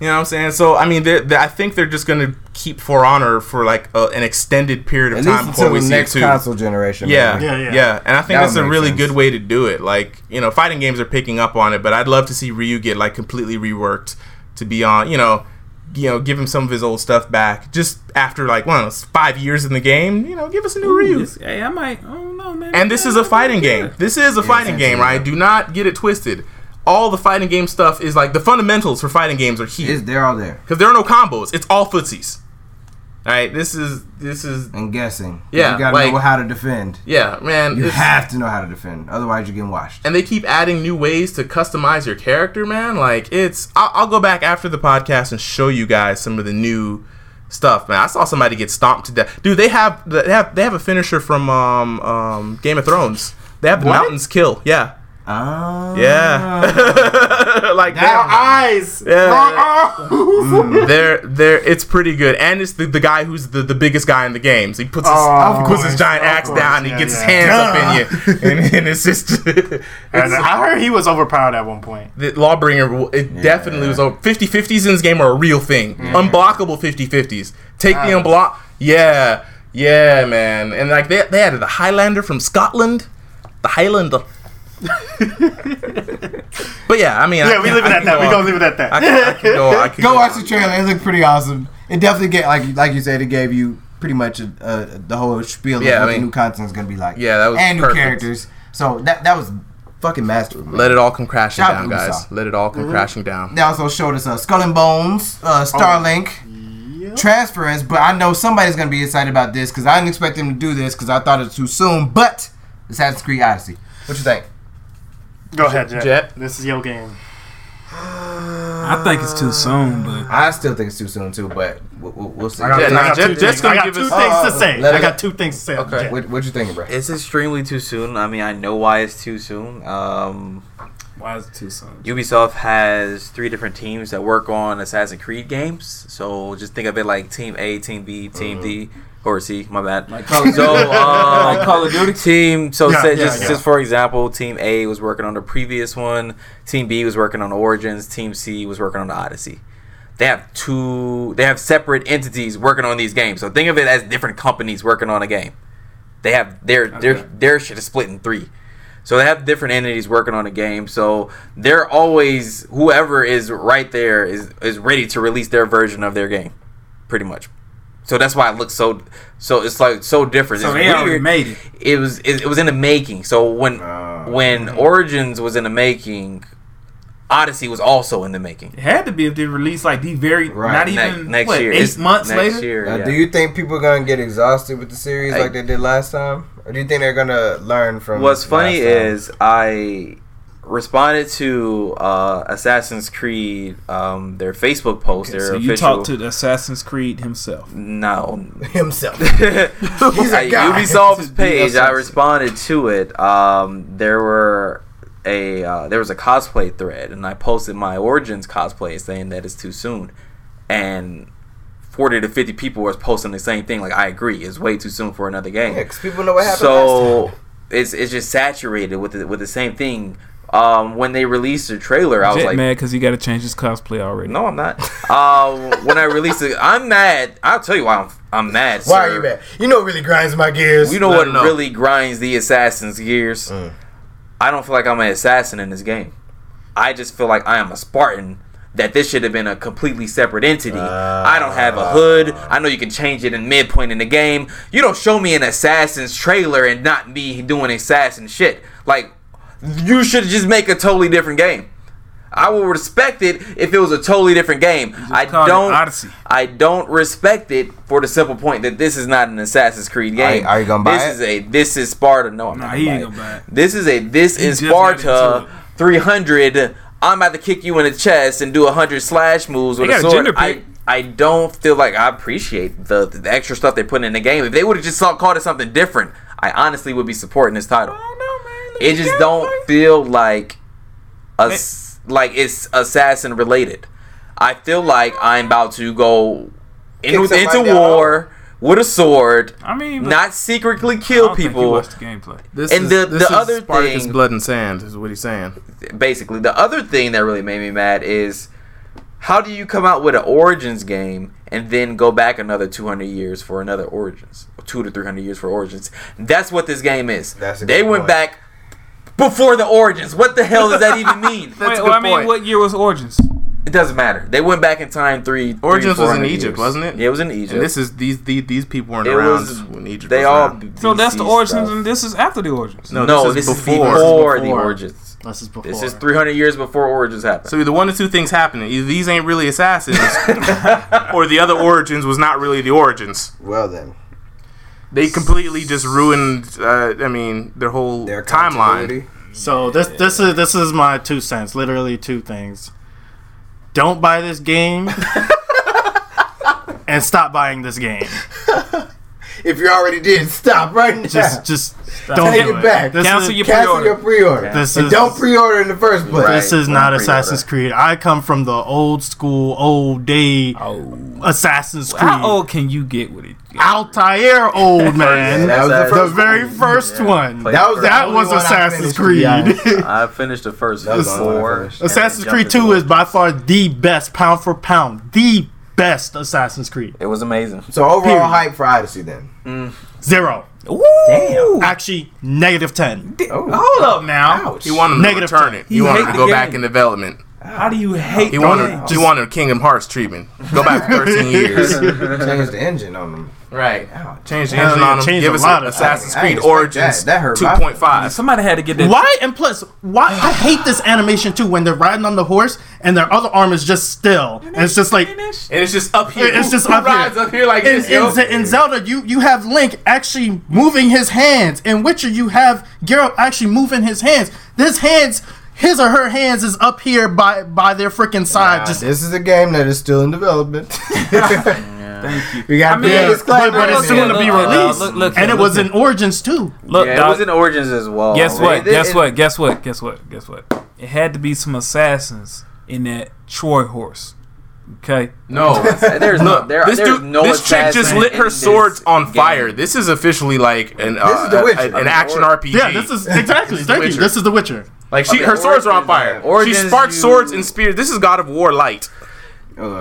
You know what I'm saying? So I mean, they're, they I think they're just gonna keep For Honor for like a, an extended period of At time least before until we the see next it too. console generation. Yeah, maybe. yeah, yeah, yeah. And I think That that's would a make really sense. good way to do it. Like, you know, fighting games are picking up on it, but I'd love to see Ryu get like completely reworked to be on, you know, you know, give him some of his old stuff back. Just after like one five years in the game, you know, give us a new Ryu. It's- Hey, I might. I don't know, man. And this is a fighting game. This is a fighting game, right? Do not get it twisted. all the fighting game stuff is like the fundamentals for fighting games are It's here there all there. because there are no combos. It's all footsies. All right, this is this is And guessing. Yeah, You gotta like- know how to defend. yeah, man. You it's- have to know how to defend. Otherwise you're getting washed. and they keep adding new ways to customize your character, man. Like it's, I'll, I'll go back after the podcast and show you guys some of the new stuff, man. I saw somebody get stomped to death, dude. They have they have they have a finisher from um, um, Game of Thrones. They have the mountains kill, yeah, Ah. yeah. [LAUGHS] Our like they're- eyes. yeah, they're they're it's pretty good, and it's the, the guy who's the, the biggest guy in the game. So he puts his, Oh, Of he puts course, his giant of axe course, down, and he yeah, gets yeah. his hands up in you, and, and it's just [LAUGHS] it's, And I heard he was overpowered at one point. the Lawbringer will- it definitely was over. 50 50s in this game are a real thing. Unblockable 50 50s. Take the Ah. unblock. Yeah. Yeah, man. And like they, they added the Highlander from Scotland. The Highlander. [LAUGHS] but yeah, I mean, I Yeah, we can- leave it at I that. can go We on. gonna leave it at I [LAUGHS] that. can, I can go, [LAUGHS] I can Go go watch on. the trailer. It looked pretty awesome. It definitely get like like you said. It gave you pretty much a, a, the whole spiel Yeah, I of what mean- the new content's gonna be like. Yeah, that was and new perfect. characters. So that that was fucking masterful. man. Let it all come crashing Shout out Mm-hmm. down, to guys. Ubisoft. Let it all come crashing down. They also showed us uh, Skull and Bones, uh, Starlink, Transference. But I know somebody's gonna be excited about this because I didn't expect them to do this because I thought it was too soon. But Assassin's Creed Odyssey. What you think? Go ahead, Jet. Jet. This is your game. I think it's too soon, but I still think it's too soon too, but we'll, we'll, we'll see. Yeah, I nah, got Jet, two Jet's things gonna I give got two us. things to Oh, say. let I it- got two things to say. Okay. Jet. What what you thinking, bro? It's extremely too soon. I mean, I know why it's too soon. Um, why is it too soon? Ubisoft has three different teams that work on Assassin's Creed games. So just think of it like Team A, Team B, Team D, or C. My bad. Oh, [LAUGHS] so uh, Call of Duty team. So Yeah, say, yeah, just yeah. just for example, Team A was working on the previous one. Team B was working on Origins. Team C was working on the Odyssey. They have two. They have separate entities working on these games. So think of it as different companies working on a game. They have their their Okay. their shit is split in three. So they have different entities working on a game. So they're always whoever is right there is is ready to release their version of their game, pretty much. So that's why it looks so so it's like so different. [LAUGHS] So it's they already weird. made it. It was it, it was in the making. So when Oh, when Origins was in the making, Odyssey was also in the making. It had to be if they released like the very Right, not ne- even Ne- next what, year, eight It's months next later. Year, Now, yeah. do you think people are gonna get exhausted with the series Hey. like they did last time, or do you think they're gonna learn from? What's last funny time? is I responded to uh, Assassin's Creed um, their Facebook post. Okay, their so you official. talk to the Assassin's Creed himself. no. himself. [LAUGHS] He's a guy. Ubisoft's Be page. I Assassin. responded to it. Um, there were a uh, there was a cosplay thread, and I posted my Origins cosplay saying that it's too soon, and. 40 to 50 people was posting the same thing like i agree it's way too soon for another game Yeah, 'cause people know what happened. last so it's it's just saturated with the, with the same thing. Um, when they released the trailer, I was Jet like, mad because he got to change his cosplay already. "No, I'm not." uh, when I released it, I'm mad. I'll tell you why I'm, I'm mad. time. Why sir. are you mad? You know, what really grinds my gears. You know Let what him know. really grinds the assassin's gears? I don't feel like I'm an assassin in this game. I just feel like I am a Spartan. That this should have been a completely separate entity. I don't have a hood. I know you can change it in midpoint in the game. You don't show me an assassin's trailer and not me doing assassin shit. Like, you should just make a totally different game. I will respect it if it was a totally different game. I call it don't. Odyssey. I don't respect it for the simple point that this is not an Assassin's Creed game. Are- are you gonna buy this it? is a this is Sparta. No, I'm Nah, not. he buy ain't it. gonna buy it. This is a this is just not Sparta into it. 300. I'm about to kick you in the chest and do a hundred slash moves with They a got a sword. gender I, pick. I don't feel like I appreciate the, the extra stuff they put in the game. If they would have just saw, called it something different, I honestly would be supporting this title. It just don't feel like a, like it's assassin related. I feel like I'm about to go in, Kick into somebody war with a sword, I mean, but not secretly I kill don't think he people. watched the gameplay. This And is, the- this the is other Spartacus thing- blood and sand is what he's saying. Basically, the other thing that really made me mad is how do you come out with an Origins game and then go back another 200 years for another Origins, or two to 300 years for Origins? That's what this game is. That's a they good went point. back before the Origins. What the hell does [LAUGHS] that even mean? Wait, a well, good I mean, point. what year was Origins? It doesn't matter. They went back in time three. Origins three, was in 400 Egypt, years. wasn't it? Yeah, it was in Egypt. And this is these these, these people weren't it around was when Egypt. They was all. around. So that's the BC Origins, stuff. and this is after the Origins. No, No, this, is, this before. the origins. This is before. This is 300 years before Origins happened. So either one of two things happening. Either these ain't really assassins, or the other origins was not really the origins. Well then, They completely just ruined. Uh, I mean, their whole their timeline. continuity. So this this is this is my two cents. Literally two things. Don't buy this game. and stop buying this game. If you already did, [LAUGHS] stop right now. Just just don't Take do it back. This Cancel is, [LAUGHS] your Cancel your pre-order. pre-order. This and is- don't pre-order in the first place. Right. This is Don't not pre-order. Assassin's Creed. I come from the old school, old day Assassin's Creed. How old can you get with it? Ah, Altair, old man. that was the the first. very first one. That was the that only was one I finished, Assassin's to be Creed. [LAUGHS] honest. I finished the first was the only one I four. finished. and Assassin's then Creed jumped into 2 is by Origins. far the best, pound for pound, the best Assassin's Creed. It was amazing. So overall Period. hype for Odyssey then. [LAUGHS] Zero. Damn. Actually, negative 10. Hold up now. Ouch. He wanted them Negative to return time. it. He wanted hate them to the go back game. in development. How do you hate He the wanted. game? He wanted Kingdom Hearts treatment. Go back thirteen years. Change the engine on them. right. Ouch. Change the Hell engine yeah, on them. changed Give a us lot of Assassin's things. I Creed didn't expect that. Origins That hurt my two point five. Somebody had to get that. Why? And plus, why? I hate this animation too when they're riding on the horse and their other arm is just still. And it's just like. And it's just up here. It's Who- just who up here. rides up here like In, this. yo? in, Ze- in Zelda, you, you have Link actually moving his hands. In Witcher, you have Geralt actually moving his hands. This hands, his or her hands, is up here by by their freaking side. Nah, just this is a game that is still in development. [LAUGHS] Thank you. [LAUGHS] We got I to mean, mean, Yeah, but, disclaimer. but it's look, soon look, to be look, released, look, look, and it look, was look. in Origins too. Look, Yeah, it dog, was in Origins as well. guess It- what? it- guess it- what? Guess what? Guess what? Guess what? It had to be some assassins in that Troy horse. Okay. [LAUGHS] No. There's no, Look, there, this there's dude, no this chick just assassin lit in her this swords on game. fire. This is officially like an uh, is The Witcher. a- an I mean, action or- RPG. Yeah, this is exactly. It's The thank you. Witcher. This is The Witcher. like she, I mean, her swords are on Origins- fire. Origins, she sparks you- swords and spears. This is God of War light.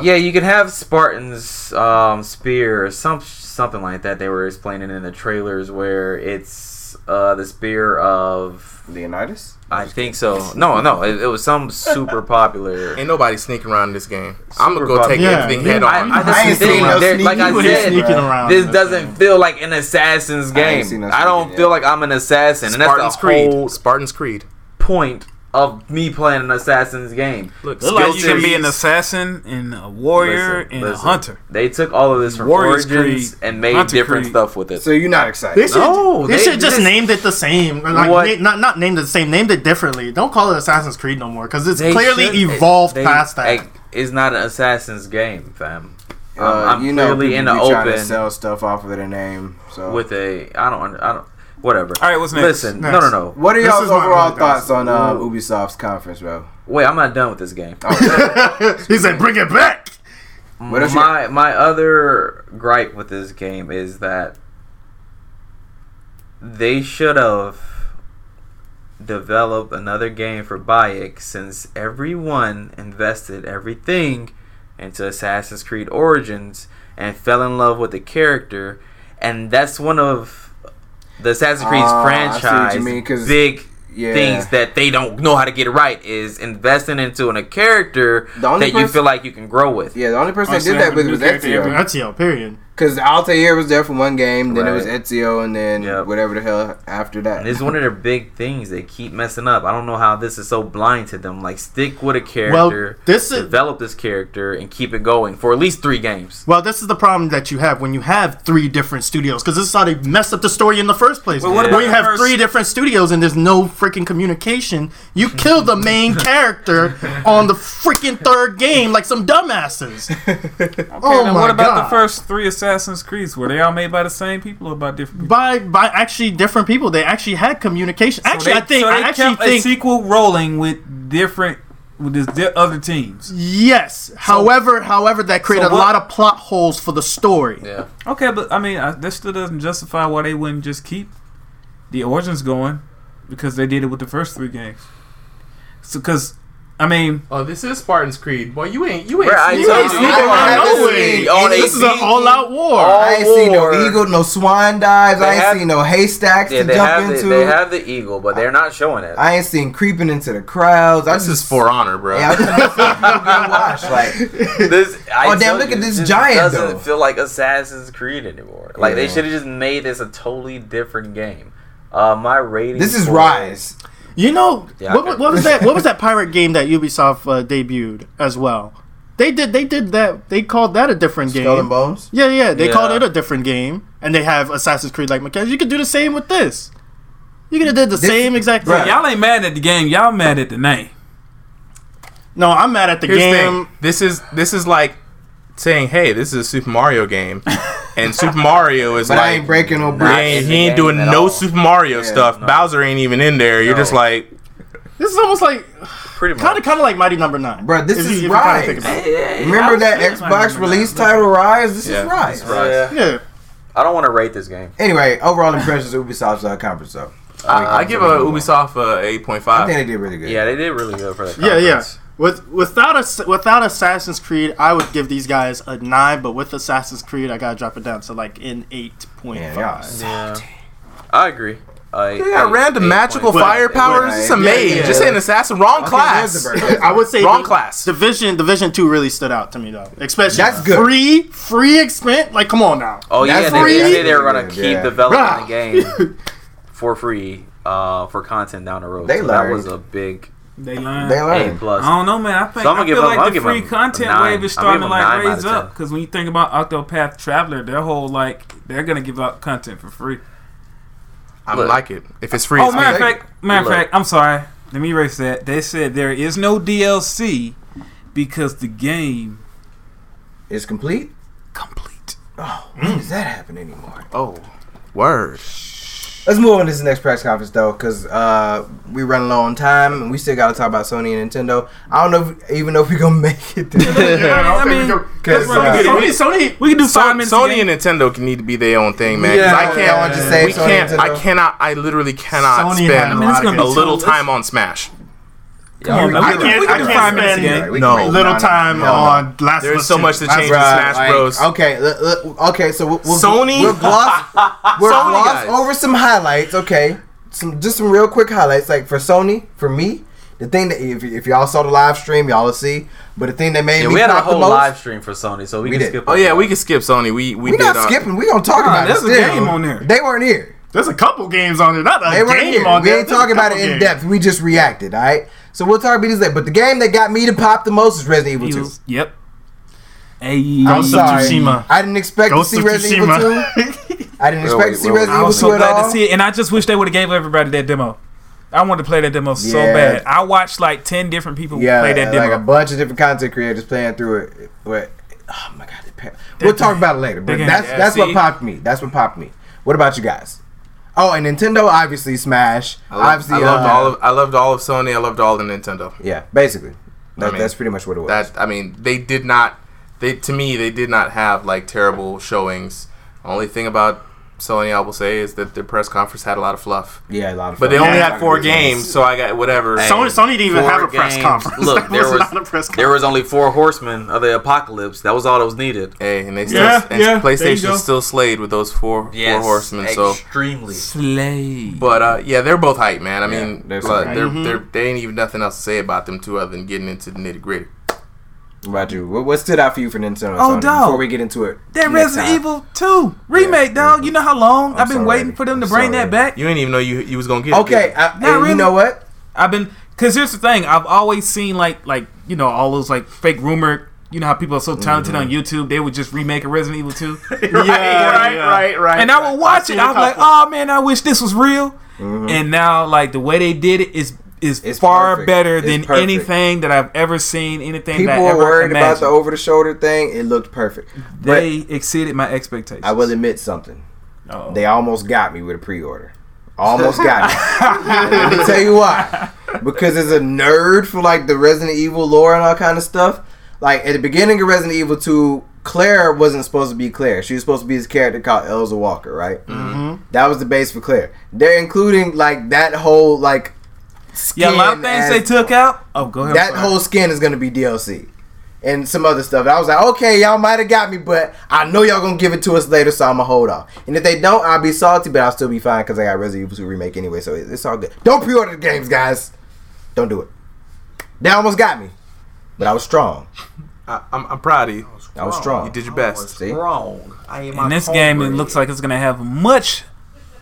Yeah, you can have Spartan's um, spear or some something like that. They were explaining in the trailers where it's uh, the spear of Leonidas. I think so. No, no, it, it was some super popular. Ain't nobody sneaking around this game. I'm gonna Super go take popular. everything Yeah. head on. I, I just I ain't think seen no there- like I sneaky- said, sneaking around. this doesn't feel like an assassin's ain't game. seen no I, don't sneaking feel yet. like I'm an assassin, and Spartan's that's the Creed. whole Spartan's Creed. point of me playing an assassin's game. Look, Look like you skill can be trees. an assassin and a warrior Listen, and a listen. hunter. They took all of this from Warriors Origins Creed, and made Hunter different Creed. stuff with it. So you're not excited. should, No, they, they- should just this- named it the same. Like What- na- not not named it the same. Named it differently. Don't call it Assassin's Creed no more because it's They clearly should- evolved they- past that. like, it's not an assassin's game, fam. Uh, I'm you know, clearly in people the be trying to open. sell stuff off of their name. So With a, I don't, under- I don't, whatever. All right, what's next? Listen, Next. no, no, no. what are This y'all's is my overall only thoughts on gossip. um, Ubisoft's conference, [LAUGHS] bro? Oh, Wait, I'm not done with this game. [LAUGHS] he said, "Bring it back." What else you my my other gripe with this game is that they should have developed another game for Bayek since everyone invested everything into Assassin's Creed Origins and fell in love with the character, and that's one of the Assassin's Creed's Ah, I see what you franchise mean, 'cause- big Yeah. things that they don't know how to get right is investing into a character The only that you person- feel like you can grow with. Yeah, the only person that Honestly, did I that haven't with been was a character ever. Ezio. That's yo. Period. Because Altair was there for one game, then it was Right. Ezio, and then Yep. whatever the hell after that. And it's one of their big things. They keep messing up. I don't know how this is so blind to them. Like, stick with a character, this is- develop this character, and keep it going for at least three games. Well, this is the problem that you have when you have three different studios because this is how they messed up the story in the first place. what when about you the have first- three different studios and there's no freaking communication, you kill the [LAUGHS] main character on the freaking third game like some dumbasses. oh my And what about God. the first three Assassin's Creeds? Were they all made by the same people or by different people? By by actually different people, they actually had communication. actually, So they- I think so I they actually kept a think sequel rolling with different with this di- other teams. yes. however, however, that created a what- lot of plot holes for the story. Yeah. Okay, but I mean I, that still doesn't justify why they wouldn't just keep the origins going because they did it with the first three games. So because I mean Oh, this is Spartan's Creed. Boy, you ain't you ain't. Bruh, I seen told it. you, seen it. I I know haven't it. seen On it. a This is an E sequel. all-out war. All- I ain't seen no Or- eagle, no swan dives. I They ain't have- seen no haystacks Yeah, to they jump have, the, into. they have the eagle, but they're not showing it. [LAUGHS] I ain't seen creeping into the crowds. I This just is for honor, bro. Yeah, I just wanna see people get washed. Like [LAUGHS] This, I Oh, damn, tell look at this just giant, doesn't though. feel like Assassin's Creed anymore. Like, they Yeah. should have just made this a totally different game. Uh, my rating. this is for- rise. You know Yeah, what, okay. what was that? What was that pirate game that Ubisoft uh, debuted as well? They did. They did that. They called that a different game. Skull and Bones. Yeah, yeah. They Yeah. called it a different game, and they have Assassin's Creed like mechanics. You could do the same with this. You could have did the same exact thing. Right. Y'all ain't mad at the game. Y'all mad at the name. No, I'm mad at the Here's the game. thing. This is this is like saying, "Hey, this is a Super Mario [LAUGHS] game," and Super Mario is But I like ain't breaking no he brick. ain't, in he the ain't game doing at no all. Super Mario stuff. Bowser ain't even in there. You're just like, This is almost like Pretty much. kind of kind of like Mighty Number Nine. Bruh, this If is if kinda right. think about it. Remember that Xbox release title Rise? This Yeah, is Rise. this is Rise. Yeah. Yeah. I don't want to rate this game. Anyway, overall impressions of Ubisoft's uh, conference though. I, I give a Ubisoft a eight point I think five. they did really good. Yeah, they did really good for that. Yeah, Conference. yeah. With without a, without Assassin's Creed, I would give these guys a nine. But with Assassin's Creed, I gotta drop it down to like an eight point Man, five. y'all- Yeah. I agree. I, They got random magical Wait, fire wait, powers. wait. It's Yeah, a mage. yeah. Just an assassin. Wrong Okay, class. there's the [LAUGHS] bird. [COUGHS] I would say Wrong the- class. Division Division Two really stood out to me though, especially That's good. free free expense. Like, come on now. Oh yeah, That's they did free. say they were gonna keep Yeah. developing the [LAUGHS] Bruh. game for free uh, for content down the road. They so that learned. was a big They lying. They A learned. plus. I don't know, man. I think So I'm gonna I give feel them- I'll like the give free them a content nine. wave I'll is starting to give them a nine like out of raise up ten. because when you think about Octopath Traveler, their whole like they're gonna give out content for free. I Look. like it. If it's free, oh, it's matter of free. fact, matter of Look. fact, I'm sorry. Let me erase that. They said there is no DLC because the [LAUGHS] game It's complete. complete. Oh, when does that happen anymore? Oh, word. Let's move on to this next press conference though, because uh, we run low on time and we still got to talk about Sony and Nintendo. I don't know, if, even know if we gonna make it. [LAUGHS] [LAUGHS] There. I mean, Because that's why we uh, get- Sony, Sony, we can do So, five minutes. Sony again. and Nintendo can need to be their own thing, man. 'cause Yeah, I yeah, can't. yeah, yeah. Just say we Sony, can't. I Nintendo. cannot. I literally cannot Sony had spend a a, lot of good games. little Let's- time on Smash. Come on, Yeah, man, I we can't- can- we I can do can't five minutes spend again. We No. can break it little down. time Oh, No, no. on Last of There's Us so two. much to Last change of in Us Bruh, Smash like, Bros. Okay, look, look, okay, so we'll, we'll, Sony? we'll gloss, we'll Sony gloss guys. over some highlights. Okay, some just some real quick highlights. Like for Sony, for me, the thing that if, if y'all saw the live stream, y'all will see. But the thing that made Yeah, me we had a pop the whole most, live stream for Sony, so we, We can did. skip. Oh over yeah, that. we can skip Sony. We we we did. not uh, skipping. We gonna talk Nah, about it. there's a still. game on there. They weren't here. There's a couple games on there, not a They weren't game here. on we there. ain't There's a talking about it couple in games. depth. We just reacted. All right. So we'll talk about these later. But the game that got me to pop the most is Resident Evil 2. Eagles. Yep. Hey, I'm Ghost of sorry. Tsushima. I didn't expect Ghost to see of Resident Evil 2. [LAUGHS] Tsushima. I didn't Well, expect we- to see well, Resident I Evil was 2 so at glad all. to see it, and I just wish they would have gave everybody that demo. I wanted to play that demo so Yeah. bad. I watched like ten different people Yeah, play that like demo. a bunch of different content creators playing through it. But oh my god, the pa- we'll talk about it later. But game- that's yeah, that's see? what popped me. That's what popped me. What about you guys? Oh, and Nintendo obviously Smash. I loved, obviously, I loved uh, all of I loved all of Sony. I loved all of Nintendo. yeah, basically. That, mean, that's pretty much what it was. That I mean, they did not. They to me, they did not have like terrible showings. Only thing about Sony, I will say, is that their press conference had a lot of fluff. yeah, a lot of. But they fun. only Yeah, had four it's nice. games, so I got whatever. Sony, Sony didn't even Four have a press games. conference. [LAUGHS] Look, there That was, not a press there was only four horsemen of the apocalypse. That was all that was needed. Hey, and they still Yeah, and yeah, there you go. PlayStation still slayed with those four four horsemen. So, extremely. Slay. but uh, yeah, they're both hype, man. I Yeah, mean, they're they're, super hype. they're, Mm-hmm. they're, they ain't even nothing else to say about them two other than getting into the nitty gritty. What about you? What, what stood out for you for Nintendo? Oh, Sony, dog. Before we get into it, That next Resident time? Evil 2 remake, dog. You know how long i have been sorry. waiting for them to I'm bring sorry. that back? You didn't even know you you was gonna get it, Okay, did you? I, and really. you know what? I've been because here's the thing. I've always seen like like you know all those like fake rumor. You know how people are so talented Mm-hmm. on YouTube. They would just remake a Resident Evil [LAUGHS] 2. conference. [LAUGHS] Yeah, right, yeah. right, right. and I would watch seen it. a I was like, couple. oh man, I wish this was real. And now, like the way they did it is is Mm-hmm. It's far perfect. better It's than perfect. anything that I've ever seen. Anything People that I were ever worried about imagined. the over the shoulder thing. It looked perfect. But they exceeded my expectations. I will admit something. Uh-oh. They almost got me with a pre-order. Almost got me. [LAUGHS] Let me tell you why. Because as a nerd for like the Resident Evil lore and all kind of stuff, like at the beginning of Resident Evil 2, Claire wasn't supposed to be Claire. She was supposed to be this character called Elsa Walker, right? Mm-hmm. That was the base for Claire. They're including like that whole like skin yeah, a lot of things as- they took out. Oh, go ahead. that Brian. whole skin is gonna be DLC and some other stuff. I was like, okay, y'all might have got me, but I know y'all gonna give it to us later, so I'ma hold off. And if they don't, I'll be salty, but I'll still be fine because I got Resident Evil 2 remake anyway, so it- it's all good. Don't pre-order the games, guys. Don't do it. They almost got me, but I was strong. I, I'm, I'm proud of you. I was strong. You did Oh, your best. See? Wrong. I am In this game, it looks like it's gonna have much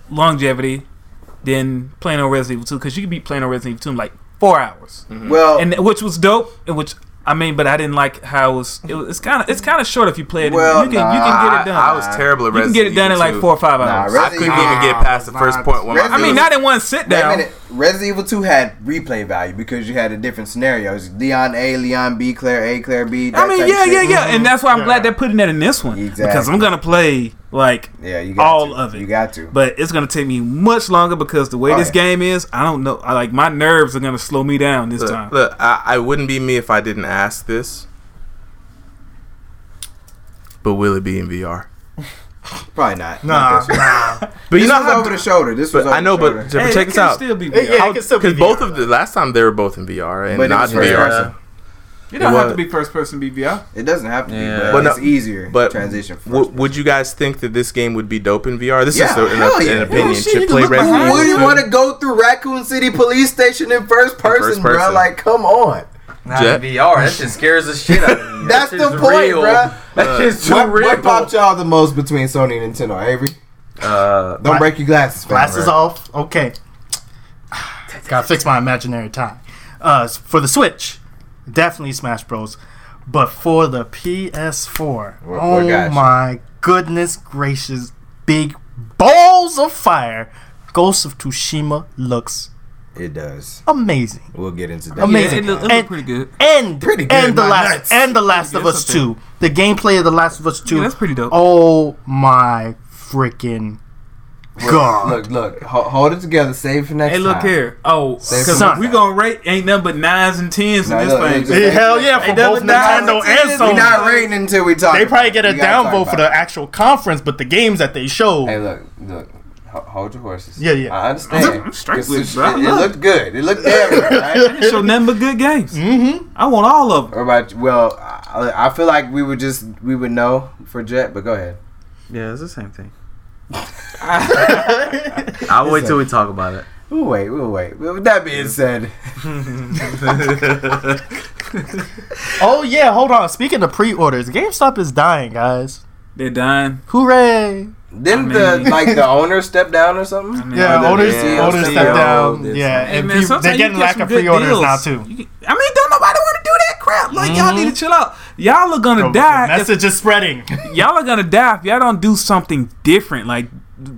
longevity than playing on Resident Evil 2 because you could be playing on Resident Evil 2 in like four hours, Well, and which was dope. And which I mean, but I didn't like how it was. It was it's kind of it's kind of short if you play it. Well, you can you can get it done. I, I was terrible at you can Resident get it done Evil in like 2. four or five hours. Res- I couldn't even get past the first point. When my Resident I mean, Evil- not in one sit Wait a down. minute. Resident Evil 2 had replay value because you had the different scenarios. Leon A, Leon B, Claire A, Claire B. that I mean, type of yeah, shit. Mm-hmm. yeah, yeah, and that's why I'm glad they're putting that in this one because Exactly. I'm gonna play like Yeah, you got all to. of it. You got to. But it's gonna take me much longer because the way Oh, this yeah. game is, I don't know. I like my nerves are gonna slow me down this time. Look, look I, I wouldn't be me if I didn't ask this. But will it be in VR? Probably not. Nah, Not this one. nah. But you This know was how over the shoulder. This was but over I know, the but shoulder. but Hey, check it this can out. Still be Yeah, it VR. can still be Because both VR, of the last time they were both in VR and But it not was uh, in first VR. person. You don't have What? to be first person to be VR. It doesn't have to be, Yeah. but, But no- it's easier But transition. for w- would you guys think that this game would be dope in VR? This Yeah, is a- an, hell yeah. an Yeah, opinion. Oh, shit, you Should can play look Resident behind Why do Evil. you two? want to go through Raccoon City Police Station in first person, first bro? person. Like, come on. Not Jet. in VR. That shit scares the shit out of me. That's That shit's the point, real. bruh. That shit's too What, real. what popped y'all the most between Sony and Nintendo, Avery? Uh, Don't break your glasses. fam, Glasses bro. off. Okay. Gotta fix my imaginary time. Uh, s- for the Switch, definitely Smash Bros. But for the PS4, What- what oh got you? my goodness gracious, big balls of fire! Ghost of Tsushima looks It does. amazing, We'll get into that. amazing, it look- it look and, pretty good. and Pretty good, and the my last nuts. and the Last Pretty of good, Us something. Two, the gameplay of the Last of Us Two. Yeah, that's pretty dope. Oh my freaking god! Look, look, ho- hold it together. Save it for next Hey, look time. here. Oh, because Son. we gonna rate ain't nothing but nines and tens Nah, in look, this it's thing. just- Yeah, hell yeah, for Hey, both that was not- Nintendo and We're Sony. not rating until we talk. they probably get a We gotta talk downvote for about the it. actual conference, but the games that they showed. Hey, look, look. Ho- Hold your horses. Yeah, yeah. I understand. I'm straight It's- with it's- it, bro. I It, love looked good. It looked damn good, [LAUGHS] right? Show nothing but good games. Mm-hmm. I want all of them. Or about well, I, I feel like we would just we would know for Jet, but go ahead. Yeah, it's the same [LAUGHS] thing. I'll wait till we talk about it. We'll wait. We'll wait. Well, With that being said, oh yeah, hold on. Speaking of pre-orders, GameStop is dying, guys. They're dying. Hooray! didn't I mean- [LAUGHS] the like the owner step down or something? mean, Yeah, Or the owners, CEO owners step stepped down. did Yeah, something. Hey, and man, people- sometimes they're you getting get lack some of good pre-orders deals. now too. Mm-hmm. You get- I mean, don't nobody want to do that crap. Like y'all need to chill out. Y'all are gonna The die. If, message is spreading. y'all are gonna die if y'all don't do something different. Like,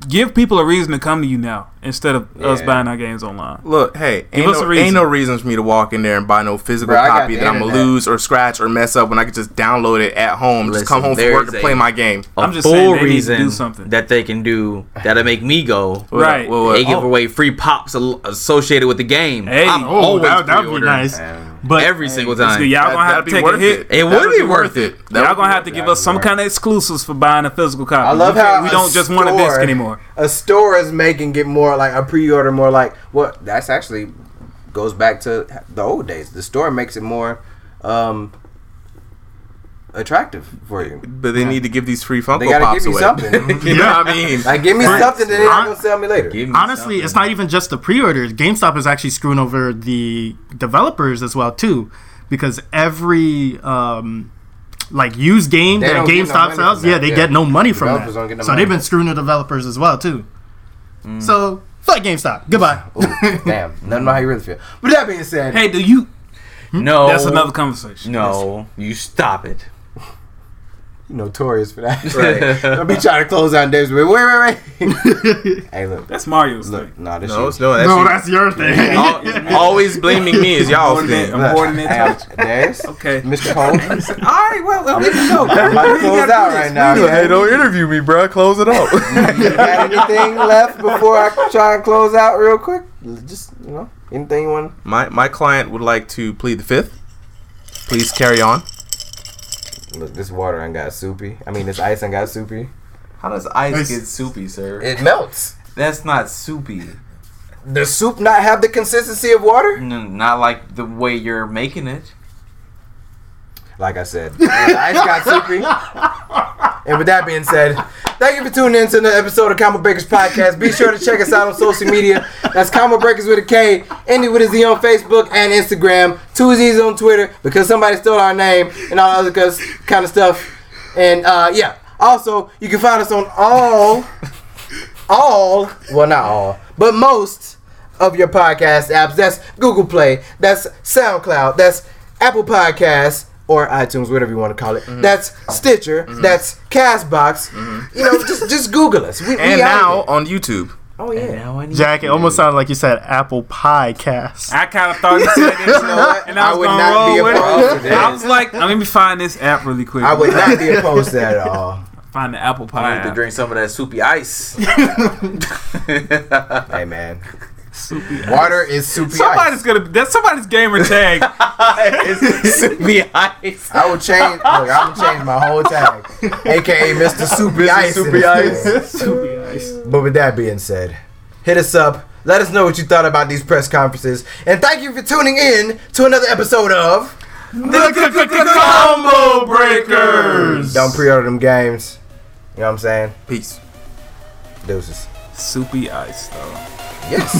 give people a reason to come to you now instead of us Yeah. buying our games online. Look, hey, ain't us no, a reason. ain't no reason for me to walk in there and buy no physical Bro, I got copy the that I'm gonna internet. lose or scratch or mess up when I could just download it at home, Listen, just come home from there work is and a- play my game. A I'm just full saying they need to reason do something. that they can do that'll make me go. What- Right. what- what- They give oh, away free pops al- associated with the game. Hey, I'm oh, oh, always that that would be pre-ordering nice. Um, But every single Y'all time. that- gonna have that'd to be take a worth hit. it. It That would be worth it. That Y'all would gonna be have to worth give that us some work. kind of exclusives for buying a physical copy. I love we can't- how we a don't just want a disc store- [LAUGHS] anymore. A store is making it more like a pre-order, more like well, that's actually goes back to the old days. The store makes it more um, attractive for you. it. But they need to give these free Funko They gotta Pops give you [LAUGHS] away. something. you know what I mean? Like, give me something that they're not gonna sell me later. Give me honestly, it's not even just the pre-orders. GameStop is actually screwing over the developers as well too, because every um, like used game They that don't get no money GameStop from sells, that, yeah, they yeah. get no money from that. Developers don't get no so they've money. Mm. been screwing the developers as well too. So fuck GameStop. [LAUGHS] Goodbye. Ooh, damn, nothing about how you really feel. But that being said, Hey, do you? something. No, [LAUGHS] That's another conversation. No, you stop it. you notorious for that. Right. [LAUGHS] Don't be trying to close down days. Wait, wait, wait. wait. [LAUGHS] hey, look, That's Mario's thing. look, nah, this shit. [LAUGHS] No, it's no, that's, no, that's your thing. Al- always blaming me is y'all's Important thing. that- [LAUGHS] important Hey, that- there's Okay. Mr. [LAUGHS] Holmes. All right, well, well we can [LAUGHS] go. I'm about to close out right now. Hey, don't interview me, bro. Close it up. You got [LAUGHS] anything left before I try and close out real quick? Just you know, anything you want? [LAUGHS] my my client would like to plead the fifth. Please carry on. Look, this water ain't got soupy. I mean, this ice ain't got soupy. How does ice It's- get soupy, sir? It melts. That's not soupy. Does soup not have the consistency of water? N- Not like the way you're making it. Like I said, the ice got soupy. And with that being said, thank you for tuning in to another episode of Comic Breakers Podcast. Be sure to check us out on social media. That's Comic Breakers with a K. Andy with a Z on Facebook and Instagram. Two Z's on Twitter because somebody stole our name and all other cus- kind of stuff. And uh, yeah, also you can find us on all, all well not all, but most of your podcast apps. That's Google Play. That's SoundCloud. That's Apple Podcasts or iTunes, whatever you want to call it. Mm-hmm. That's Stitcher. That's Castbox. You know, just just Google us. We, And we out here. now on YouTube. oh yeah. [LAUGHS] Jack, it almost sounded like you said apple pie cast. I kind of thought you said that, you know, [LAUGHS] what? and I I was would gonna not roll be with opposed to it. that. I was like, let me find this app really quick. I would not [LAUGHS] be opposed to that at all. find the Apple Pie. I need to app. drink some of that soupy ice. Hey man, water is soupy Somebody's ice. gonna. That's somebody's [LAUGHS] gamer tag. soupy ice. I would change. Look, I would change my whole [LAUGHS] tag, aka Mr. Soupy Ice. Soupy [LAUGHS] instead. ice. But with that being said, hit us up. Let us know what you thought about these press conferences, and thank you for tuning in to another episode of. Combo breakers. Don't pre-order them games. You know what I'm saying? Peace. Deuces. Soupy ice though. Yes.